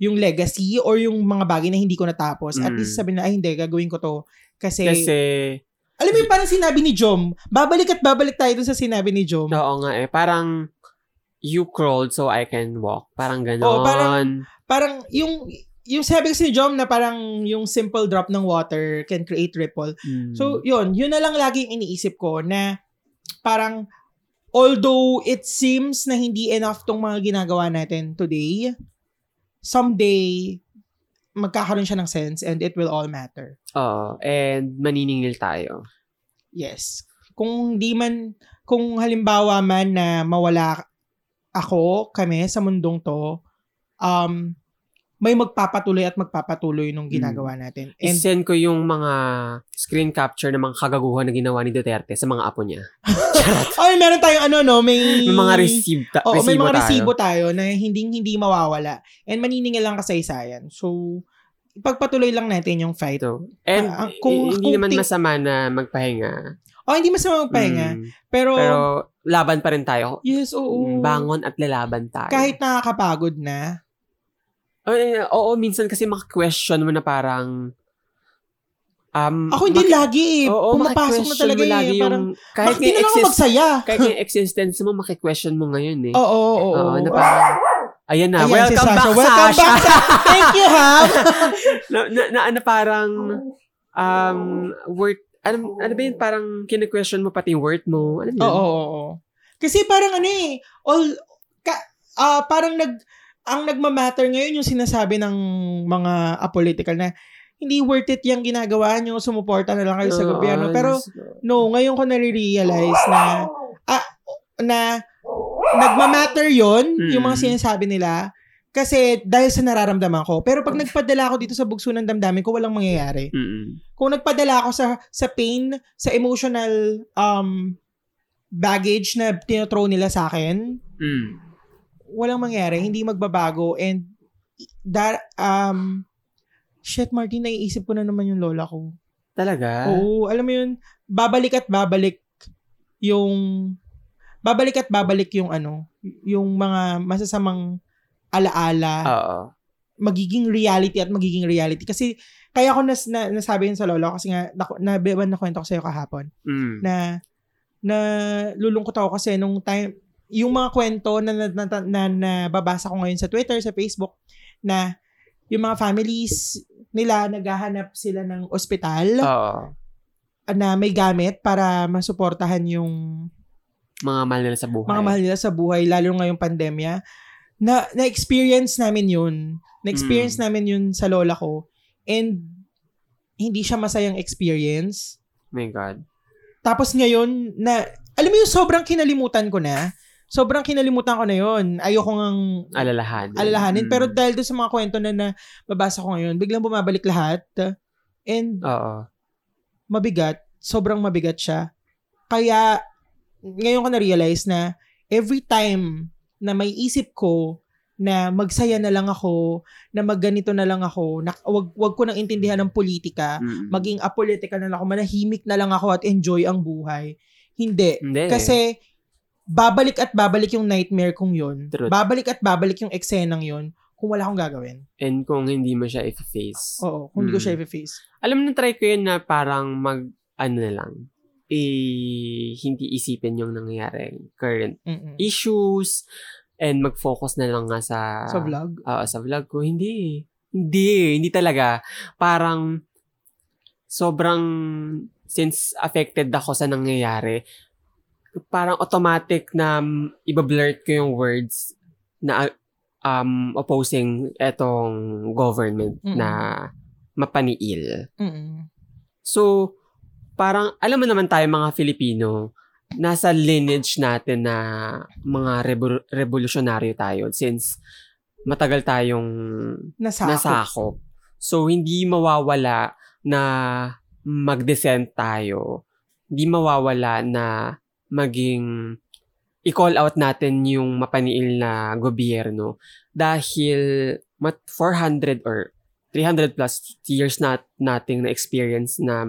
S1: yung legacy or yung mga bagay na hindi ko natapos. At
S2: Mm.
S1: least sabi na, ay hindi, gagawin ko to. Kasi,
S2: Kasi,
S1: alam mo yung parang sinabi ni Jom, babalik at babalik tayo dun sa sinabi ni Jom.
S2: oo nga eh, parang, you crawled so I can walk. Parang ganon.
S1: Oo, parang- parang yung yung sabi kasi ni Jom na parang yung simple drop ng water can create ripple.
S2: Mm.
S1: So, yun. Yun na lang lagi yung iniisip ko na parang although it seems na hindi enough tong mga ginagawa natin today, someday magkakaroon siya ng sense and it will all matter.
S2: oo. And, maniningil tayo.
S1: Yes. Kung di man, kung halimbawa man na mawala ako, kami, sa mundong to, um, may magpapatuloy at magpapatuloy nung
S2: Hmm.
S1: ginagawa natin. And
S2: I-send ko yung mga screen capture ng mga kagaguhan na ginawa ni Duterte sa mga apo niya.
S1: Ay, meron tayong ano, no? May...
S2: May mga receive ta-
S1: Oo, may mga
S2: resibo tayo.
S1: resibo tayo na hindi hindi mawawala. And maniningil lang kasaysayan. So, ipagpatuloy lang natin yung fight.
S2: Ito. And
S1: Ah, ang-
S2: kung,
S1: kung-
S2: hindi
S1: kung
S2: naman
S1: ting-
S2: masama na magpahinga.
S1: O, Oh, hindi masama magpahinga.
S2: Mm.
S1: pero,
S2: Pero laban pa rin tayo.
S1: yes, oo.
S2: Mm, Bangon at lalaban tayo.
S1: Kahit nakakapagod na.
S2: Ay, oo, minsan kasi maka-question mo na parang um,
S1: Ako hindi
S2: maki-
S1: lagi eh.
S2: oo,
S1: Pumapasok na
S2: maki-question
S1: talaga
S2: mo lagi
S1: eh. Parang,
S2: kahit
S1: bakit di na lang ako
S2: exist-
S1: magsaya?
S2: kahit yung existence mo, maki-question mo ngayon eh.
S1: Oo, oo, oo.
S2: Oo, na parang, ayan na,
S1: Ayan,
S2: welcome
S1: si Sasha.
S2: back,
S1: Welcome
S2: Sasha!
S1: back, Sasha. Thank you, ha?
S2: na, na, na, na parang, um, worth, ano, ano ba yun, parang kine-question mo pati yung worth mo, ano yun?
S1: Oo, oo, oo. Kasi parang ano eh, all, ka, ah, parang nag, ang nagmamatter ngayon yung sinasabi ng mga apolitical na hindi worth it yung ginagawa nyo, sumuporta na lang kayo sa
S2: Oo,
S1: gobyerno. Pero
S2: yes.
S1: no, ngayon ko nare-realize na, ah, na nagmamatter yon
S2: Mm.
S1: yung mga sinasabi nila, kasi dahil sa nararamdaman ko. Pero pag nagpadala ako dito sa bugso ng damdamin ko, walang mangyayari
S2: Mm-mm.
S1: kung nagpadala ako sa sa pain, sa emotional um baggage na tinothrow nila sa akin,
S2: Mm.
S1: walang mangyari, hindi magbabago and that um shit Martin, naiisip ko na naman yung lola ko.
S2: Talaga?
S1: Oo, alam mo yun, babalik at babalik yung babalik at babalik yung ano, yung mga masasamang alaala,
S2: Oo.
S1: magiging reality at magiging reality kasi kaya ko nas, na, nasabi yun sa lola ko kasi nga na, na, na kwento ko sa'yo kahapon
S2: Mm.
S1: na na lulungkot ako kasi nung time yung mga kwento na na, na, na, nababasa ko ngayon sa Twitter, sa Facebook na yung mga families nila naghahanap sila ng ospital
S2: Oo.
S1: na may gamit para masuportahan yung
S2: Mga mahal nila sa buhay.
S1: mga mahal nila sa buhay lalo ngayong pandemya. Na na-experience namin 'yun. Na-experience
S2: Mm.
S1: namin 'yun sa lola ko and hindi siya masayang experience.
S2: Oh My God.
S1: Tapos ngayon, na, alam mo yung sobrang kinalimutan ko na, sobrang kinalimutan ko na yun. Ayoko ngang
S2: Alalahanin.
S1: alalahanin.
S2: Mm.
S1: Pero dahil doon sa mga kwento na nababasa ko ngayon, biglang bumabalik lahat. And
S2: Oo.
S1: mabigat, sobrang mabigat siya. Kaya, ngayon ko na-realize na every time na may isip ko na magsaya na lang ako, na magganito na lang ako, na, wag, wag ko nang intindihan ng politika,
S2: Mm.
S1: maging
S2: Eh.
S1: apolitical na lang ako, manahimik na lang ako at enjoy ang buhay. Hindi.
S2: Hindi.
S1: Kasi babalik at babalik yung nightmare kong yun.
S2: True.
S1: Babalik at babalik yung eksenang yun kung wala akong gagawin.
S2: And kung hindi mo siya i-face.
S1: Oo, kung hindi ko
S2: Mm.
S1: siya i-face.
S2: Alam na try ko yun na parang mag, ano na lang, eh, hindi isipin yung nangyayari current
S1: Mm-mm.
S2: issues and mag-focus na lang nga sa
S1: Sa vlog?
S2: Oo, ah, sa vlog ko, hindi. Hindi, hindi talaga. Parang sobrang since affected ako sa nangyayari, parang automatic na mm, ibablurt ko yung words na um, opposing etong government
S1: Mm.
S2: na mapaniil.
S1: Mm-mm.
S2: So, parang alam mo naman tayo mga Filipino, nasa lineage natin na mga revo- revolusyonaryo tayo since matagal tayong
S1: Nasakop.
S2: nasakop. So, hindi mawawala na mag-dissent tayo. Hindi mawawala na maging i-call out natin yung mapaniil na gobyerno dahil mat 400 or 300 plus years na nating na experience na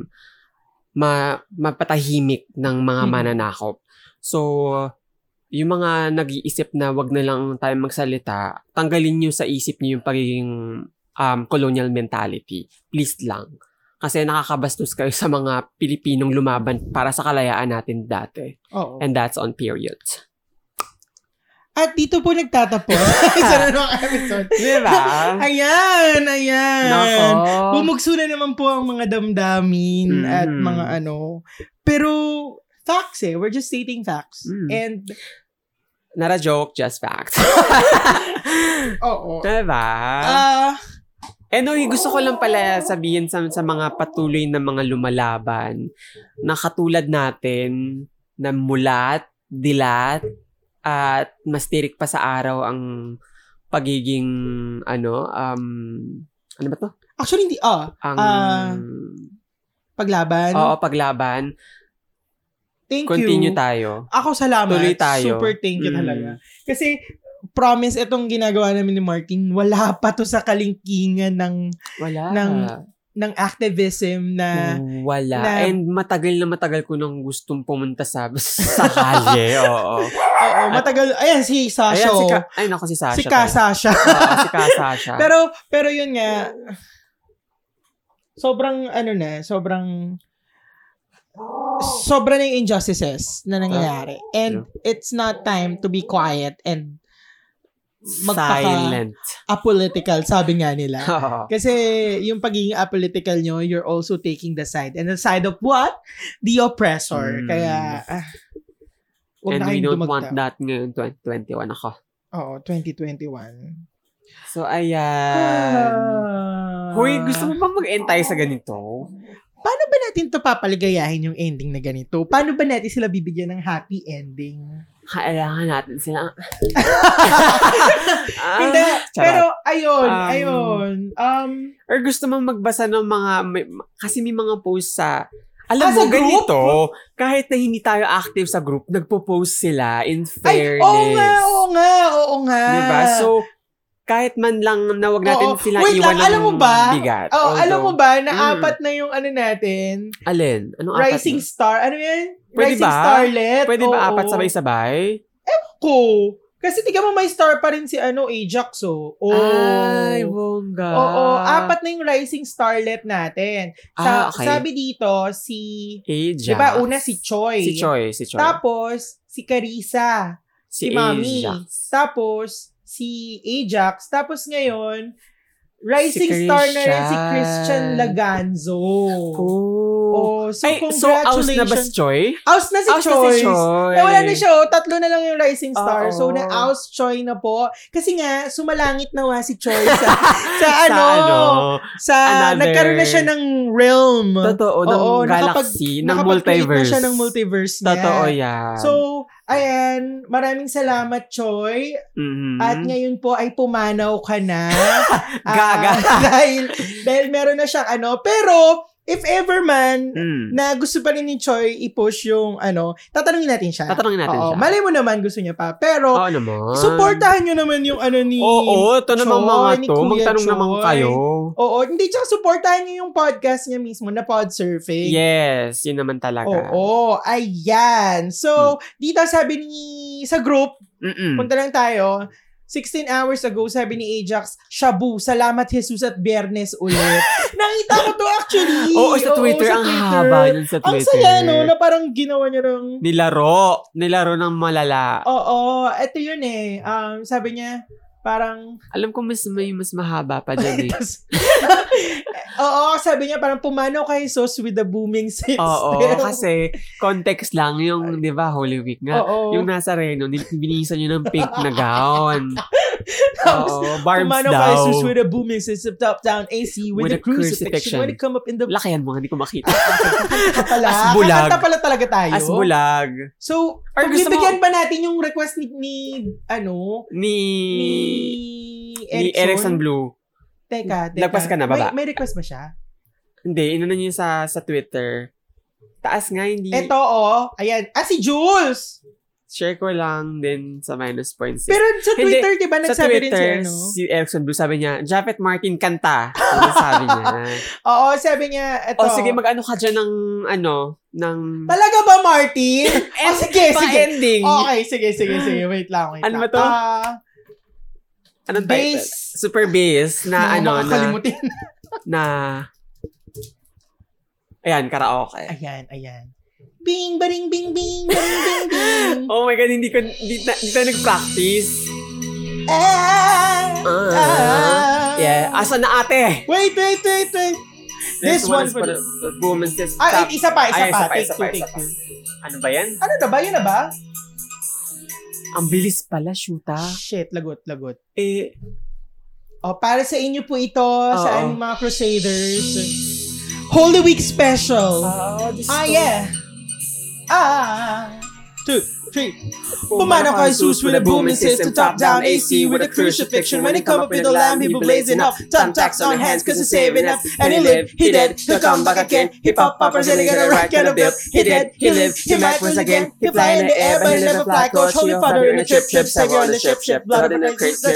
S2: ma, mapatahimik ng mga
S1: Mhm.
S2: mananakop. So, yung mga nag-iisip na wag na lang tayo magsalita, tanggalin nyo sa isip nyo yung pagiging um, colonial mentality. Please lang. Kasi nakakabastos kayo sa mga Pilipinong lumaban para sa kalayaan natin dati.
S1: Oo.
S2: And that's on period.
S1: At dito po nagtatapos. Isa na naman ang episode.
S2: Diba?
S1: Ayan, ayan.
S2: Nako.
S1: Bumugso na naman po ang mga damdamin
S2: Mhm.
S1: at mga ano. Pero, facts eh. We're just stating facts.
S2: Mm.
S1: And,
S2: Not a joke, just facts.
S1: oo.
S2: diba?
S1: Ah,
S2: And okay, Eh, gusto ko lang pala sabihin sa, sa mga patuloy na mga lumalaban na katulad natin na mulat, dilat, at mas tirik pa sa araw ang pagiging ano, um, ano ba to?
S1: actually, hindi. Ah,
S2: Ang
S1: Ah, paglaban.
S2: oo, paglaban.
S1: Thank you.
S2: Continue tayo.
S1: Ako salamat.
S2: Tuloy tayo.
S1: Super thank you
S2: Mm.
S1: talaga. Kasi, promise itong ginagawa namin ni Martin, wala pa to sa kalingkingan ng
S2: Wala.
S1: Nang- ng activism
S2: Mm.
S1: na
S2: Wala.
S1: na-
S2: And matagal na matagal ko nang gustong pumunta sa, sa kalye. oo.
S1: oo, matagal ayan si Sasha
S2: Ayan, si
S1: oh.
S2: Ka, ay, nako, si Sasha.
S1: si Ka
S2: tayo. Ah.
S1: Sasha
S2: Oo, si Ka Sasha.
S1: pero pero yun nga sobrang ano na sobrang sobra na yung injustices na nangyayari
S2: Ah,
S1: and it's not time to be quiet and magpaka-
S2: Silent.
S1: apolitical sabi nga nila
S2: Oo.
S1: Kasi yung pagiging apolitical nyo, you're also taking the side. And the side of what? The oppressor.
S2: Mm.
S1: Kaya, ah, huwag
S2: And
S1: na
S2: we
S1: kayong
S2: don't want
S1: dumagta.
S2: that ngayon, 2021 ako.
S1: Oo, 2021.
S2: So,
S1: Ah.
S2: ayan. Hoy, Um, gusto mo bang mag-end tayo sa ganito?
S1: Paano ba natin to papaligayahin yung ending na ganito? Paano ba natin sila bibigyan ng happy ending?
S2: Kailangan natin sila. Ah,
S1: Hindi,
S2: charot.
S1: pero ayun,
S2: Um,
S1: ayun. Um,
S2: Or gusto mo magbasa ng mga, may- kasi may mga post sa, alam
S1: Ah,
S2: mo,
S1: sa group?
S2: ganito, kahit na hindi tayo active sa group, nagpo-post sila in
S1: ay,
S2: fairness.
S1: oo nga, oo nga, oo nga. Oh,
S2: Diba? So, kahit man lang na wag natin
S1: Oo.
S2: sila
S1: Wait
S2: iwan
S1: lang,
S2: ng
S1: alam mo ba?
S2: bigat.
S1: oh, alam mo
S2: Although-
S1: ba na
S2: Mm.
S1: apat na yung ano natin?
S2: Alin? Anong apat
S1: Rising
S2: na?
S1: Star. Ano yan?
S2: Pwede
S1: Rising
S2: ba?
S1: Starlet.
S2: Pwede ba
S1: Oo.
S2: apat sabay-sabay?
S1: Ko. Kasi tiga mo may star pa rin si ano Ajax oh. Oh.
S2: Ay, bongga.
S1: Oo, apat na yung Rising Starlet natin. Sa,
S2: Ah, okay.
S1: Sabi dito si
S2: Ajax.
S1: 'di ba Diba, una si Choi.
S2: Si Choi, si Choi.
S1: Tapos si Carissa, si, Mami.
S2: Ajax.
S1: Tapos si Ajax. Tapos ngayon Rising
S2: Si
S1: Star na rin si
S2: Christian.
S1: Christian Laganzo.
S2: Oh.
S1: Oh, so
S2: Ay, so
S1: congratulations.
S2: out na ba si Choi?
S1: Oust na si
S2: Out na
S1: Choi.
S2: si Choi.
S1: Eh, wala na siya, oh. tatlo na lang yung Rising Star.
S2: Oo.
S1: So, na-oust Choi na po. Kasi nga, sumalangit na wa si Choi sa, sa
S2: Sa
S1: ano,
S2: ano?
S1: sa,
S2: Another-
S1: nagkaroon na siya ng realm.
S2: Totoo, ng
S1: Oo,
S2: galaxy, ng
S1: nakapag-create
S2: multiverse.
S1: na siya ng multiverse niya.
S2: Totoo yan.
S1: So,
S2: Ah.
S1: ayan, maraming salamat, Choi.
S2: Mhm.
S1: At ngayon po ay pumanaw ka na. Ah,
S2: Gaga.
S1: dahil, dahil meron na siyang ano. Pero, if ever man
S2: Mm.
S1: na gusto pa rin ni Choi i-push yung ano, tatanungin natin siya.
S2: Tatanungin natin
S1: Oo,
S2: siya.
S1: malay mo naman gusto niya pa. Pero,
S2: Oo naman.
S1: supportahan nyo naman yung ano ni...
S2: Oo, ito namang
S1: Choi,
S2: mga
S1: ni
S2: to.
S1: Kuya
S2: Magtanong
S1: Choi.
S2: naman kayo.
S1: Oo, hindi, tsaka supportahan nyo yung podcast niya mismo na pod surfing.
S2: Yes, yun naman talaga.
S1: Oo, ayan.
S2: Hmm.
S1: So, dito sabi ni, sa group,
S2: Mm-mm.
S1: punta lang tayo, 16 hours ago, sabi ni Ajax, Shabu, salamat Jesus at Biyernes ulit. Nakita ko to actually.
S2: Oo, sa Twitter. ang haba nun sa
S1: Ang
S2: Twitter.
S1: saya, no, na parang ginawa niya ng...
S2: Nilaro. Nilaro ng malala.
S1: Oo, eto yun eh. Um, sabi niya, parang...
S2: Alam ko mas may mas mahaba pa dyan eh.
S1: Tas- Oo, sabi niya, parang pumanaw kay Jesus with the booming sister.
S2: Oo, kasi context lang yung, di ba, Holy Week nga.
S1: Oo.
S2: Yung nasa Reno, nil- binisan yun ng pink na gown. Oo, barbs
S1: Kumano
S2: daw.
S1: kay Jesus with a booming system top down AC with, a, crucifixion. When it come up in the
S2: Lakayan mo, hindi ko makita.
S1: Kakanta pala.
S2: Asbulag.
S1: Kakanta pala talaga tayo.
S2: As bulag.
S1: So,
S2: Or gusto
S1: pagbibigyan ba natin yung request ni, ni ano,
S2: Ni...
S1: ni
S2: Ni Erickson Blue.
S1: Teka, teka.
S2: Lagpas ka na, baba.
S1: May, may request ba siya?
S2: Hindi, inano niya sa, sa Twitter. Taas nga, hindi.
S1: Eto, oh. Ayan. Ah, si Jules!
S2: Share ko lang din sa minus points.
S1: Pero sa
S2: Hindi.
S1: Twitter, di ba,
S2: sa
S1: nagsabi rin siya,
S2: Twitter,
S1: ano?
S2: si Erickson Blue, sabi niya, Japet Martin, kanta. Ano sabi niya?
S1: Oo, sabi niya, eto.
S2: o Oh, sige, mag-ano ka dyan ng, ano, ng...
S1: Talaga ba, Martin? oh, sige, sige. Oh,
S2: ending.
S1: Okay, sige, sige, sige. Wait lang, wait lang.
S2: Ano ba to?
S1: Ah,
S2: Anong title?
S1: base.
S2: Super bass
S1: Hindi
S2: na ano
S1: mo
S2: na,
S1: makakalimutin.
S2: na Ayan, karaoke.
S1: Ayan, ayan. Bing, baring, bing, bing, baring, bing, bing.
S2: Oh my God, hindi ko, hindi na, hindi tayo nag-practice.
S1: Ah,
S2: Ah.
S1: ah.
S2: yeah. Asa na ate?
S1: Wait, wait, wait, wait. This
S2: one's
S1: one's for
S2: the woman's test.
S1: Ah, wait, isa pa, isa
S2: Ay,
S1: pa.
S2: isa pa,
S1: Take
S2: isa
S1: two,
S2: pa, isa
S1: take
S2: pa.
S1: two.
S2: Ano ba yan?
S1: Ano na ba? Yun na ba?
S2: Ang bilis pala, ah. shoota.
S1: Shit, lagot, lagot.
S2: Eh,
S1: O, para sa inyo po ito,
S2: Oo.
S1: sa aming mga Crusaders. Holy Week Special.
S2: oh, this
S1: ah,
S2: to-
S1: yeah. Ah, two, three.
S2: Pumanaw
S1: Pumanaw kay Zeus with a booming system, top down AC with a crucifixion. When he come up with a lamb, he will blaze it up. Time tax on hands, cause he's saving up. And he lived, he dead, he'll come back again. He pop up, and he got a right kind of build. He dead, he lived, he might once again. He fly in the air, but he never fly. Coach, holy father in the trip, trip, savior in the ship, ship, blood in the crate, trip.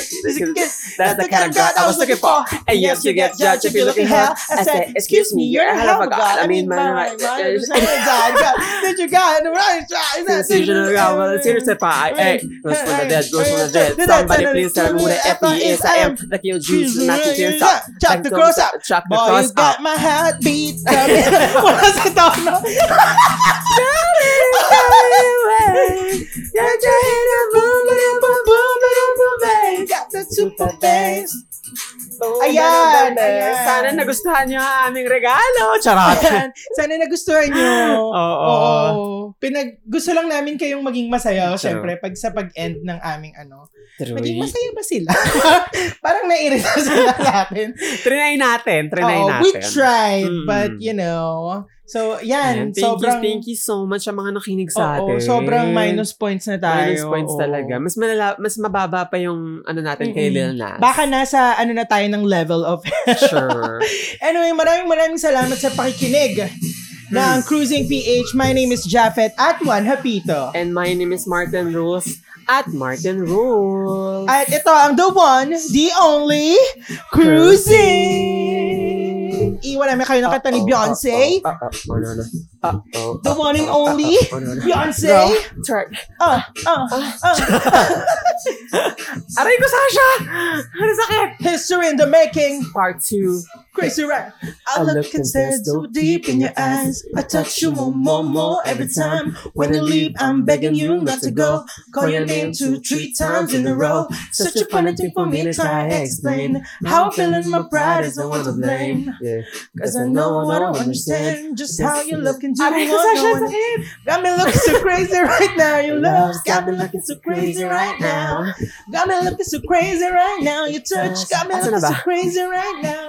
S1: That's the kind of God I was looking for.
S2: And yes, you get judged if you look in hell. I said, excuse me, you're a hell of a god. I mean, man, right?
S1: Did you got the right side?
S2: Seriously, pa, hey, goes for the dead, goes for the dead. Somebody please tell me who the F E is. I am the kill Jews, nothing to stop.
S1: Chop the cross up.
S2: Chop the
S1: Boy,
S2: cross
S1: you got
S2: up.
S1: my heartbeat. Wala sa tono. Got your head up, boom, ba-dum, boom, boom, ba-dum, boom, bang. Got that super bass. Ayan, ayan.
S2: Sana nagustuhan niyo ang aming regalo. Charot.
S1: Ayan. Sana nagustuhan nyo.
S2: Oo.
S1: Pinag, gusto lang namin kayong maging masaya.
S2: True.
S1: Siyempre, pag sa pag-end ng aming ano. Maging
S2: True.
S1: masaya ba sila? Parang nairita sila natin.
S2: Trinay natin. Trinay
S1: Oo,
S2: natin.
S1: we tried,
S2: Mm.
S1: but you know. So, yan.
S2: Ayan, thank
S1: sobrang,
S2: you, thank you so much sa mga nakinig sa
S1: Oo,
S2: atin.
S1: sobrang minus points na tayo.
S2: Minus points
S1: oo.
S2: talaga. Mas malala, mas mababa pa yung ano natin kay Lil
S1: Mm-mm.
S2: Nas.
S1: Baka nasa ano na tayo ng level of...
S2: sure.
S1: anyway, maraming maraming salamat sa pakikinig ng Cruising PH. My name is Jafet at Juan Hapito.
S2: And my name is Martin Rules at Martin Rules.
S1: At ito ang the one, the only, Cruising! Iwan namin kayo ng kanta ni Beyonce.
S2: Uh-oh, uh-oh, ano, ano.
S1: Uh, oh,
S2: Uh-oh,
S1: The one and
S2: uh-oh,
S1: only,
S2: uh-oh, ano, ano.
S1: Beyonce!
S2: Go. Turn.
S1: Ah, ah, ah.
S2: Aray ko, Sasha! Ano sakit?
S1: History in the making.
S2: Part 2.
S1: Crazy right? I look inside so deep in your eyes. I touch you more, more, more every time. When you leave, I'm begging you not to go. Call your name two, three times in a row. Such a funny thing for me to try to explain. How I'm feeling my pride is the one to blame.
S2: Yeah.
S1: Cause I know I don't understand just how your love can do
S2: Aray ko,
S1: what
S2: Sasha,
S1: no one.
S2: sakit!
S1: Got me looking so crazy right now. Your love's
S2: Love's
S1: got me looking so crazy right now. Got me looking so crazy right now. Your touch got me
S2: Asa na
S1: looking so
S2: ba?
S1: crazy right now.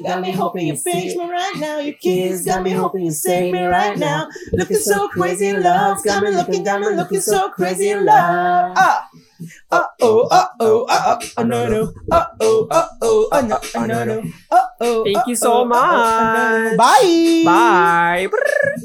S1: Got me hoping you fix me right now. Your kiss got me hoping you save me right now. Looking so crazy in love. Got me looking, got me looking so crazy in love. Ah, Uh-oh, uh-oh, uh-oh, uh, oh, no, no. Uh-oh, uh-oh, oh, no, oh, no, no. Uh-oh,
S2: Thank you so
S1: uh-oh, uh-oh, oh, no, no.
S2: much.
S1: Bye!
S2: Bye!